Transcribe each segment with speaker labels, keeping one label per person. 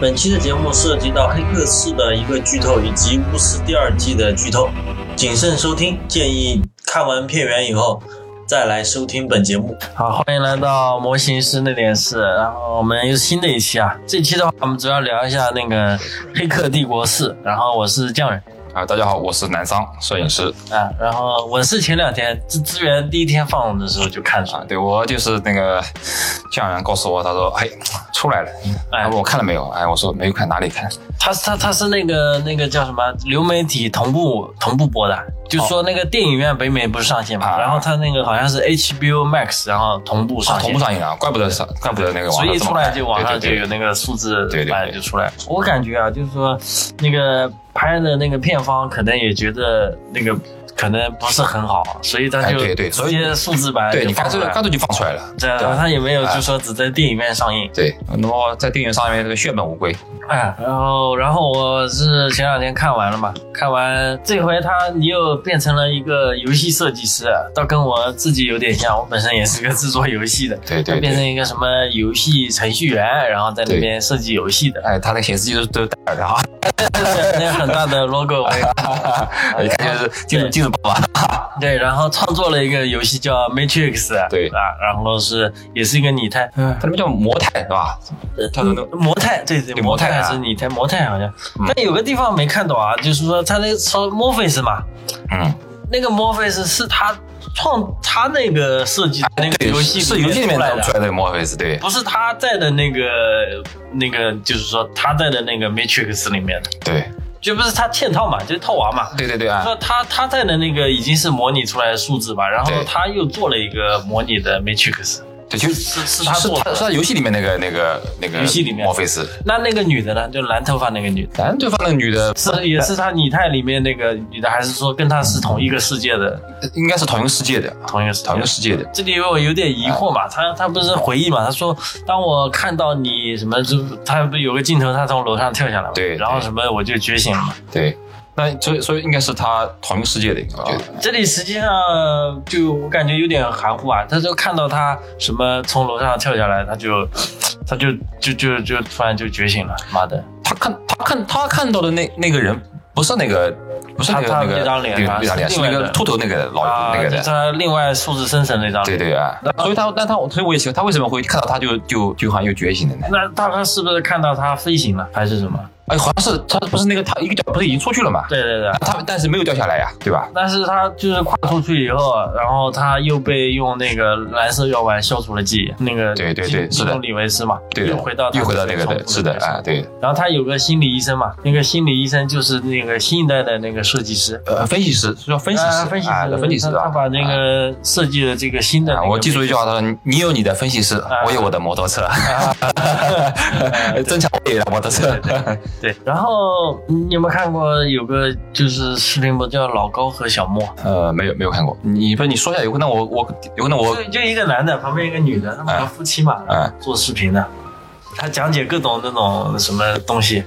Speaker 1: 本期的节目涉及到《黑客四》的一个剧透以及《巫师》第二季的剧透，谨慎收听，建议看完片源以后再来收听本节目。
Speaker 2: 好，欢迎来到模型师那点事。然后我们又是新的一期啊，这期的话我们主要聊一下那个《黑客帝国四》。然后我是匠人
Speaker 3: 啊，大家好，我是南桑，摄影师
Speaker 2: 啊。然后我是前两天这资源第一天放的时候就看上
Speaker 3: 啊，对我就是那个 匠人告诉我，他说哎出来了，
Speaker 2: 哎
Speaker 3: 他问我看了没有？哎，我说没有看，哪里看？
Speaker 2: 他是他他是那个那个叫什么流媒体同步同步播的，就说那个电影院北美不是上线嘛，
Speaker 3: 哦啊
Speaker 2: 然后他那个好像是 HBO Max，然后同步上
Speaker 3: 啊，
Speaker 2: 线，
Speaker 3: 同步上映啊，怪不得上，怪不得那个网
Speaker 2: 所
Speaker 3: 上
Speaker 2: 以
Speaker 3: 这么
Speaker 2: 出来
Speaker 3: 看
Speaker 2: 就网上就
Speaker 3: 对对
Speaker 2: 有
Speaker 3: 对
Speaker 2: 那个数字
Speaker 3: 对对对
Speaker 2: 版就出来。我感觉啊，就是说那个拍的那个片方可能也觉得那个可能不是很好，所以他
Speaker 3: 哎
Speaker 2: 就
Speaker 3: 对对
Speaker 2: 直
Speaker 3: 所以
Speaker 2: 接数字版
Speaker 3: 对
Speaker 2: 就
Speaker 3: 你
Speaker 2: 放
Speaker 3: 干
Speaker 2: 出
Speaker 3: 脆
Speaker 2: 来
Speaker 3: 干。脆就放出来了。
Speaker 2: 这样
Speaker 3: 对吧
Speaker 2: 他也没有
Speaker 3: 哎
Speaker 2: 就说只在电影院上映，
Speaker 3: 对，那么在电影上面这个血本无归，
Speaker 2: 哎，然后然后我是前两天看完了嘛，看完这回他你又变成了一个游戏设计师，倒跟我自己有点像，我本身也是个制作游戏的，
Speaker 3: 对对
Speaker 2: 他变成
Speaker 3: 对，
Speaker 2: 一个什么游戏程序员，然后在那边设计游 戏的，
Speaker 3: 哎，他那个显示器都都是戴尔的啊哈，
Speaker 2: 那个很大的 logo，我也
Speaker 3: 一看就是技术
Speaker 2: 哎对
Speaker 3: 技术爸爸，
Speaker 2: 对，然后创作了一个游戏叫 Matrix，
Speaker 3: 对
Speaker 2: 啊，然后是也是一个拟态，嗯
Speaker 3: 他那边叫模态是吧？他说那个
Speaker 2: 模态，对对，
Speaker 3: 对
Speaker 2: 模态
Speaker 3: 模态啊
Speaker 2: 还是拟态，模态好像
Speaker 3: 嗯，
Speaker 2: 但有个地方没看懂啊，就是说他那说 Morpheus 嘛，
Speaker 3: 嗯，
Speaker 2: 那个 Morpheus 是他创他那个设计的那个
Speaker 3: 对，
Speaker 2: 游戏
Speaker 3: 是游戏里面
Speaker 2: 出来的
Speaker 3: 出，来的模回事，对
Speaker 2: 不是他在的那个那个，就是说他在的那个 Matrix 里面的，
Speaker 3: 对
Speaker 2: 就不是他嵌套嘛，就是套娃嘛。
Speaker 3: 对对对啊，
Speaker 2: 那他他在的那个已经是模拟出来的数字吧，然后
Speaker 3: 对
Speaker 2: 他又做了一个模拟的 Matrix，
Speaker 3: 对，就是
Speaker 2: 是他
Speaker 3: 是
Speaker 2: 做
Speaker 3: 他是
Speaker 2: 的。
Speaker 3: 他游戏里面那个那个那个
Speaker 2: 游戏里面
Speaker 3: 墨菲斯，
Speaker 2: 那那个女的呢？就蓝头发那个女的，
Speaker 3: 反正对方那个女的
Speaker 2: 是也是他拟态里面那个女的，还是说跟他是同一个世界的？
Speaker 3: 应该是同一个世界的，
Speaker 2: 同一个世界
Speaker 3: 同一个世界的，
Speaker 2: 这里我有点疑惑
Speaker 3: 哎
Speaker 2: 嘛，他他不是回忆嘛？他说，当我看到你什么，就他不有个镜头，他从楼上跳下来嘛，
Speaker 3: 对
Speaker 2: 然后什么我就觉醒了嘛。
Speaker 3: 对。那所以所以应该是他同一个世界的，我觉得
Speaker 2: 这里实际上就我感觉有点含糊啊，他就看到他什么从楼上跳下来，他就他就就就就突然就觉醒了，妈的，
Speaker 3: 他看他看他看到的那那个人不是那个不是那个
Speaker 2: 他他
Speaker 3: 那个
Speaker 2: 那张脸啊
Speaker 3: 对那张脸
Speaker 2: 是
Speaker 3: 是
Speaker 2: 另外
Speaker 3: 那
Speaker 2: 的
Speaker 3: 个秃头那个老
Speaker 2: 啊，
Speaker 3: 哦那个
Speaker 2: 就是
Speaker 3: 的，
Speaker 2: 他另外数字生成那张
Speaker 3: 对
Speaker 2: 脸。
Speaker 3: 对啊。所以他但他所以我也奇怪他为什么会看到他就就就好像又觉醒了呢？
Speaker 2: 那大哥是不是看到他飞行了，还是什么？
Speaker 3: 哎，好像是他不是那个他一个脚不是已经出去了嘛？
Speaker 2: 对对对，
Speaker 3: 他但是没有掉下来呀，对吧？
Speaker 2: 但是他就是跨出去以后，然后他又被用那个蓝色药丸消除了记忆，那个
Speaker 3: 对对对
Speaker 2: 基
Speaker 3: 是的
Speaker 2: 基努里维斯嘛，
Speaker 3: 对的，
Speaker 2: 又回到他
Speaker 3: 又回到那个
Speaker 2: 的
Speaker 3: 的，是的啊，对。
Speaker 2: 然后他有个心理医生嘛，那个心理医生就是那个新一代的那个设计师，
Speaker 3: 呃，分析师，叫分析
Speaker 2: 啊
Speaker 3: 师，
Speaker 2: 分析
Speaker 3: 啊
Speaker 2: 师，
Speaker 3: 分析师
Speaker 2: 他
Speaker 3: 啊
Speaker 2: 他把那
Speaker 3: 啊
Speaker 2: 个设计的这个新的那
Speaker 3: 啊，
Speaker 2: 个
Speaker 3: 我记住一句话，他说：“你有你的分析师，
Speaker 2: 啊
Speaker 3: 我有我的摩托车， 增强我也的摩托车。
Speaker 2: 对，然后嗯你有没有看过有个就是视频博叫老高和小莫，”
Speaker 3: 呃，没有没有看过，你不是你说一下，有可能我我有可能我
Speaker 2: 就就一个男的旁边一个女的，他们两个夫妻嘛，
Speaker 3: 嗯嗯
Speaker 2: 做视频的，他讲解各种那种什么东西，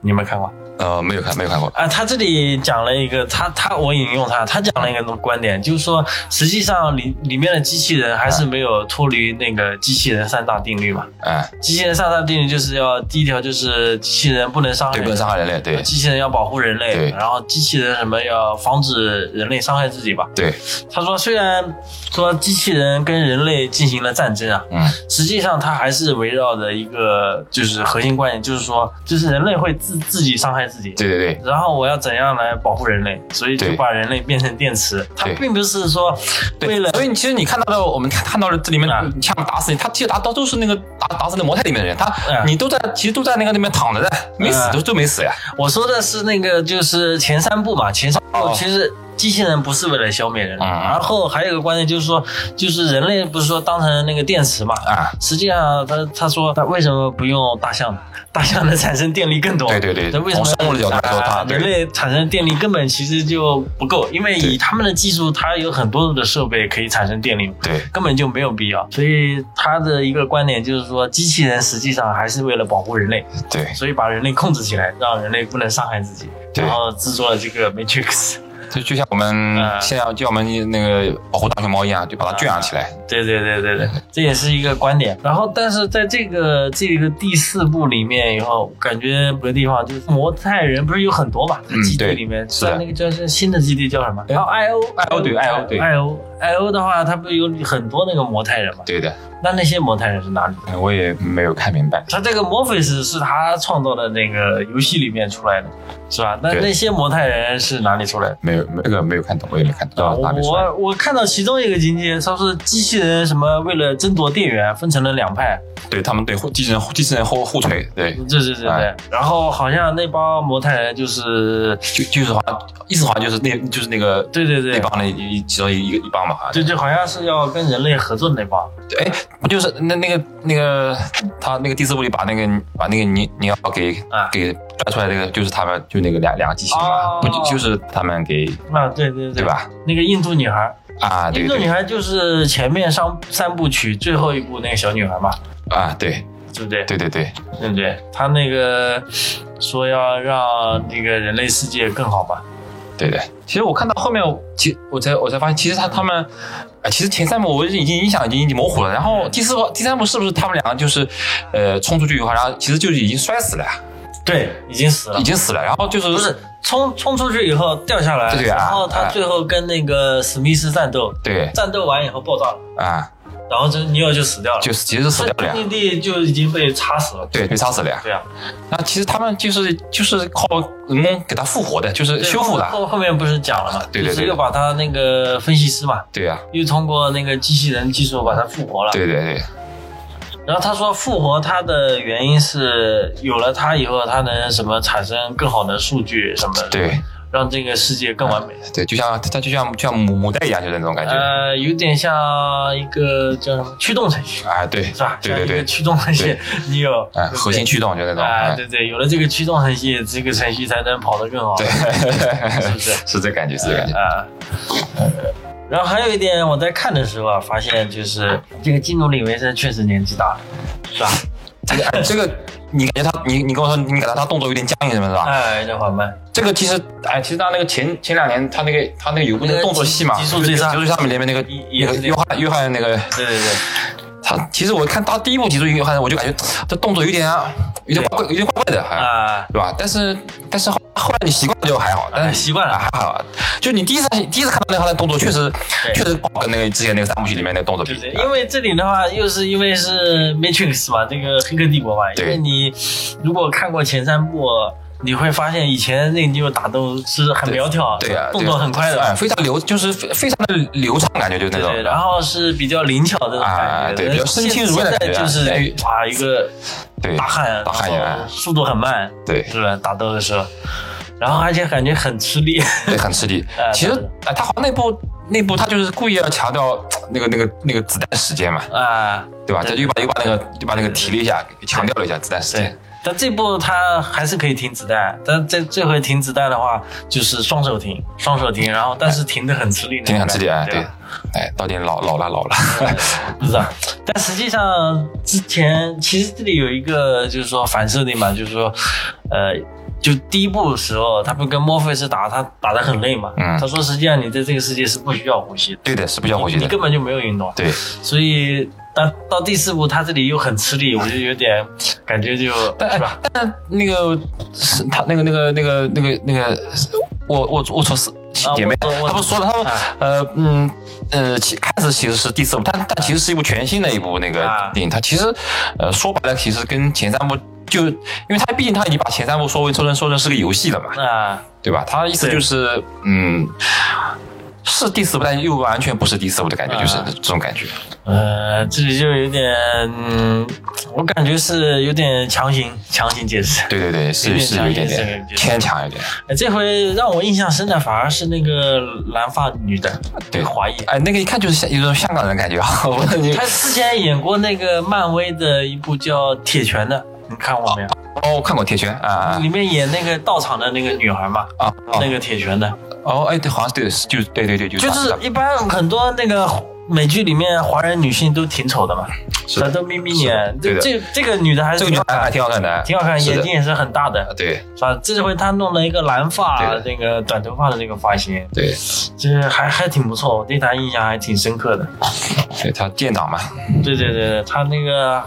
Speaker 2: 你有没有看过？
Speaker 3: 呃没有看没有看过，
Speaker 2: 啊，他这里讲了一个，他他我引用他，他讲了一个观点，就是说，实际上里里面的机器人还是没有脱离那个机器人三大定律嘛。
Speaker 3: 哎，
Speaker 2: 机器人三大定律就是要第一条就是机器人不能伤害
Speaker 3: 对，不
Speaker 2: 人
Speaker 3: 能，伤害人类，对
Speaker 2: 机器人要保护人类，
Speaker 3: 对
Speaker 2: 然后机器人什么要防止人类伤害自己吧。
Speaker 3: 对，
Speaker 2: 他说，虽然说机器人跟人类进行了战争啊，
Speaker 3: 嗯，
Speaker 2: 实际上它还是围绕着一个就是核心观点，就是说，就是人类会自自己伤害自己。
Speaker 3: 对对对，
Speaker 2: 然后我要怎样来保护人类？所以就
Speaker 3: 对
Speaker 2: 把人类变成电池。它
Speaker 3: 对
Speaker 2: 并不是说为了
Speaker 3: 对，所以你其实你看到的，我们看看到了这里面
Speaker 2: 啊
Speaker 3: 枪打死你，他其实打都都是那个打打死那模特里面的人，
Speaker 2: 哎
Speaker 3: 他你都在其实都在那个里面躺着的，没
Speaker 2: 哎
Speaker 3: 死都都没死呀，
Speaker 2: 我说的是那个，就是前三步嘛，前三步
Speaker 3: 哦
Speaker 2: 其实。机器人不是为了消灭人类，
Speaker 3: 嗯嗯
Speaker 2: 然后还有一个观点就是说，就是人类不是说当成那个电池嘛，
Speaker 3: 啊，
Speaker 2: 实际上他他说他为什么不用大象呢？大象的产生电力更多，
Speaker 3: 对对对
Speaker 2: 那为什么
Speaker 3: 从生物的角度来说它
Speaker 2: 啊
Speaker 3: 对
Speaker 2: 人类产生电力根本其实就不够，因为以
Speaker 3: 对
Speaker 2: 他们的技术，它有很多的设备可以产生电力嘛，
Speaker 3: 对
Speaker 2: 根本就没有必要。所以他的一个观点就是说，机器人实际上还是为了保护人类，
Speaker 3: 对
Speaker 2: 所以把人类控制起来，让人类不能伤害自己，
Speaker 3: 对
Speaker 2: 然后制作了这个 Matrix。
Speaker 3: 就就像我们
Speaker 2: 嗯
Speaker 3: 现在要叫我们那个保护大熊猫一样，就把它圈养起来。
Speaker 2: 对对对对对，这也是一个观点。然后，但是在这个这个第四部里面以后，感觉不对地方就是摩泰人不是有很多嘛，在
Speaker 3: 嗯
Speaker 2: 基地
Speaker 3: 对
Speaker 2: 里面，
Speaker 3: 是的
Speaker 2: 在那个叫是新的基地叫什么？然后哦 I O 哎
Speaker 3: 哎 I O 对 I O 对
Speaker 2: I O I O 的话，它不是有很多那个摩泰人嘛？
Speaker 3: 对的，
Speaker 2: 那那些摩泰人是哪里的？
Speaker 3: 嗯我也没有看明白。
Speaker 2: 他这个 Morpheus 是他创造的那个游戏里面出来的，是吧？那
Speaker 3: 对
Speaker 2: 那些摩泰人是哪里出来的？
Speaker 3: 没有，没这个没有看懂，我也没看
Speaker 2: 啊，
Speaker 3: 懂，哪里出来？
Speaker 2: 我我看到其中一个情节，他是机器人什么为了争夺电源分成了两派，
Speaker 3: 对他们对互机器人互机器人互互锤，对，
Speaker 2: 对对对对
Speaker 3: 哎。
Speaker 2: 然后好像那帮摩泰人就是，
Speaker 3: 就就是好像意思好像就是那就是那个
Speaker 2: 对对
Speaker 3: 那
Speaker 2: 对，
Speaker 3: 帮的一一其中一一个一帮嘛，好像
Speaker 2: 对对，好像是要跟人类合作的那帮。
Speaker 3: 哎，不就是那那个那个他那个第四部里把那个把那个尼尼奥给、
Speaker 2: 啊
Speaker 3: 给拽出来那个就是他们就那个两两个机器人嘛，
Speaker 2: 哦
Speaker 3: 不就就是他们给
Speaker 2: 啊，对对
Speaker 3: 对？吧？
Speaker 2: 那个印度女孩，
Speaker 3: 啊，对
Speaker 2: 印度女
Speaker 3: 对
Speaker 2: 孩就是前面上三部曲最后一部那个小女孩嘛，
Speaker 3: 啊，对
Speaker 2: 对不对？
Speaker 3: 对对对，
Speaker 2: 对不对？他那个说要让那个人类世界更好嘛，
Speaker 3: 对的。其实我看到后面，其我才我才发现，其实他他们，呃，其实前三部我已经印象已经已经模糊了。然后第四部第三部是不是他们两个就是，呃，冲出去以后，然后其实就是已经摔死了呀，
Speaker 2: 对，已经死了
Speaker 3: 已，经死了。然后就是
Speaker 2: 不是冲冲出去以后掉下来，
Speaker 3: 对啊
Speaker 2: 然后他最后跟那个史密斯战斗，
Speaker 3: 对
Speaker 2: 战斗完以后爆炸了，
Speaker 3: 啊，
Speaker 2: 然后就尼奥就死掉了，
Speaker 3: 就是其实是死掉了
Speaker 2: 内
Speaker 3: 呀，
Speaker 2: 地就已经被插死了。
Speaker 3: 对，被杀死了呀。
Speaker 2: 对啊，
Speaker 3: 那其实他们就是就是靠人工给它复活的，就是
Speaker 2: 对
Speaker 3: 修复的。
Speaker 2: 后后面不是讲了嘛，
Speaker 3: 对对对
Speaker 2: 就是又把他那个分析师嘛，
Speaker 3: 对呀、
Speaker 2: 又通过那个机器人技术把他复活了。
Speaker 3: 对对对，
Speaker 2: 然后他说复活他的原因是有了他以后，他能什么产生更好的数据什么的，
Speaker 3: 对
Speaker 2: 让这个世界更完美。
Speaker 3: 对，就像它就像就像母母带一样，就是那种感觉。
Speaker 2: 呃，有点像一个叫什么驱动程序。
Speaker 3: 啊，对
Speaker 2: 是吧？
Speaker 3: 对对
Speaker 2: 像一
Speaker 3: 对
Speaker 2: 个，驱动程序
Speaker 3: 对，
Speaker 2: 你有
Speaker 3: 啊，核心驱动就那种。
Speaker 2: 啊，
Speaker 3: 哎
Speaker 2: 对对，有了这个驱动程序，这个程序才能跑得更好，
Speaker 3: 对，
Speaker 2: 是不是？
Speaker 3: 是这感觉，是这感觉。
Speaker 2: 啊。然后还有一点，我在看的时候啊，发现就是这个基努里维森确实年纪大了，是吧？
Speaker 3: 这个哎这个，你感觉他，你你跟我说，你感觉他动作有点僵硬什么的是吧？
Speaker 2: 哎，有点缓慢。
Speaker 3: 这个其实，哎，其实他那个前前两年他那个他那个有部那个动作戏嘛，
Speaker 2: 极速追杀
Speaker 3: 就是上面里面那个
Speaker 2: 也也
Speaker 3: 那个
Speaker 2: 是这
Speaker 3: 约
Speaker 2: 样
Speaker 3: 翰约翰那个
Speaker 2: 对对对，
Speaker 3: 他，其实我看他第一部《极速约翰》，我就感觉这动作有点啊有点怪怪，有点怪怪的，好像。
Speaker 2: 啊，
Speaker 3: 对吧？但是但是后后来你习惯就还好，但
Speaker 2: 哎，
Speaker 3: 是
Speaker 2: 习惯了。
Speaker 3: 还好，就你第一次第一次看到那个他的动作，确实
Speaker 2: 对
Speaker 3: 确实不好跟那个之前那个三部曲里面那个动作比
Speaker 2: 对不对？，因为这里的话，又是因为是 Matrix 嘛，这个黑客帝国嘛，因
Speaker 3: 对
Speaker 2: 为你如果看过前三部，你会发现以前那个打斗是很苗条，
Speaker 3: 对呀，
Speaker 2: 动作很快的
Speaker 3: 哎，，非常流，就是非非常的流畅，感觉就是那
Speaker 2: 对
Speaker 3: 种
Speaker 2: 对，。然后是比较灵巧的那种
Speaker 3: 啊
Speaker 2: 感觉，
Speaker 3: 对比较身轻如燕的感觉
Speaker 2: 现在
Speaker 3: 哎
Speaker 2: 就是哇，一个
Speaker 3: 对
Speaker 2: 大汉，
Speaker 3: 大汉
Speaker 2: 然后速度很慢，
Speaker 3: 对
Speaker 2: 是吧？打斗的时候，然后而且感觉很吃力，
Speaker 3: 对，很吃力
Speaker 2: 哎。
Speaker 3: 其实
Speaker 2: 对对
Speaker 3: 哎，他好像那部那部他就是故意要强调那个那个那个子弹时间嘛，
Speaker 2: 啊，
Speaker 3: 对吧？他
Speaker 2: 对
Speaker 3: 就把又把那个就把那个提了一下，给强调了一下子弹时
Speaker 2: 对
Speaker 3: 间。。
Speaker 2: 但这步他还是可以停子弹，但这这回停子弹的话，就是双手停，双手停，然后但是停的很吃力，
Speaker 3: 今哎天很吃力哎，对
Speaker 2: 吧，
Speaker 3: 哎，到底老老了老了，
Speaker 2: 不知道。但实际上之前其实这里有一个就是说反设定嘛，就是说，呃，就第一部的时候，他不跟墨菲斯打，他打得很累嘛。
Speaker 3: 嗯
Speaker 2: 他说实际上你在这个世界是不需要呼吸的，
Speaker 3: 对的，是不叫回去
Speaker 2: 你
Speaker 3: 的，
Speaker 2: 根本就没有运动。
Speaker 3: 对，
Speaker 2: 所以到到第四部，他这里又很吃力，我就有点感觉就，
Speaker 3: 但
Speaker 2: 是吧？
Speaker 3: 但那个是他那个那个那个那个那个，我我我说是
Speaker 2: 啊
Speaker 3: 姐妹，
Speaker 2: 我我
Speaker 3: 他不是说了，他们
Speaker 2: 啊
Speaker 3: 呃嗯呃，其开始其实是第四部，但但其实是一部全新的一部那个
Speaker 2: 啊
Speaker 3: 电影，它其实呃说白了，其实跟前三部就，因为它毕竟它已经把前三部说为说成说成是个游戏了嘛，
Speaker 2: 啊，
Speaker 3: 对吧？它意思
Speaker 2: 对
Speaker 3: 就是嗯。是第四部，但又完全不是第四部的感觉，
Speaker 2: 啊
Speaker 3: 就是这种感觉。
Speaker 2: 呃，这里就有点，嗯，我感觉是有点强行强行解释。
Speaker 3: 对对对，
Speaker 2: 有
Speaker 3: 是
Speaker 2: 点
Speaker 3: 是有一点
Speaker 2: 像
Speaker 3: 点
Speaker 2: 是
Speaker 3: 牵强一点。
Speaker 2: 哎，这回让我印象深的反而是那个蓝发女的，
Speaker 3: 对
Speaker 2: 华裔。
Speaker 3: 哎，那个一看就是像有种香港人的感觉啊！我你
Speaker 2: 她之前演过那个漫威的一部叫《铁拳》的，你看过没有？
Speaker 3: 哦，我看过铁拳啊
Speaker 2: 里面演那个道场的那个女孩嘛，
Speaker 3: 啊
Speaker 2: 那个铁拳的，
Speaker 3: 哦哎对，好像是对的，是就是对对对，就
Speaker 2: 就是一般很多那个美剧里面华人女性都挺丑的嘛，
Speaker 3: 是的
Speaker 2: 都眯眯眼。
Speaker 3: 是
Speaker 2: 这
Speaker 3: 的对
Speaker 2: 这这个女的还是
Speaker 3: 这个
Speaker 2: 挺
Speaker 3: 女
Speaker 2: 好
Speaker 3: 孩还
Speaker 2: 看，
Speaker 3: 挺好看的，
Speaker 2: 挺好看，
Speaker 3: 是的
Speaker 2: 眼睛也是很大的，
Speaker 3: 对
Speaker 2: 是吧？这回她弄了一个蓝发
Speaker 3: 对的
Speaker 2: 那个短头发的那个发型，
Speaker 3: 对
Speaker 2: 就是还还挺不错，我对她印象还挺深刻的。
Speaker 3: 对，他舰长嘛，
Speaker 2: 对对对对，她那个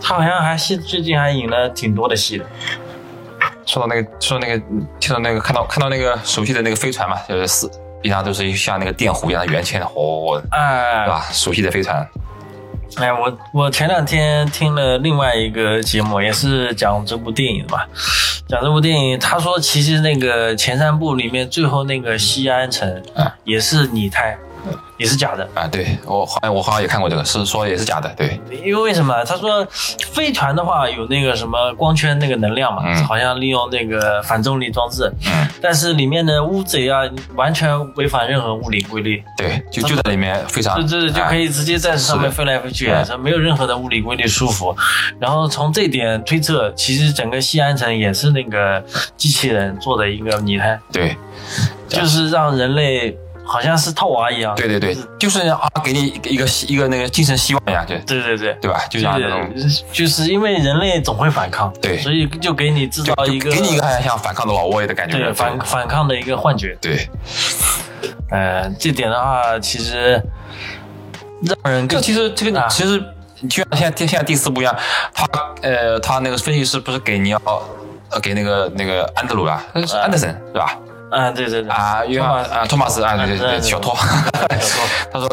Speaker 2: 她好像还戏最近还演了挺多的戏的。
Speaker 3: 说到那个，说到那个，听到那个，看到看到那个熟悉的那个飞船嘛，就是四边上都是像那个电弧一样的圆圈，哦，
Speaker 2: 哎
Speaker 3: 对，吧？熟悉的飞船，
Speaker 2: 哎，我我前两天听了另外一个节目，也是讲这部电影的嘛，讲这部电影，他说其实那个前三部里面最后那个西安城
Speaker 3: 啊
Speaker 2: 也是拟态，也是假的，
Speaker 3: 啊，对我好像我好像也看过这个，是说也是假的，对，
Speaker 2: 因为为什么？他说飞船的话有那个什么光圈那个能量嘛，
Speaker 3: 嗯
Speaker 2: 好像利用那个反重力装置，
Speaker 3: 嗯
Speaker 2: 但是里面的乌贼啊完全违反任何物理规律，
Speaker 3: 对，就就在里面非常，
Speaker 2: 对对对，就可
Speaker 3: 以，
Speaker 2: 以直接在上面
Speaker 3: 啊是
Speaker 2: 飞来飞去，
Speaker 3: 嗯
Speaker 2: 这没有任何的物理规律束缚。然后从这点推测，其实整个西安城也是那个机器人做的一个拟态，
Speaker 3: 对对
Speaker 2: 就是让人类好像是套娃一样。
Speaker 3: 对对对，就是啊，给你一个一个那个精神希望呀，对
Speaker 2: 对对对。
Speaker 3: 对吧？就
Speaker 2: 就
Speaker 3: 像那种，
Speaker 2: 是就是因为人类总会反抗，
Speaker 3: 对
Speaker 2: 所以就给你制
Speaker 3: 就
Speaker 2: 造
Speaker 3: 就
Speaker 2: 一个
Speaker 3: 给你一个像反抗的老挝也的感觉，
Speaker 2: 对反反抗的一个幻觉。
Speaker 3: 对，
Speaker 2: 呃，这点的话，其实让人
Speaker 3: 这
Speaker 2: 更
Speaker 3: 其实这个
Speaker 2: 啊
Speaker 3: 你其实你就像现在现在第四部一样，他呃他那个分析师不是给你要呃给那个那个安德鲁啊，
Speaker 2: 呃
Speaker 3: 是安德森是吧？
Speaker 2: 啊，对对对，
Speaker 3: 啊，约翰啊托马斯啊，对对
Speaker 2: 对
Speaker 3: 对，
Speaker 2: 对
Speaker 3: 小托。
Speaker 2: 没错
Speaker 3: 他说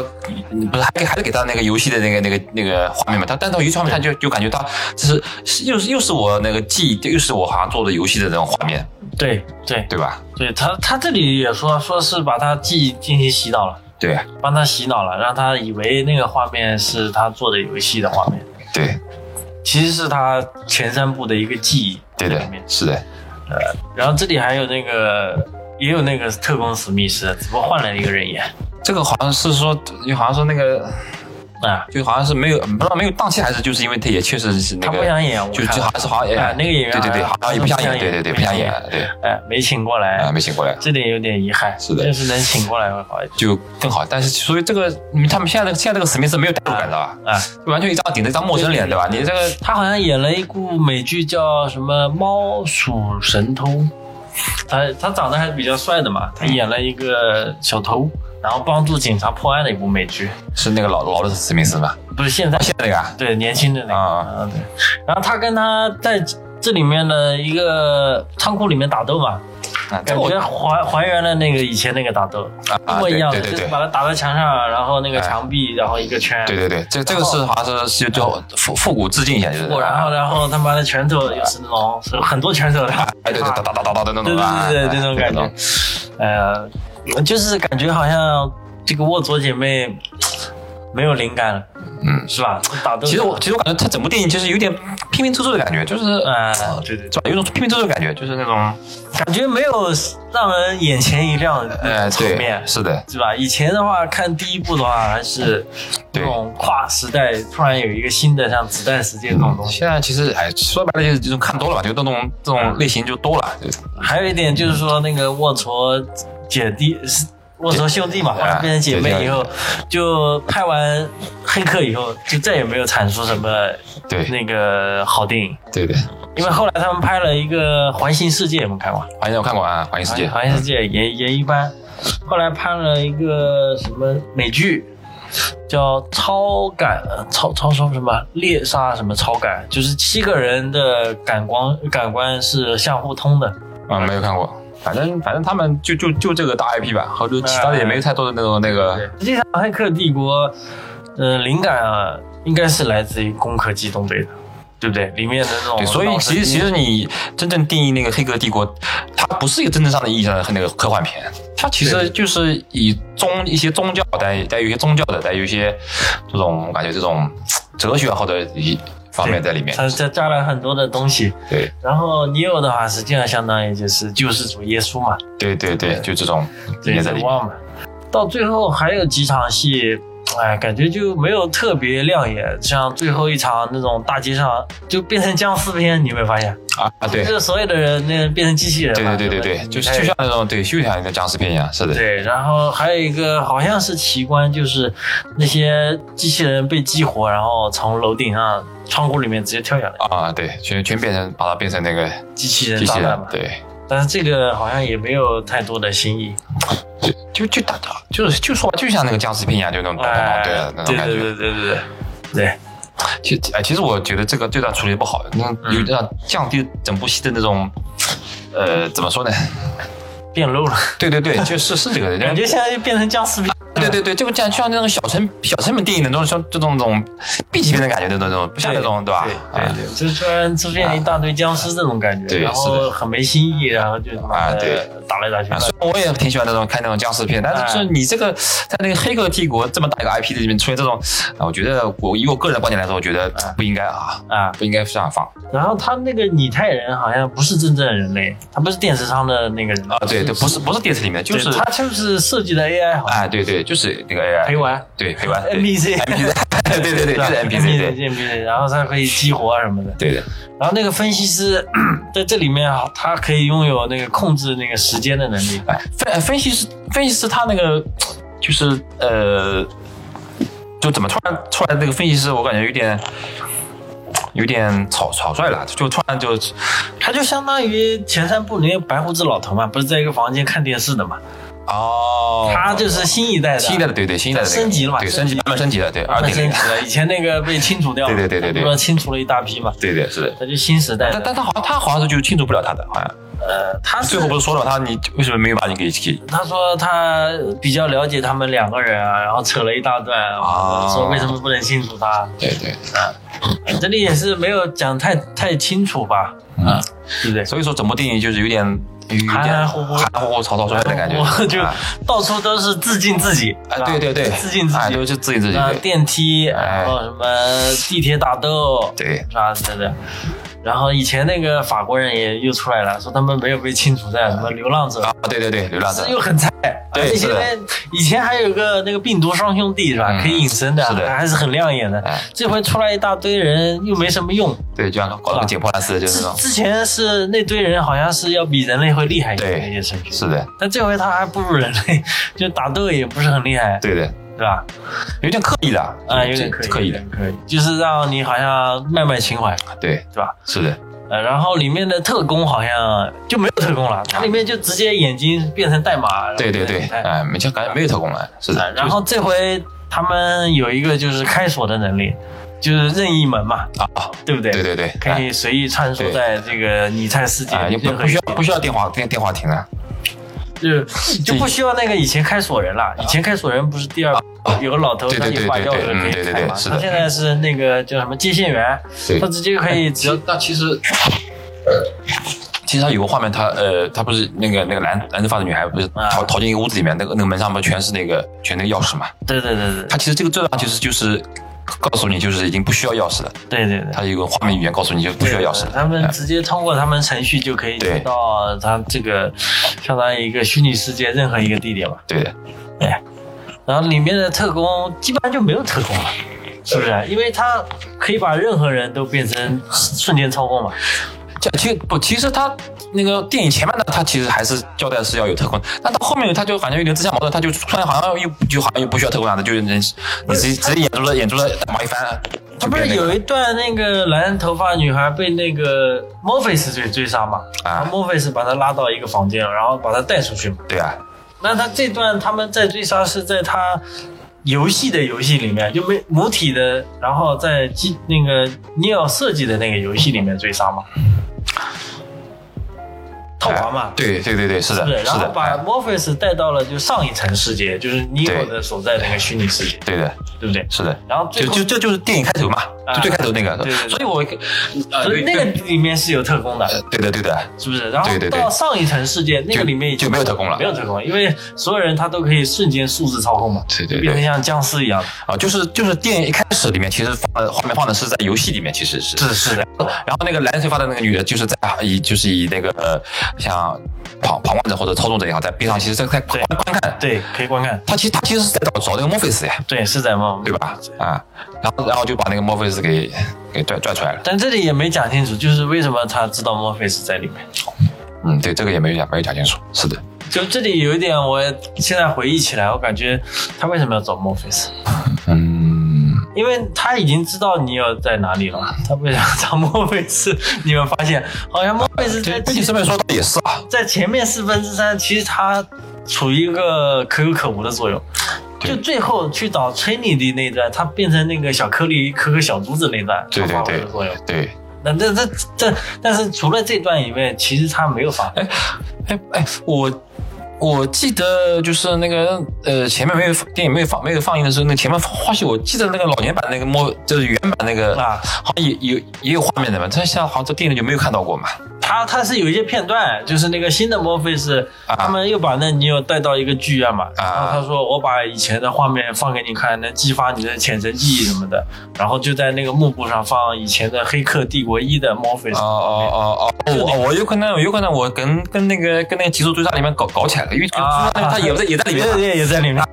Speaker 3: 你不是还给还是给他那个游戏的那个那个那个画面嘛？他但从游戏画面上就就感觉到这是是又是又是我那个记忆，又是我好像做的游戏的那种画面，
Speaker 2: 对对。
Speaker 3: 对吧？
Speaker 2: 对他，他这里也说，说是把他记忆进行洗脑了，
Speaker 3: 对
Speaker 2: 帮他洗脑了，让他以为那个画面是他做的游戏的画面，
Speaker 3: 对
Speaker 2: 其实是他前三部的一个记忆
Speaker 3: 对
Speaker 2: 在
Speaker 3: 的
Speaker 2: 里面，
Speaker 3: 是的，
Speaker 2: 然后这里还有那个，也有那个特工史密斯，只不过换了一个人演
Speaker 3: 这个好像是说，好像说那个
Speaker 2: 啊，
Speaker 3: 就好像是没有不知道没有档期，还是就是因为他也确实是那
Speaker 2: 他
Speaker 3: 个
Speaker 2: 不想演，我
Speaker 3: 就
Speaker 2: 看
Speaker 3: 就
Speaker 2: 了
Speaker 3: 好像是好像也
Speaker 2: 哎那个演员
Speaker 3: 对对对，
Speaker 2: 好
Speaker 3: 好
Speaker 2: 像
Speaker 3: 像也不想演，对对对，不想
Speaker 2: 演
Speaker 3: 演，对
Speaker 2: 哎，没请过
Speaker 3: 啊，
Speaker 2: 来，
Speaker 3: 没醒过来
Speaker 2: 这点有点遗憾，
Speaker 3: 是的
Speaker 2: 要是能请过来会好一点
Speaker 3: 就更好。但是所以这个你们他们现在这个现在这个史密斯没有代入感的吧？
Speaker 2: 啊。
Speaker 3: 完全一张顶着一张陌生脸，对吧？你这个
Speaker 2: 他好像演了一部美剧叫什么《猫鼠神偷》，他他长得还是比较帅的
Speaker 3: 嗯
Speaker 2: 嘛，他演了一个小偷，然后帮助警察破案的一部美剧，
Speaker 3: 是那个老老的史密斯吧？
Speaker 2: 不是现在
Speaker 3: 现在那个啊
Speaker 2: 对年轻的那个，
Speaker 3: 啊，
Speaker 2: 嗯对，然后他跟他在这里面的一个仓库里面打斗嘛，
Speaker 3: 啊
Speaker 2: 感
Speaker 3: 这个我
Speaker 2: 觉还还原了那个以前那个打斗，一
Speaker 3: 啊
Speaker 2: 模一样的，
Speaker 3: 对
Speaker 2: 就
Speaker 3: 对
Speaker 2: 是
Speaker 3: 对
Speaker 2: 把
Speaker 3: 对
Speaker 2: 他打在墙上，然后那个
Speaker 3: 哎
Speaker 2: 墙壁，然后一个圈，
Speaker 3: 对对对，这这个是好像是就就复复古致敬一下，就是
Speaker 2: 我然后然后他妈的拳头也是那种是很多拳头的，
Speaker 3: 哎对对哒哒哒哒哒的那
Speaker 2: 对
Speaker 3: 种啊，
Speaker 2: 对对对，
Speaker 3: 哎
Speaker 2: 那种感觉，呃，就是感觉好像这个沃佐姐妹没有灵感了，
Speaker 3: 嗯。
Speaker 2: 是吧？打斗
Speaker 3: 其实我其实我感觉他整部电影就是有点拼拼凑凑的感觉，就是
Speaker 2: 哎
Speaker 3: 呃
Speaker 2: 对对对
Speaker 3: 是吧？有一种拼拼凑凑的感觉，就是那种
Speaker 2: 感觉没有让人眼前一亮的那
Speaker 3: 呃
Speaker 2: 种
Speaker 3: 对
Speaker 2: 层面，
Speaker 3: 是的，
Speaker 2: 是吧？以前的话，看第一部的话，还是那
Speaker 3: 对
Speaker 2: 种跨时代突然有一个新的像子弹时间这种东西。
Speaker 3: 现在其实哎说白了就是这种看多了吧，就这种这种类型就多了，就是
Speaker 2: 还有一点就是说，那个沃陀姐弟是沃陀兄弟嘛，后
Speaker 3: 啊
Speaker 2: 来变成姐妹以后，就拍完《黑客》以后，就再也没有产出什么
Speaker 3: 对
Speaker 2: 那个好电影。
Speaker 3: 对对。
Speaker 2: 因为后来他们拍了一个《环形世界》，你们看过？
Speaker 3: 环境我看过啊，环形世界
Speaker 2: 《环形世界》也也一般。后来拍了一个什么美剧，叫《超感》，超超什么什么猎杀什么超感，就是七个人的感光感官是相互通的。
Speaker 3: 啊，没有看过。反正反正他们就就就这个大 IP 吧，和就其他的也没太多的那种那个，
Speaker 2: 实际上，《黑客帝国》呃，灵感啊，应该是来自于《攻壳机动队》的，对不对？里面的那种
Speaker 3: 对，所以
Speaker 2: 哦老嗯
Speaker 3: 其
Speaker 2: 神
Speaker 3: 实其
Speaker 2: 经
Speaker 3: 实你真正定义那个《黑客帝国》，它不是一个真正上的意义上的那个科幻片，它其
Speaker 2: 对
Speaker 3: 实就是以宗一些宗教带带有一些宗教的，带有一些这种我感觉这种哲学啊或者一方面在里面。
Speaker 2: 它它加了很多的东西。
Speaker 3: 对
Speaker 2: 然后尼欧的话，实际上相当于就是救世主耶稣嘛，
Speaker 3: 对对对，就这种理
Speaker 2: 对
Speaker 3: 念在
Speaker 2: ，The
Speaker 3: 里面。
Speaker 2: One 嘛。到最后还有几场戏，哎，感觉就没有特别亮眼，像最后一场那种大街上就变成僵尸片，你有没有发现？
Speaker 3: 啊啊，对
Speaker 2: 就，是所有的人那变成机器人
Speaker 3: 对
Speaker 2: 了，
Speaker 3: 对对对
Speaker 2: 吧
Speaker 3: 对，就是
Speaker 2: 哎
Speaker 3: 就像那种对，就像一个僵尸片一样，是的，
Speaker 2: 对，然后还有一个好像是奇观，就是那些机器人被激活，然后从楼顶上窗户里面直接跳下来，
Speaker 3: 啊，对，全全变成把它变成那个
Speaker 2: 机器人
Speaker 3: 机
Speaker 2: 炸
Speaker 3: 器
Speaker 2: 弹
Speaker 3: 人
Speaker 2: 嘛，。
Speaker 3: 对，
Speaker 2: 但是这个好像也没有太多的新意，
Speaker 3: 就就打打，就是就说白就像那个僵尸片一样，就那种咚咚
Speaker 2: 哎
Speaker 3: 咚，哦对啊那种
Speaker 2: 对
Speaker 3: 感
Speaker 2: 对
Speaker 3: 觉。
Speaker 2: 对对对对对，
Speaker 3: 其哎，其实我觉得这个对它处理不好，那
Speaker 2: 嗯
Speaker 3: 有让降低整部戏的那种，呃，怎么说呢？
Speaker 2: 变 low 了，
Speaker 3: 对对对，就是是这个人
Speaker 2: 感觉现在就变成僵尸片。
Speaker 3: 对对对，这个像像那种小成小成本电影的那种像这种这种 B 级片的感觉的那种，不像那种啊对吧？
Speaker 2: 对对，就突然出现一大堆僵尸这种感觉，
Speaker 3: 对
Speaker 2: 然
Speaker 3: 是
Speaker 2: 后
Speaker 3: 的
Speaker 2: 很没新意，然后就他妈
Speaker 3: 啊
Speaker 2: 的
Speaker 3: 对
Speaker 2: 打来打去
Speaker 3: 啊，。虽然我也挺喜欢那种看那种僵尸片，但是就是
Speaker 2: 哎
Speaker 3: 你这个在那个《黑客帝国》这么大一个 IP 的里面出现这种，啊，我觉得我以我个人的观点来说，我觉得
Speaker 2: 哎
Speaker 3: 不应该啊，
Speaker 2: 啊，
Speaker 3: 不应该这样放
Speaker 2: 然后他那个拟态人好像不是真正的人类，他不是电池商的那个人
Speaker 3: 啊，对对，不是不是电视里面，就是啊
Speaker 2: 对他就是设计的 AI 好像
Speaker 3: 啊，对对，就是那个 AI
Speaker 2: 陪玩
Speaker 3: 对陪玩对
Speaker 2: NPC，
Speaker 3: NPC，对对对，就是 NPC，
Speaker 2: NPC
Speaker 3: 对
Speaker 2: NPC，然后他可以激活啊什么的。
Speaker 3: 对的，
Speaker 2: 然后那个分析师 在这里面啊，他可以拥有那个控制那个时间的能力。
Speaker 3: 哎，分分析师分析师他那个就是呃，就怎么突然突然这个分析师，我感觉有点有点草草率了，就突然就
Speaker 2: 他就相当于前三部那个白胡子老头嘛，不是在一个房间看电视的嘛？
Speaker 3: 哦，
Speaker 2: 他就是新一代的，
Speaker 3: 新一代的对对新一代的、那个、
Speaker 2: 升级了嘛
Speaker 3: 对
Speaker 2: 升
Speaker 3: 升
Speaker 2: 级
Speaker 3: 级慢慢升级了，对二
Speaker 2: 二
Speaker 3: 点
Speaker 2: 升
Speaker 3: 零
Speaker 2: 级，了，以前那个被清除掉了，
Speaker 3: 对对对对对
Speaker 2: 不知道清除了一大批嘛，
Speaker 3: 对对是的。
Speaker 2: 他就新时代
Speaker 3: 但
Speaker 2: 的。
Speaker 3: 但他好像他好像是就庆祝不了他的，好像
Speaker 2: 呃，他是
Speaker 3: 最后不是说了吗他你为什么没有把你给给
Speaker 2: 他说他比较了解他们两个人啊，然后扯了一大段，
Speaker 3: 啊
Speaker 2: 说为什么不能清楚他，
Speaker 3: 对对，
Speaker 2: 这里也是没有讲太太清楚吧，
Speaker 3: 嗯，
Speaker 2: 对不对？
Speaker 3: 所以说整部电影就是有点有有点
Speaker 2: 含含糊糊
Speaker 3: 含含糊糊草草率的感觉，
Speaker 2: 我就
Speaker 3: 啊
Speaker 2: 到处都是致敬自己，
Speaker 3: 哎
Speaker 2: 是吧
Speaker 3: 对对对
Speaker 2: 致敬自
Speaker 3: 哎
Speaker 2: 己
Speaker 3: 都，是自己自己
Speaker 2: 啊，
Speaker 3: 对
Speaker 2: 电梯，
Speaker 3: 哎
Speaker 2: 然后什么地铁打斗，
Speaker 3: 对
Speaker 2: 是吧？对对。然后以前那个法国人也又出来了，说他们没有被清除在什么流浪者，
Speaker 3: 啊，对对对，流浪者
Speaker 2: 是又很菜。
Speaker 3: 对
Speaker 2: 而且
Speaker 3: 是
Speaker 2: 现
Speaker 3: 的
Speaker 2: 在以前还有个那个病毒双兄弟是吧？
Speaker 3: 嗯
Speaker 2: 可以隐身的，
Speaker 3: 是的
Speaker 2: 还是很亮眼的
Speaker 3: 哎。
Speaker 2: 这回出来一大堆人，又没什么用。
Speaker 3: 对，就像搞得跟捡破烂似的，就是
Speaker 2: 之
Speaker 3: 那种。
Speaker 2: 之前是那堆人好像是要比人类会厉害一点
Speaker 3: 对
Speaker 2: 那些神学，
Speaker 3: 是的，
Speaker 2: 但这回他还不如人类， 就打斗也不是很厉害，
Speaker 3: 对的，
Speaker 2: 对吧？
Speaker 3: 有点刻意的
Speaker 2: 啊，有点
Speaker 3: 这
Speaker 2: 可以，
Speaker 3: 刻意
Speaker 2: 有
Speaker 3: 的，
Speaker 2: 点可以，就是让你好像卖卖情怀，
Speaker 3: 对，
Speaker 2: 对吧？
Speaker 3: 是的，
Speaker 2: 呃，然后里面的特工好像就没有特工了，它里面就直接眼睛变成代码，
Speaker 3: 对对对，
Speaker 2: 哎
Speaker 3: 哎，没就感觉没有特工了，是
Speaker 2: 呃
Speaker 3: 的，
Speaker 2: 然后这回他们有一个就是开锁的能力，就是任意门嘛，
Speaker 3: 就是啊，
Speaker 2: 对不对？
Speaker 3: 对对对，
Speaker 2: 可以随意穿梭
Speaker 3: 对
Speaker 2: 在这个拟态世界
Speaker 3: 哎，哎，就不
Speaker 2: 任何
Speaker 3: 不需要不需要电话电电话亭啊了，
Speaker 2: 就是就不需要那个以前开锁人了，以前开锁人不是第二有个老头
Speaker 3: 啊对
Speaker 2: 他
Speaker 3: 对
Speaker 2: 一
Speaker 3: 对
Speaker 2: 把钥匙
Speaker 3: 对对
Speaker 2: 可以
Speaker 3: 嗯对对
Speaker 2: 开嘛，
Speaker 3: 对是的
Speaker 2: 他现在是那个叫什么接线员，
Speaker 3: 对哎
Speaker 2: 他直接可以只要
Speaker 3: 那其实。呃其实他有个画面，他呃，他不是那个那个蓝蓝头发的女孩，不是
Speaker 2: 啊
Speaker 3: 逃逃进一个屋子里面，那个那个门上不是全是那个全那个钥匙嘛？
Speaker 2: 对对对对
Speaker 3: 他其实这个这段其实就是告诉你，就是已经不需要钥匙了，
Speaker 2: 对对对。
Speaker 3: 他有个画面语言告诉你，就不需要钥匙了。
Speaker 2: 他们
Speaker 3: 哎
Speaker 2: 直接通过他们程序就可以知
Speaker 3: 对
Speaker 2: 道他这个相当于一个虚拟世界任何一个地点吧。
Speaker 3: 对的，
Speaker 2: 然后里面的特工基本上就没有特工了，是不是？因为他可以把任何人都变成瞬间操控嘛。
Speaker 3: 这其实不，其实他那个电影前面呢，他其实还是交代是要有特工，但到后面他就感觉有点自相矛盾，他就突然好像又就好像又不需要特工了，就是人你直接直接演出了演出了大毛一番，
Speaker 2: 他不是有一段那个蓝头发女孩被那个 Morpheus 追追杀嘛？然
Speaker 3: 啊，
Speaker 2: 后 Morpheus 把她拉到一个房间，然后把她带出去嘛。
Speaker 3: 对啊，
Speaker 2: 那他这段他们在追杀是在他游戏的游戏里面，就没母体的，然后在机那个 Neo 设计的那个游戏里面追杀嘛？套娃嘛
Speaker 3: 哎？对对对对，是的，
Speaker 2: 对，
Speaker 3: 是
Speaker 2: 然后
Speaker 3: 的，
Speaker 2: 把
Speaker 3: 哎
Speaker 2: Morpheus 带到了就上一层世界，就是 Neo 的所在那个虚拟世界，
Speaker 3: 对的，
Speaker 2: 对不对？
Speaker 3: 是的，
Speaker 2: 然后最
Speaker 3: 就
Speaker 2: 后啊
Speaker 3: 就这就是电影开头嘛，就最开头那个
Speaker 2: 对对，对
Speaker 3: 所以我呃
Speaker 2: 所以那个里面是有特工的，
Speaker 3: 对的对的，
Speaker 2: 是不是？然后
Speaker 3: 对对对
Speaker 2: 到上一层世界那个里面已经
Speaker 3: 就没有特工了
Speaker 2: 没有特工，因为所有人他都可以瞬间数字操控嘛，
Speaker 3: 对对
Speaker 2: 就变成
Speaker 3: 对
Speaker 2: 像僵尸一样。
Speaker 3: 啊，就是就是电影一开始里面其实放的画面放的是在游戏里面，其实是
Speaker 2: 是是的，
Speaker 3: 然后那个蓝头发的那个女的，就是在啊以就是以那个呃像旁旁观者或者操纵者也好，在边上其实在在
Speaker 2: 对
Speaker 3: 观观看，
Speaker 2: 对，可以观看。
Speaker 3: 她其实她其实是在找找那个墨菲斯呀，
Speaker 2: 对，是在哦，
Speaker 3: 对吧？啊，然后然后就把那个墨菲斯给给拽拽出来了。
Speaker 2: 但这里也没讲清楚，就是为什么他知道墨菲斯在里面。
Speaker 3: 嗯，对，这个也没有讲没有讲清楚。是的，
Speaker 2: 就这里有一点，我现在回忆起来，我感觉他为什么要找墨菲斯？
Speaker 3: 嗯，
Speaker 2: 因为他已经知道你要在哪里了，他为啥找墨菲斯？你们发现好像墨菲斯在
Speaker 3: 对，你这么说倒也是啊。
Speaker 2: 在前面四分之三，其实他处于一个可有可无的作用。
Speaker 3: 对
Speaker 2: 就最后去找崔妮的那一段，他变成那个小颗粒可可小珠子那一段，
Speaker 3: 对对
Speaker 2: 它发挥
Speaker 3: 对
Speaker 2: 了作用。
Speaker 3: 对，
Speaker 2: 那这这这，但是除了这段以外，其实他没有 发挥。
Speaker 3: 哎哎，我我记得就是那个呃，前面没有电影没有放没有放映的时候，那前面或许我记得那个老年版那个墨就是原版那个，
Speaker 2: 啊
Speaker 3: 好像也有也有画面的嘛，但是像好像在电影里就没有看到过嘛。
Speaker 2: 他他是有一些片段，就是那个新的墨菲是，
Speaker 3: 啊
Speaker 2: 他们又把那女友带到一个剧院嘛，然后他说我把以前的画面放给你看，能激发你的浅层记忆什么的，然后就在那个幕布上放以前的《黑客帝国一》的墨菲
Speaker 3: 哦，哦哦哦哦，我我有可能有可能我跟跟那个跟那个《极速追杀》里面搞搞起来了，因为《极速
Speaker 2: 啊
Speaker 3: 追杀》它啊也在也在里面
Speaker 2: 对。 对也在里面。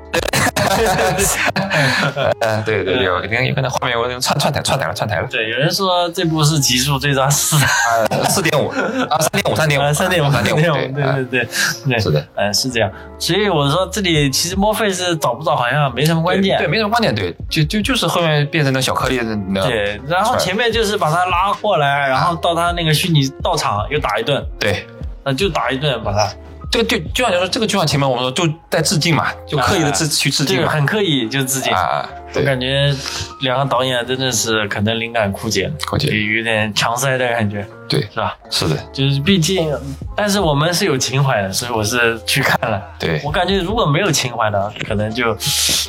Speaker 3: 嗯，对对对，有可能有可能画面我串串台串台了串台了，
Speaker 2: 对，有人说这部是《极速追杀四》
Speaker 3: 啊， 四点五啊，三点五三点
Speaker 2: 啊，
Speaker 3: 五
Speaker 2: 三点五，
Speaker 3: 三点
Speaker 2: 五，
Speaker 3: 五
Speaker 2: 对对
Speaker 3: 对，啊
Speaker 2: 对对，
Speaker 3: 是的，
Speaker 2: 嗯，是这样。所以我说这里其实墨菲是找不找好像没什么关键，
Speaker 3: 对没什么关键，对，就就就是后面变成那小颗粒的那
Speaker 2: 对，然后前面就是把他拉过来，然后到他那个虚拟道场又打一顿，
Speaker 3: 对，
Speaker 2: 那就打一顿把他。
Speaker 3: 这个就就像你说，这个就像前面我们说，就在致敬嘛，就刻意的致去致
Speaker 2: 这
Speaker 3: 敬
Speaker 2: 个
Speaker 3: 嘛，
Speaker 2: 啊很刻意，就自己。
Speaker 3: 啊，
Speaker 2: 我
Speaker 3: 对，
Speaker 2: 感觉两个导演真的是可能灵感枯竭，
Speaker 3: 我觉
Speaker 2: 有
Speaker 3: 得
Speaker 2: 有点强塞的感觉，
Speaker 3: 对，
Speaker 2: 是吧？
Speaker 3: 是的，
Speaker 2: 就是毕竟，但是我们是有情怀的，所以我是去看了。
Speaker 3: 对
Speaker 2: 我，感觉如果没有情怀的，可能就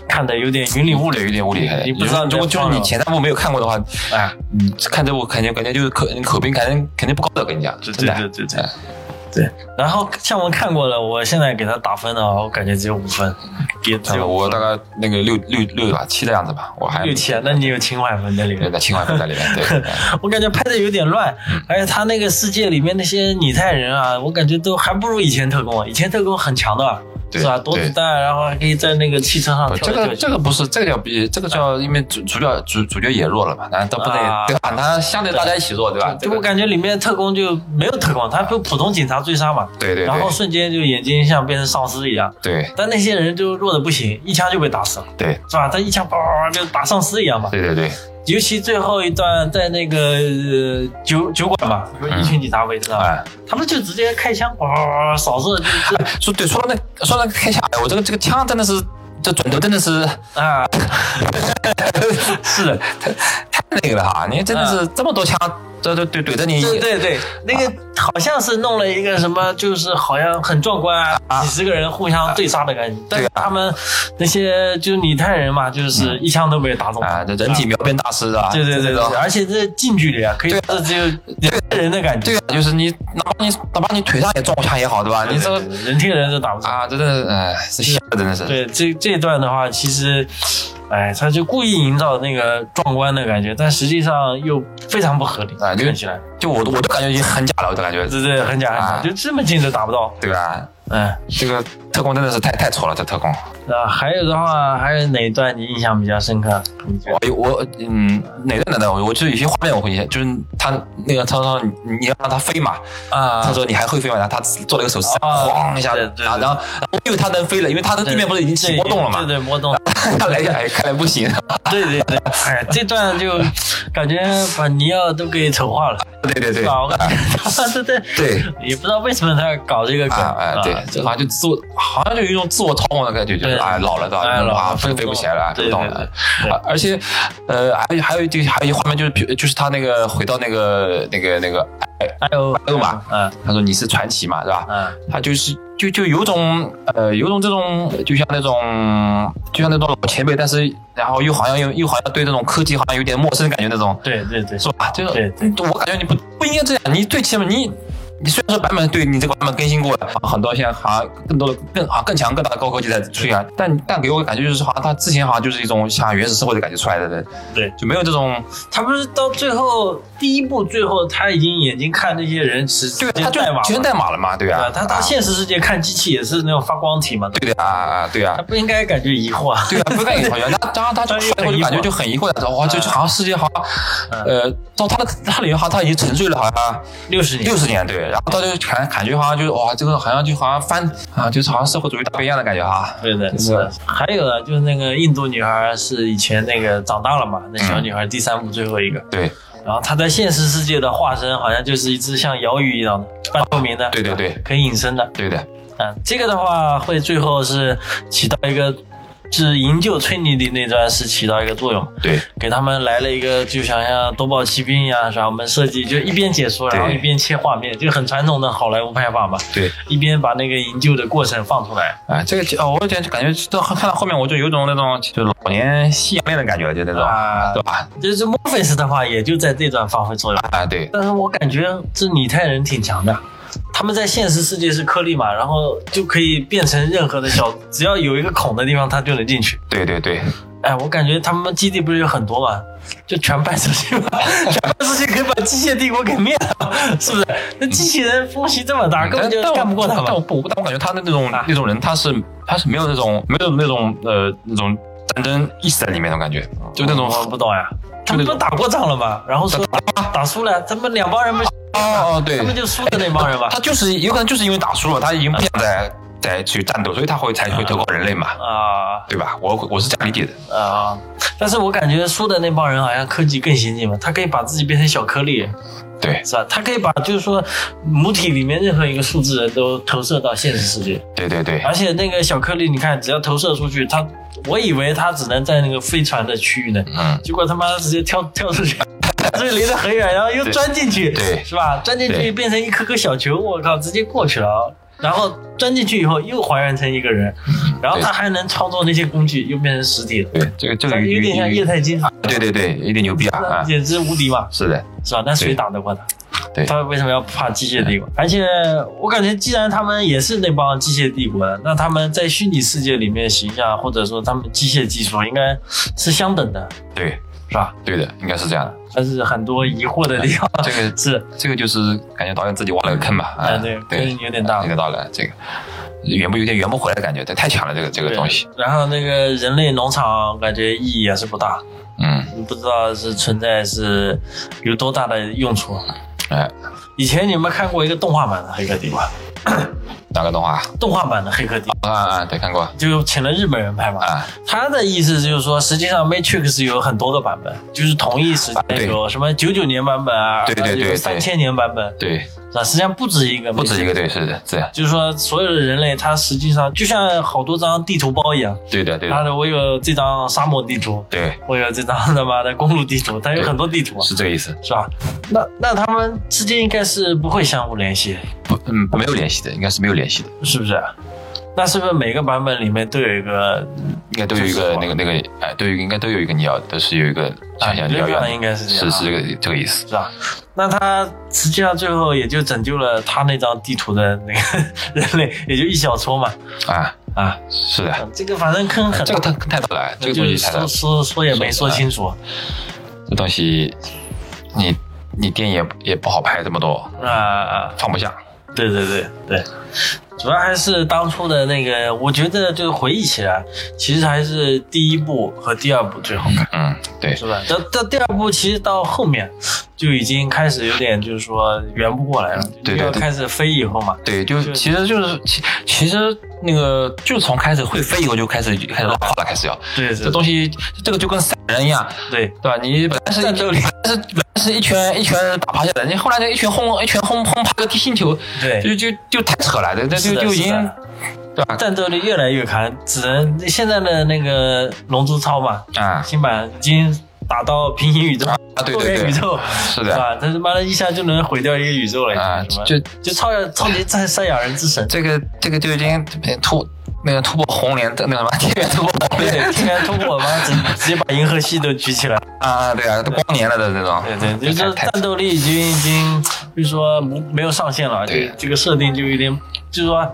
Speaker 2: 看的有点云里雾
Speaker 3: 有
Speaker 2: 里。
Speaker 3: 点无理，
Speaker 2: 你不知道
Speaker 3: 如果就是嗯你前三部没有看过的话，
Speaker 2: 哎，
Speaker 3: 嗯，看这部肯定感觉就是口口碑肯定肯定不高的，跟你讲，
Speaker 2: 对对
Speaker 3: 真
Speaker 2: 对
Speaker 3: 的，
Speaker 2: 对对。啊对，然后像我看过了，我现在给他打分呢，我感觉只有五分，也只有
Speaker 3: 我大概那个六六六吧，七的样子吧，我还
Speaker 2: 有钱，那你有情怀分在里面。
Speaker 3: 在情怀分在里 面，对。
Speaker 2: 我感觉拍的有点乱，
Speaker 3: 嗯
Speaker 2: 而且他那个世界里面那些拟态人啊，我感觉都还不如以前特工啊，以前特工很强的，
Speaker 3: 对
Speaker 2: 是吧？躲子弹，然后还可以在那个汽车上
Speaker 3: 不
Speaker 2: 跳
Speaker 3: 这
Speaker 2: 来
Speaker 3: 个
Speaker 2: 跳
Speaker 3: 这
Speaker 2: 去。
Speaker 3: 个不是这个叫比这个叫，因为主主角主主角也弱了嘛，咱都不能
Speaker 2: 啊
Speaker 3: 对吧？他相对大家一起弱对吧？这
Speaker 2: 就我
Speaker 3: 个
Speaker 2: 感觉里面特工就没有特工，他不普通警察追杀嘛，
Speaker 3: 对对
Speaker 2: 然后瞬间就眼睛像变成丧尸一样，
Speaker 3: 对
Speaker 2: 但那些人就弱的不行，一枪就被打死了，
Speaker 3: 对
Speaker 2: 是吧？他一枪叭叭叭就打丧尸一样嘛。
Speaker 3: 对对对
Speaker 2: 尤其最后一段在那个、呃酒酒馆嘛，不
Speaker 3: 嗯
Speaker 2: 是一群警察围着他嘛，
Speaker 3: 啊！
Speaker 2: 他们就直接开枪，哇哇哇哇扫射，就就
Speaker 3: 说对说到那说到那个开枪，哎我这个这个枪真的是这准头真的是
Speaker 2: 啊，是的，
Speaker 3: 太那个了哈！你真的是这么多枪，这啊这对怼着你
Speaker 2: 对对对，那个好像是弄了一个什么，就是好像很壮观啊，几十个人互相对杀的感觉，
Speaker 3: 啊
Speaker 2: 但是他们那些就是拟态人嘛，就是一枪都没有打中，
Speaker 3: 嗯啊，这人体描边大师啊！
Speaker 2: 哦对对对
Speaker 3: 这种
Speaker 2: 对，而且这近距离啊，可以这只有人贴人的感觉，
Speaker 3: 对啊，就是你哪怕你哪怕你腿上也中枪也好，对吧？你这个
Speaker 2: 对人贴人都打不中。
Speaker 3: 啊，真的是哎，是吓的，真的是。
Speaker 2: 对这这段的话，其实，哎，他就故意营造那个壮观的感觉，但实际上又非常不合理，
Speaker 3: 啊就
Speaker 2: 看起来，
Speaker 3: 就我我都感觉已经很假了，我都感觉
Speaker 2: 对对，很假很假，
Speaker 3: 啊
Speaker 2: 就这么近都打不到，
Speaker 3: 对吧？
Speaker 2: 嗯。
Speaker 3: 这个特工真的是太太挫了，这特工。
Speaker 2: 那还有的话，还有哪一段你印象比较深刻？你觉得
Speaker 3: 我我嗯，哪个哪个？我就是有些画面我会印象，就是他那个他说你你要让他飞嘛，
Speaker 2: 啊
Speaker 3: 他说你还会飞吗？然后他做了个手势，
Speaker 2: 啊
Speaker 3: 哐一下，
Speaker 2: 对
Speaker 3: 然
Speaker 2: 对对
Speaker 3: 后然后因为他能飞了，因为他的地面不是已经起波动了嘛
Speaker 2: 对，对，波动。
Speaker 3: 他来一下哎， 看来不行，
Speaker 2: 对对对，哎，这段就感觉把尼奥都给丑化了，
Speaker 3: 对对
Speaker 2: 是
Speaker 3: 对
Speaker 2: 吧？我感觉他这这
Speaker 3: 对
Speaker 2: 也不知道为什么他要搞这个梗
Speaker 3: 啊啊对，这好像就自我好像就有一种自我操控的感觉，就是
Speaker 2: 对
Speaker 3: 啊老了对
Speaker 2: 哎
Speaker 3: 吧？
Speaker 2: 老了
Speaker 3: 啊
Speaker 2: 飞
Speaker 3: 飞
Speaker 2: 不
Speaker 3: 飞不
Speaker 2: 动
Speaker 3: 起来了，
Speaker 2: 对
Speaker 3: 飞不动
Speaker 2: 对
Speaker 3: 了。
Speaker 2: 对
Speaker 3: 啊而且呃还有还有一句还有一句画面就是比就是他那个回到那个那个那个
Speaker 2: 还有
Speaker 3: 还有嘛，
Speaker 2: 嗯
Speaker 3: 他说你是传奇嘛，对吧？
Speaker 2: 嗯
Speaker 3: 他就是就就有种呃，有种这种就像那种就像那种老前辈，但是然后又好像又又好像对这种科技好像有点陌生感觉那种，啊
Speaker 2: 对对对，
Speaker 3: 是吧？就
Speaker 2: 对
Speaker 3: 是我感觉你不不应该这样，你最起码你你虽然说版本对你这个版本更新过了，啊很多现在好像更多的更啊更强更大的高科技在出现，但但给我感觉就是好像它之前好像就是一种像原始社会的感觉出来的，对
Speaker 1: 对，
Speaker 3: 就没有这种
Speaker 2: 他不是到最后第一部最后他已经眼睛看那些人实
Speaker 3: 对
Speaker 2: 时
Speaker 3: 他
Speaker 2: 间
Speaker 3: 就
Speaker 2: 代码
Speaker 3: 全是
Speaker 2: 了，
Speaker 3: 代码了嘛，对
Speaker 2: 对
Speaker 3: 啊
Speaker 2: 吧？，他他
Speaker 3: 啊
Speaker 2: 现实世界看机器也是那种发光体嘛，
Speaker 3: 对的啊啊啊，对啊
Speaker 2: 他，不应该感觉疑惑。
Speaker 3: 对啊，不敢隐藏原因，他然后他就出来以后就感觉就很疑惑，嗯哇，就就好像世界好像，呃，到他的他里面好像他已经沉醉了，好像
Speaker 2: 六十年
Speaker 3: 六，十年对，然后他就感感觉好像就是哇，这个好像就好像翻啊，就是好像社会主义大变样的感觉哈。
Speaker 2: 对的，是的。还有啊，就是那个印度女孩是以前那个长大了嘛，那小女孩第三部最后一个，
Speaker 3: 对
Speaker 2: 然后她在现实世界的化身好像就是一只像鳐鱼一样的半透明的，
Speaker 3: 对对对
Speaker 2: 可以隐身的。
Speaker 3: 对的，
Speaker 2: 嗯，这个的话会最后是起到一个。是营救崔妮的那段是起到一个作用，
Speaker 3: 对
Speaker 2: 给他们来了一个就想像夺宝奇兵一样，是吧？我们设计就一边解说，
Speaker 3: 对
Speaker 2: 然后一边切画面，就很传统的好莱坞拍法嘛，
Speaker 3: 对
Speaker 2: 一边把那个营救的过程放出来。
Speaker 3: 啊，这个哦，我有点感觉到看到后面我就有种那种就是老年夕阳恋的感觉，就那种，
Speaker 2: 啊
Speaker 3: 对吧？
Speaker 2: 就是墨菲斯的话，也就在这段发挥作用。
Speaker 3: 啊，对
Speaker 2: 但是我感觉这拟态人挺强的，他们在现实世界是颗粒嘛，然后就可以变成任何的小，只要有一个孔的地方，它就能进去。
Speaker 3: 对对对，
Speaker 2: 哎，我感觉他们基地不是有很多嘛，就全搬出去吧， 全搬出去可以把机械帝国给灭了，是不是？那机器人风习这么大，啊根本就
Speaker 3: 嗯但
Speaker 2: 干不过他
Speaker 3: 但我
Speaker 2: 们。啊
Speaker 3: 不，但我感觉他的那种那种人，他是他是没有那种没有那种呃那种战争意识在里面的感觉，就那种
Speaker 2: 我不懂呀，他
Speaker 3: 就那
Speaker 2: 们
Speaker 3: 种
Speaker 2: 不打过仗了吗？然后说打打输了，他们两帮人不，
Speaker 3: 哦哦对
Speaker 2: 他，们就输的那帮人 嘛。
Speaker 3: 他就是有可能就是因为打输了，他已经不想再再去战斗，所以他会才会投靠人类嘛，
Speaker 2: 啊、
Speaker 3: 对吧？我我是这样理解的，
Speaker 2: 啊、但是我感觉输的那帮人好像科技更先进嘛，他可以把自己变成小颗粒，
Speaker 3: 对
Speaker 2: 是吧？他可以把就是说母体里面任何一个数字都投射到现实世界，
Speaker 3: 对对对
Speaker 2: 而且那个小颗粒，你看只要投射出去，它我以为它只能在那个飞船的区域呢，
Speaker 3: 嗯，
Speaker 2: 结果他妈直接跳跳出 去。所以离得很远，然后又
Speaker 3: 对
Speaker 2: 钻进去，
Speaker 3: 对
Speaker 2: 是吧？钻进去
Speaker 3: 对
Speaker 2: 变成一颗颗小球，我靠，直接过去了啊。然后钻进去以后又还原成一个人，然后他还能操作那些工具，又变成实体了。
Speaker 3: 嗯对，这个这个
Speaker 2: 感觉有点像液态金属，
Speaker 3: 对对对，有点牛逼啊啊，
Speaker 2: 简直无敌嘛，
Speaker 3: 是的，
Speaker 2: 是吧？但谁打得过他？
Speaker 3: 对
Speaker 2: 他为什么要怕机械帝国？而且我感觉，既然他们也是那帮机械帝国的，那他们在虚拟世界里面形象，或者说他们机械技术，应该是相等的，
Speaker 3: 对
Speaker 2: 是吧？
Speaker 3: 对的，应该是这样的，
Speaker 2: 但是很多疑惑的地方
Speaker 3: 这个
Speaker 2: 是，
Speaker 3: 这个就是感觉导演自己挖了个坑吧，
Speaker 2: 啊，
Speaker 3: 啊，
Speaker 2: 对，
Speaker 3: 对
Speaker 2: 跟，有点大
Speaker 3: 有。点道理，啊这个圆不有点圆不回来的感觉，太太强了，这个这个
Speaker 2: 对
Speaker 3: 东西，
Speaker 2: 然后那个人类农场感觉意义也是不大，
Speaker 3: 嗯，
Speaker 2: 不知道是存在是有多大的用处。
Speaker 3: 哎，
Speaker 2: 以前你们看过一个动画版的《黑客帝国》，
Speaker 3: 哪个动画？
Speaker 2: 动画版的《黑客帝
Speaker 3: 啊啊，对，看过
Speaker 2: 国》就请了日本人拍嘛。
Speaker 3: 啊，
Speaker 2: 他的意思就是说，实际上 Matrix 有很多个版本，就是同一时
Speaker 3: 啊
Speaker 2: 间
Speaker 3: 对
Speaker 2: 有什么九九年版本啊，
Speaker 3: 对对对对
Speaker 2: 三千年版本，
Speaker 3: 对，
Speaker 2: 是吧？实际上不止一个，
Speaker 3: 不止一个，。对，是的，是的，
Speaker 2: 就是说，所有的人类，他实际上就像好多张地图包一样，
Speaker 3: 对的，对
Speaker 2: 他
Speaker 3: 的，
Speaker 2: 的我有这张沙漠地图，
Speaker 3: 对，
Speaker 2: 我有这张他妈的公路地图，它有
Speaker 3: 对
Speaker 2: 很多地图啊，
Speaker 3: 是这个意思，
Speaker 2: 是吧？那那他们之间应该是不会相互联系，
Speaker 3: 不，嗯，没有联系的，应该是没有联系的，
Speaker 2: 是不是？那是不是每个版本里面都有一个
Speaker 3: 应该都有一
Speaker 2: 就是
Speaker 3: 个那个那个，哎，都有应该都有一个你要，都是有一个想象你要
Speaker 2: 原
Speaker 3: 要
Speaker 2: 哎版，应该是这样
Speaker 3: 是
Speaker 2: 啊
Speaker 3: 是这个这个意思，
Speaker 2: 是吧？那他实际上最后也就拯救了他那张地图的那个 人类，也就一小撮嘛。
Speaker 3: 啊，
Speaker 2: 啊，
Speaker 3: 是的，
Speaker 2: 这个反正坑很
Speaker 3: 这
Speaker 2: 大
Speaker 3: 个，太太大了，这个
Speaker 2: 就
Speaker 3: 东西
Speaker 2: 是
Speaker 3: 太大了
Speaker 2: 说，说说也没说清楚
Speaker 3: 这东西你你电影也也不好拍这么多，
Speaker 2: 啊啊。
Speaker 3: 放不下，
Speaker 2: 对对对对，主要还是当初的那个，我觉得就是回忆起来，其实还是第一部和第二部最好看，
Speaker 3: 嗯，对，
Speaker 2: 是吧？到到第二部，其实到后面就已经开始有点就是说圆不过来了，
Speaker 3: 对对
Speaker 2: 就要
Speaker 3: 对
Speaker 2: 开始飞以后嘛，
Speaker 3: 对，就
Speaker 2: 就
Speaker 3: 其实就是其其实那个就从开始会飞以后就开始开始拉胯了，开始要
Speaker 2: 对
Speaker 3: 这
Speaker 2: 对
Speaker 3: 东西这个就跟散人一样，
Speaker 2: 对
Speaker 3: 对吧？你本来是一
Speaker 2: 战斗力
Speaker 3: 但是本来是一拳一拳打趴下来，你后来就一拳轰一拳轰轰趴个地心球，
Speaker 2: 对，
Speaker 3: 就就就太扯了，这这
Speaker 2: 是
Speaker 3: 就
Speaker 2: 的
Speaker 3: 就是已经
Speaker 2: 的
Speaker 3: 对吧？
Speaker 2: 战斗力越来越强，只能现在的那个《龙珠超》嘛，
Speaker 3: 啊
Speaker 2: 新版已经打到平行宇宙、
Speaker 3: 啊，对
Speaker 2: 多元
Speaker 3: 对
Speaker 2: 宇
Speaker 3: 对，
Speaker 2: 宙，
Speaker 3: 是
Speaker 2: 是
Speaker 3: 的
Speaker 2: 吧？他他妈的一下就能毁掉一个宇宙了，
Speaker 3: 啊
Speaker 2: 你知道，吗
Speaker 3: 就
Speaker 2: 就超越超级赛赛亚人之神，
Speaker 3: 这个这个就已经突那个突破红莲，那个什么 天元突破红莲
Speaker 2: 对，天然突破，妈直直接把银河系都举起来。
Speaker 3: 啊，对啊，都光年了的这种，
Speaker 2: 对对，就是
Speaker 3: 太
Speaker 2: 战斗力已经已经，就是说无没有上限了。
Speaker 3: 对
Speaker 2: 这这个设定就有点，就是说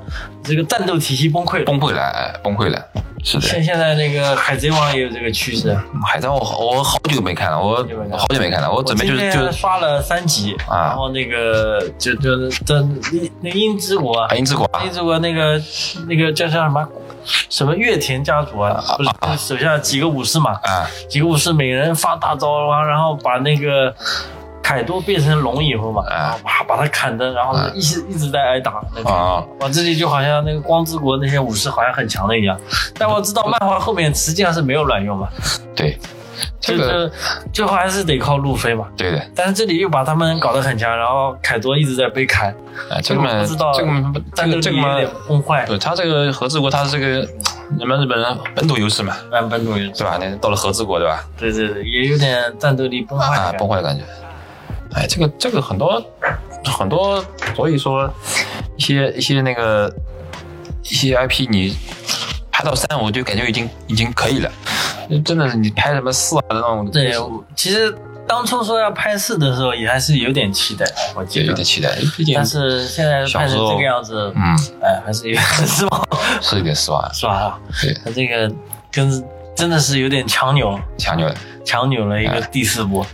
Speaker 2: 这个战斗体系崩溃了。
Speaker 3: 崩溃了，哎崩溃了，是的。
Speaker 2: 现现在那个海贼王也有这个趋势，
Speaker 3: 海贼王我好我好久没看了，我我好久没看了，我准备就是
Speaker 2: 我今
Speaker 3: 就
Speaker 2: 天
Speaker 3: 是
Speaker 2: 刷了三集，
Speaker 3: 啊
Speaker 2: 然后那个就就是真那那鹰之国啊
Speaker 3: 啊，，鹰之国啊
Speaker 2: 鹰之国那个那个叫叫什么什么月田家族啊，不是他手下几个武士嘛，
Speaker 3: 啊，
Speaker 2: 几个武士每人发大招啊，然后把那个凯多变成龙以后嘛，
Speaker 3: 啊
Speaker 2: 然后把把他砍的，然后
Speaker 3: 啊
Speaker 2: 一直一直在挨打那种。
Speaker 3: 啊
Speaker 2: 我这里就好像那个光之国那些武士好像很强的一样，但我知道漫画后面实际上是没有卵用嘛，
Speaker 3: 对，这
Speaker 2: 就
Speaker 3: 个
Speaker 2: 是最后还是得靠路飞嘛。
Speaker 3: 对的，
Speaker 2: 但是这里又把他们搞得很强，然后凯多一直在被砍，
Speaker 3: 啊，这个嘛，
Speaker 2: 不知道
Speaker 3: 这个嘛这
Speaker 2: 战斗
Speaker 3: 个这
Speaker 2: 力
Speaker 3: 个
Speaker 2: 有
Speaker 3: 嘛
Speaker 2: 点，崩坏。
Speaker 3: 对他这个和之国，他是这个人们日本人本土优势嘛，
Speaker 2: 按本土人
Speaker 3: 对吧？那到了和之国，对吧？
Speaker 2: 对对对，也有点战斗力崩坏的感
Speaker 3: 啊，
Speaker 2: 觉
Speaker 3: 崩。坏的感觉。哎，这个这个很多很多，所以说一些一些那个一些 IP 你拍到三，我就感觉已经已经可以了。真的，是你拍什么四啊那种，
Speaker 2: 对，我其实当初说要拍四的时候，也还是有点期待，我
Speaker 3: 也
Speaker 2: 记
Speaker 3: 有
Speaker 2: 得
Speaker 3: 点。期待。毕竟
Speaker 2: 但，是现在拍成这个样子，
Speaker 3: 嗯，
Speaker 2: 哎，还是有点失望，
Speaker 3: 是有点失望，
Speaker 2: 是吧？
Speaker 3: 对，
Speaker 2: 他这个跟真的是有点强扭，
Speaker 3: 强扭的，
Speaker 2: 强扭了一个第四波。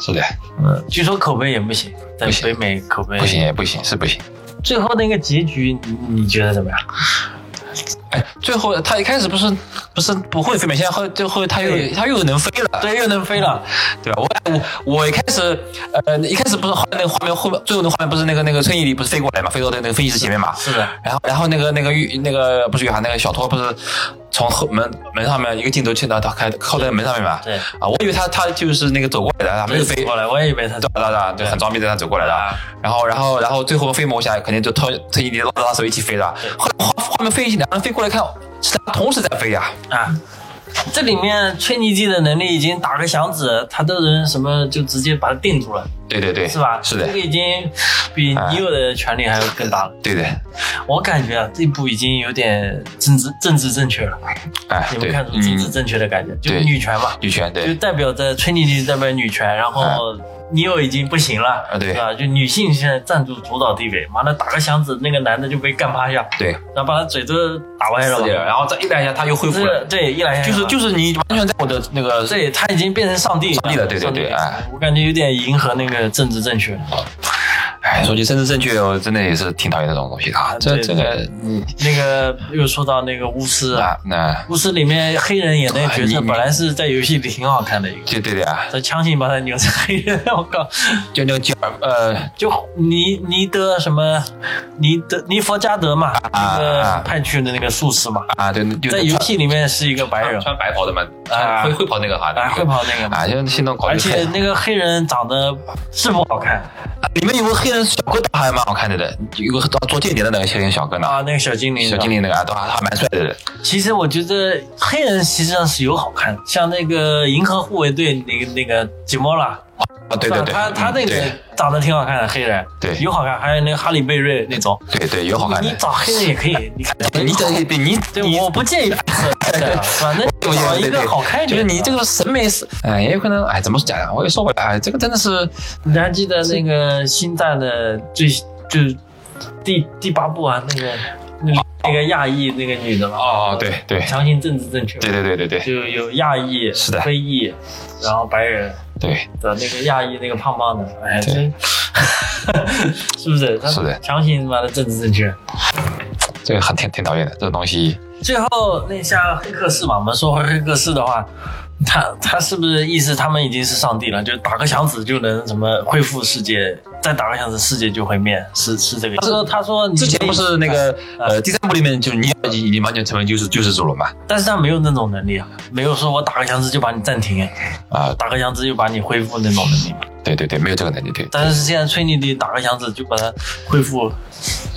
Speaker 3: 是的，
Speaker 2: 嗯，据说口碑也不行，在
Speaker 3: 不行
Speaker 2: 北美口碑
Speaker 3: 不行。也不行，是不行。
Speaker 2: 最后那个结局，你你觉得怎么样？
Speaker 3: 哎，最后他一开始不是不是不会飞嘛，现在后最后他
Speaker 2: 对
Speaker 3: 又他又能飞了，
Speaker 2: 对，又能飞了。
Speaker 3: 对吧？我我我一开始呃一开始不是后来那个画面后面最后那个画面不是那个那个崔毅里不是飞过来嘛，飞到那个飞机师前面嘛，
Speaker 2: 是的，
Speaker 3: 然后然后那个那个玉那个不是雨涵那个小托不是从后门门上面一个镜头去到他开靠在门上面嘛，
Speaker 2: 对
Speaker 3: 啊，我以为他他就是那个走过来的，他没有飞。
Speaker 2: 过来，我也以为他
Speaker 3: 对对对，就很装逼的他走过来的，然后然后然后最后飞魔侠肯定就特特意拉着他手一起飞的，后来画画面飞起，两个人飞过来看，是他同时在飞呀、
Speaker 2: 啊，这里面吹泥机的能力已经打个响指，他都能什么就直接把它定住了，
Speaker 3: 对对对，
Speaker 2: 是吧？
Speaker 3: 是的
Speaker 2: 这，个已经比尼欧的权力还要更大了。
Speaker 3: 对的，
Speaker 2: 我感觉啊，这部已经有点政治政治正确了，
Speaker 3: 哎，
Speaker 2: 你们
Speaker 3: 对，
Speaker 2: 看出政治
Speaker 3: 嗯，
Speaker 2: 正确的感觉，就是
Speaker 3: 对
Speaker 2: 女权嘛，
Speaker 3: 女权
Speaker 2: 就
Speaker 3: 对，
Speaker 2: 代表着吹泥机代表女权，然后。尼欧已经不行了，
Speaker 3: 啊对
Speaker 2: 是吧？就女性现在占住主导地位，妈的打个响指，那个男的就被干趴下，
Speaker 3: 对，
Speaker 2: 然后把他嘴都打歪了嘛。
Speaker 3: 然后再一来一下，他又恢复
Speaker 2: 是
Speaker 3: 了，，
Speaker 2: 对，一来一下
Speaker 3: 就是就是你完全在我的那个，
Speaker 2: 对他已经变成上帝
Speaker 3: 上帝了对对对
Speaker 2: 上帝
Speaker 3: 哎
Speaker 2: 我感觉有点迎合那个政治正确。
Speaker 3: 哎，说句政治正确，我真的也是挺讨厌这种东西的啊，这
Speaker 2: 对
Speaker 3: 这个你
Speaker 2: 那个又说到那个巫师啊，
Speaker 3: 啊，那
Speaker 2: 巫师里面黑人演那个角
Speaker 3: 哎
Speaker 2: 色，
Speaker 3: 你
Speaker 2: 本来是在游戏里挺好看的一个，
Speaker 3: 对对的啊，
Speaker 2: 他强行把他扭成黑人， 我靠！
Speaker 3: 就那个吉尔呃
Speaker 2: 就尼尼德什么尼德尼佛加德嘛，那
Speaker 3: 啊
Speaker 2: 个派去的那个术士嘛，
Speaker 3: 啊，对，就
Speaker 2: 在游戏里面是一个白
Speaker 3: 穿
Speaker 2: 人，
Speaker 3: 穿白袍的嘛，
Speaker 2: 啊
Speaker 3: 会会跑那个啥的，
Speaker 2: 哎，会跑那个嘛
Speaker 3: 啊，，就是啊现在搞
Speaker 2: 而
Speaker 3: 这个
Speaker 2: 且那个黑人长得是不好看
Speaker 3: 里面有个黑人小哥，倒还蛮好看的的，有个做间谍的那个黑人小哥呢，
Speaker 2: 啊，那个小精灵，
Speaker 3: 小精灵那个啊，都还还蛮帅的的，
Speaker 2: 其实我觉得黑人实际上是有好看，像那个银河护卫队那个那个吉莫拉，
Speaker 3: 啊，
Speaker 2: 是
Speaker 3: 对
Speaker 2: 吧
Speaker 3: 对对，
Speaker 2: 他他
Speaker 3: 嗯
Speaker 2: 那个
Speaker 3: 对
Speaker 2: 长得挺好看的黑人，
Speaker 3: 对
Speaker 2: 有好看，还有那个哈里贝瑞那种，
Speaker 3: 对对有好看
Speaker 2: 你
Speaker 3: 的
Speaker 2: 你。找黑人也可以，你看，
Speaker 3: 你这对你
Speaker 2: 对，
Speaker 3: 你
Speaker 2: 我不介意肤色，对反正
Speaker 3: 对
Speaker 2: 找
Speaker 3: 对
Speaker 2: 一
Speaker 3: 对
Speaker 2: 个
Speaker 3: 对
Speaker 2: 好看一
Speaker 3: 就
Speaker 2: 点
Speaker 3: 是
Speaker 2: 的，
Speaker 3: 你这个审美是，哎，也有可能，哎，怎么讲呀？我也受不了，哎，这个真的是，
Speaker 2: 你还记得那个星战的最就是第第八部啊，那个那个那个亚裔那个女的吗？
Speaker 3: 哦对对
Speaker 2: 强行政治正确，
Speaker 3: 对对对对对
Speaker 2: 就有亚裔、
Speaker 3: 是的
Speaker 2: 非裔，然后白人。
Speaker 3: 对，
Speaker 2: 的那个亚裔那个胖胖的，哎，
Speaker 3: 对
Speaker 2: 真 是不是？他
Speaker 3: 是的
Speaker 2: 强行把他政治正确。
Speaker 3: 这个很挺挺讨厌的，这种东西，
Speaker 2: 最后那像黑客四嘛，我们说回黑客四的话，他他是不是意思他们已经是上帝了？就打个响指就能什么恢复世界，再打个响指世界就毁灭，是是这个意思。他说他说你
Speaker 3: 之前不是那个
Speaker 2: 啊
Speaker 3: 呃第三部里面就是你已经完全成为救世救世主了嘛？
Speaker 2: 但是他没有那种能力啊，没有说我打个响指就把你暂停，欸
Speaker 3: 啊，
Speaker 2: 打个响指就把你恢复那种能力。
Speaker 3: 对对对，没有这个能力，对，
Speaker 2: 但是现在崔妮蒂打个响指就把它恢复，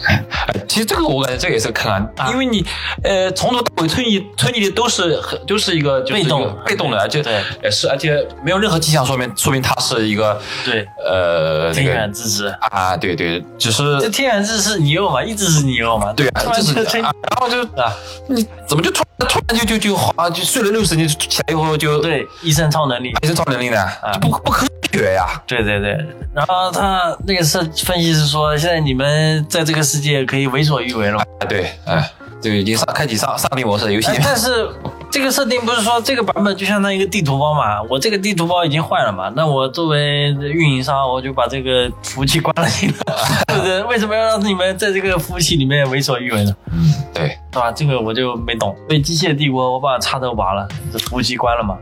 Speaker 3: 哎，其实这个我感觉这个也是个坑啊，
Speaker 2: 啊
Speaker 3: 因为你呃从头到尾推你推你的都是很都是一个就是一个
Speaker 2: 被动
Speaker 3: 被动的，而且
Speaker 2: 对
Speaker 3: 也是而且没有任何迹象说明说明他是一个
Speaker 2: 对，
Speaker 3: 呃那
Speaker 2: 天
Speaker 3: 个
Speaker 2: 选之子，
Speaker 3: 啊对对，只是
Speaker 2: 这天选之子是你有嘛，一直是你有嘛，
Speaker 3: 对啊，
Speaker 2: 突
Speaker 3: 这
Speaker 2: 然
Speaker 3: 是
Speaker 2: 就
Speaker 3: 啊，
Speaker 2: 吹
Speaker 3: 然后就
Speaker 2: 啊，
Speaker 3: 你怎么就突然突然就就就好啊就睡了六十年起来以后就
Speaker 2: 对，医生超能力，
Speaker 3: 提升超能力呢？这不不科学呀！
Speaker 2: 对对对，然后他那个是分析是说，现在你们在这个世界可以为所欲为 了嘛，
Speaker 3: 啊对，哎，这个已经上开启上上帝模式的游戏
Speaker 2: 哎，但是这个设定不是说这个版本就相当于一个地图包嘛？我这个地图包已经坏了嘛？那我作为运营商，我就把这个服务器关了你了， 对不对？为什么要让你们在这个服务器里面为所欲为呢？
Speaker 3: 对，
Speaker 2: 对吧？这个我就没懂。所以机械帝国，我把插头拔了，这服务器关了嘛？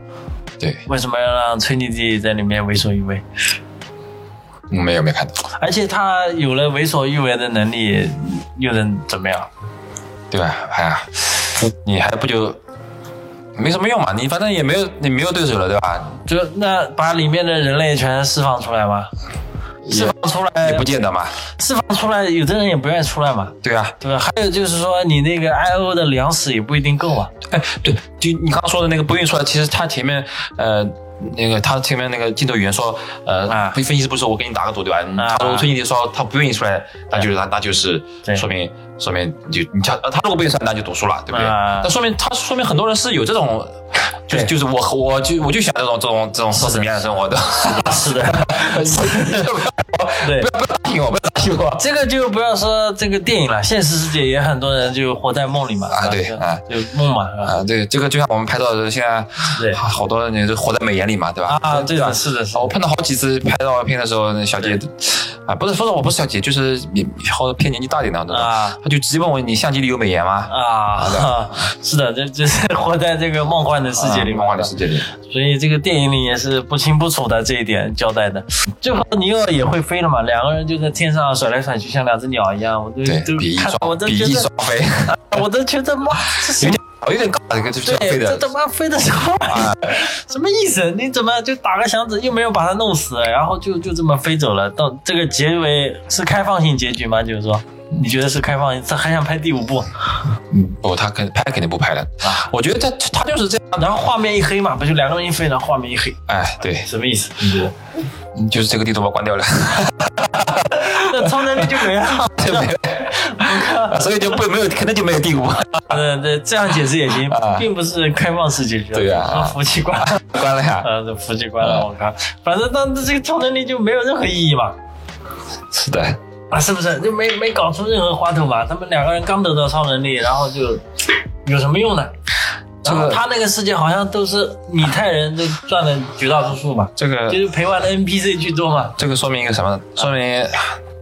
Speaker 3: 对，
Speaker 2: 为什么要让崔妮蒂在里面为所欲为？
Speaker 3: 嗯没有没有看到，
Speaker 2: 而且他有了为所欲为的能力，又能怎么样？
Speaker 3: 对吧？哎呀，你还不就没什么用嘛？你反正也没有你没有对手了，对吧？
Speaker 2: 就那把里面的人类全释放出来吗？释
Speaker 3: 也
Speaker 2: 放出
Speaker 3: 也
Speaker 2: 来
Speaker 3: 不见得嘛，
Speaker 2: 释放出来，有的人也不愿意出来嘛，
Speaker 3: 对啊。
Speaker 2: 对吧？还有就是说，你那个 I O 的粮食也不一定够啊。
Speaker 3: 哎，对，就你刚刚说的那个不运出来，其实他前面呃。那个他前面那个镜头语言说，呃，
Speaker 2: 啊
Speaker 3: 分析师不是说我给你打个赌对吧？他说推你的说他不愿意出来，那就是他那就是
Speaker 2: 对
Speaker 3: 说明说明你就你他他如果不愿意出来，那就赌输了，对不对？
Speaker 2: 啊
Speaker 3: 那说明他说明很多人是有这种，就
Speaker 2: 对
Speaker 3: 是
Speaker 2: 啊
Speaker 3: 就是我我就我就喜欢这种这种这种奢侈糜烂 生活的，
Speaker 2: 是的，对，
Speaker 3: 听我不要 听我
Speaker 2: 这个就不要说这个电影了，现实世界也很多人就活在梦里嘛，
Speaker 3: 啊
Speaker 2: 是吧就
Speaker 3: 对
Speaker 2: 就梦嘛，是吧？
Speaker 3: 啊！对，这个就像我们拍照的时候，现在
Speaker 2: 对
Speaker 3: 啊好多人就活在美颜里嘛，对吧？
Speaker 2: 啊，对的，是的，是
Speaker 3: 我
Speaker 2: 的，
Speaker 3: 碰到好几次拍照片的时候，那小姐啊，不是说实话我不是小姐，就是也好偏年纪大点的，对吧？
Speaker 2: 啊
Speaker 3: 她就直接问我你相机里有美颜吗？
Speaker 2: 啊，是的，这这是活在这个梦幻的啊世界里嘛，
Speaker 3: 啊漫画的世界里，
Speaker 2: 所以这个电影里也是不清不楚的这一点交代的。最后尼奥也会飞了嘛，两个人就在天上甩来甩去，像两只鸟一样。我都
Speaker 3: 对，
Speaker 2: 都
Speaker 3: 比翼
Speaker 2: 看
Speaker 3: 双
Speaker 2: 到我都
Speaker 3: 比
Speaker 2: 觉
Speaker 3: 翼
Speaker 2: 得，
Speaker 3: 双飞，
Speaker 2: 我都觉得妈，这什
Speaker 3: 有
Speaker 2: 么
Speaker 3: 点有点尬，这个就是要
Speaker 2: 对，
Speaker 3: 飞
Speaker 2: 这
Speaker 3: 的啊
Speaker 2: 他妈飞的什么玩意儿？ 什么意思？你怎么就打个响指，又没有把他弄死，然后就就这么飞走了？到这个结尾是开放性结局吗？就是说，你觉得是开放性？他还想拍第五部，
Speaker 3: 嗯，不，她肯拍肯定不拍了。
Speaker 2: 啊
Speaker 3: 我觉得她她就是这样，
Speaker 2: 然后画面一黑嘛，不就两个人一飞，然后画面一黑，
Speaker 3: 哎，对，
Speaker 2: 什么意思？你觉得？
Speaker 3: 嗯就是这个地图我 关掉了，
Speaker 2: 那超能力就没了。
Speaker 3: 对不对？ 所以就不没有，可能就没 有第五。
Speaker 2: 嗯，对，这样解释也行
Speaker 3: 啊，
Speaker 2: 并不是开放式结局。
Speaker 3: 对啊
Speaker 2: 啊，服气 关，
Speaker 3: 关了呀。
Speaker 2: 呃，这服气关了，我靠，反正当这个超能力就没有任何意义嘛，
Speaker 3: 是的，
Speaker 2: 啊，是不是？就没没搞出任何花头嘛？他们两个人刚得到超能力，然后就有什么用呢？
Speaker 3: 这
Speaker 2: 然
Speaker 3: 个
Speaker 2: 后他那个世界好像都是米泰人都占了绝大多数嘛，
Speaker 3: 这个
Speaker 2: 就是陪玩的 NPC 居多嘛。
Speaker 3: 这个说明一个什么？说明
Speaker 2: 嗯
Speaker 3: 啊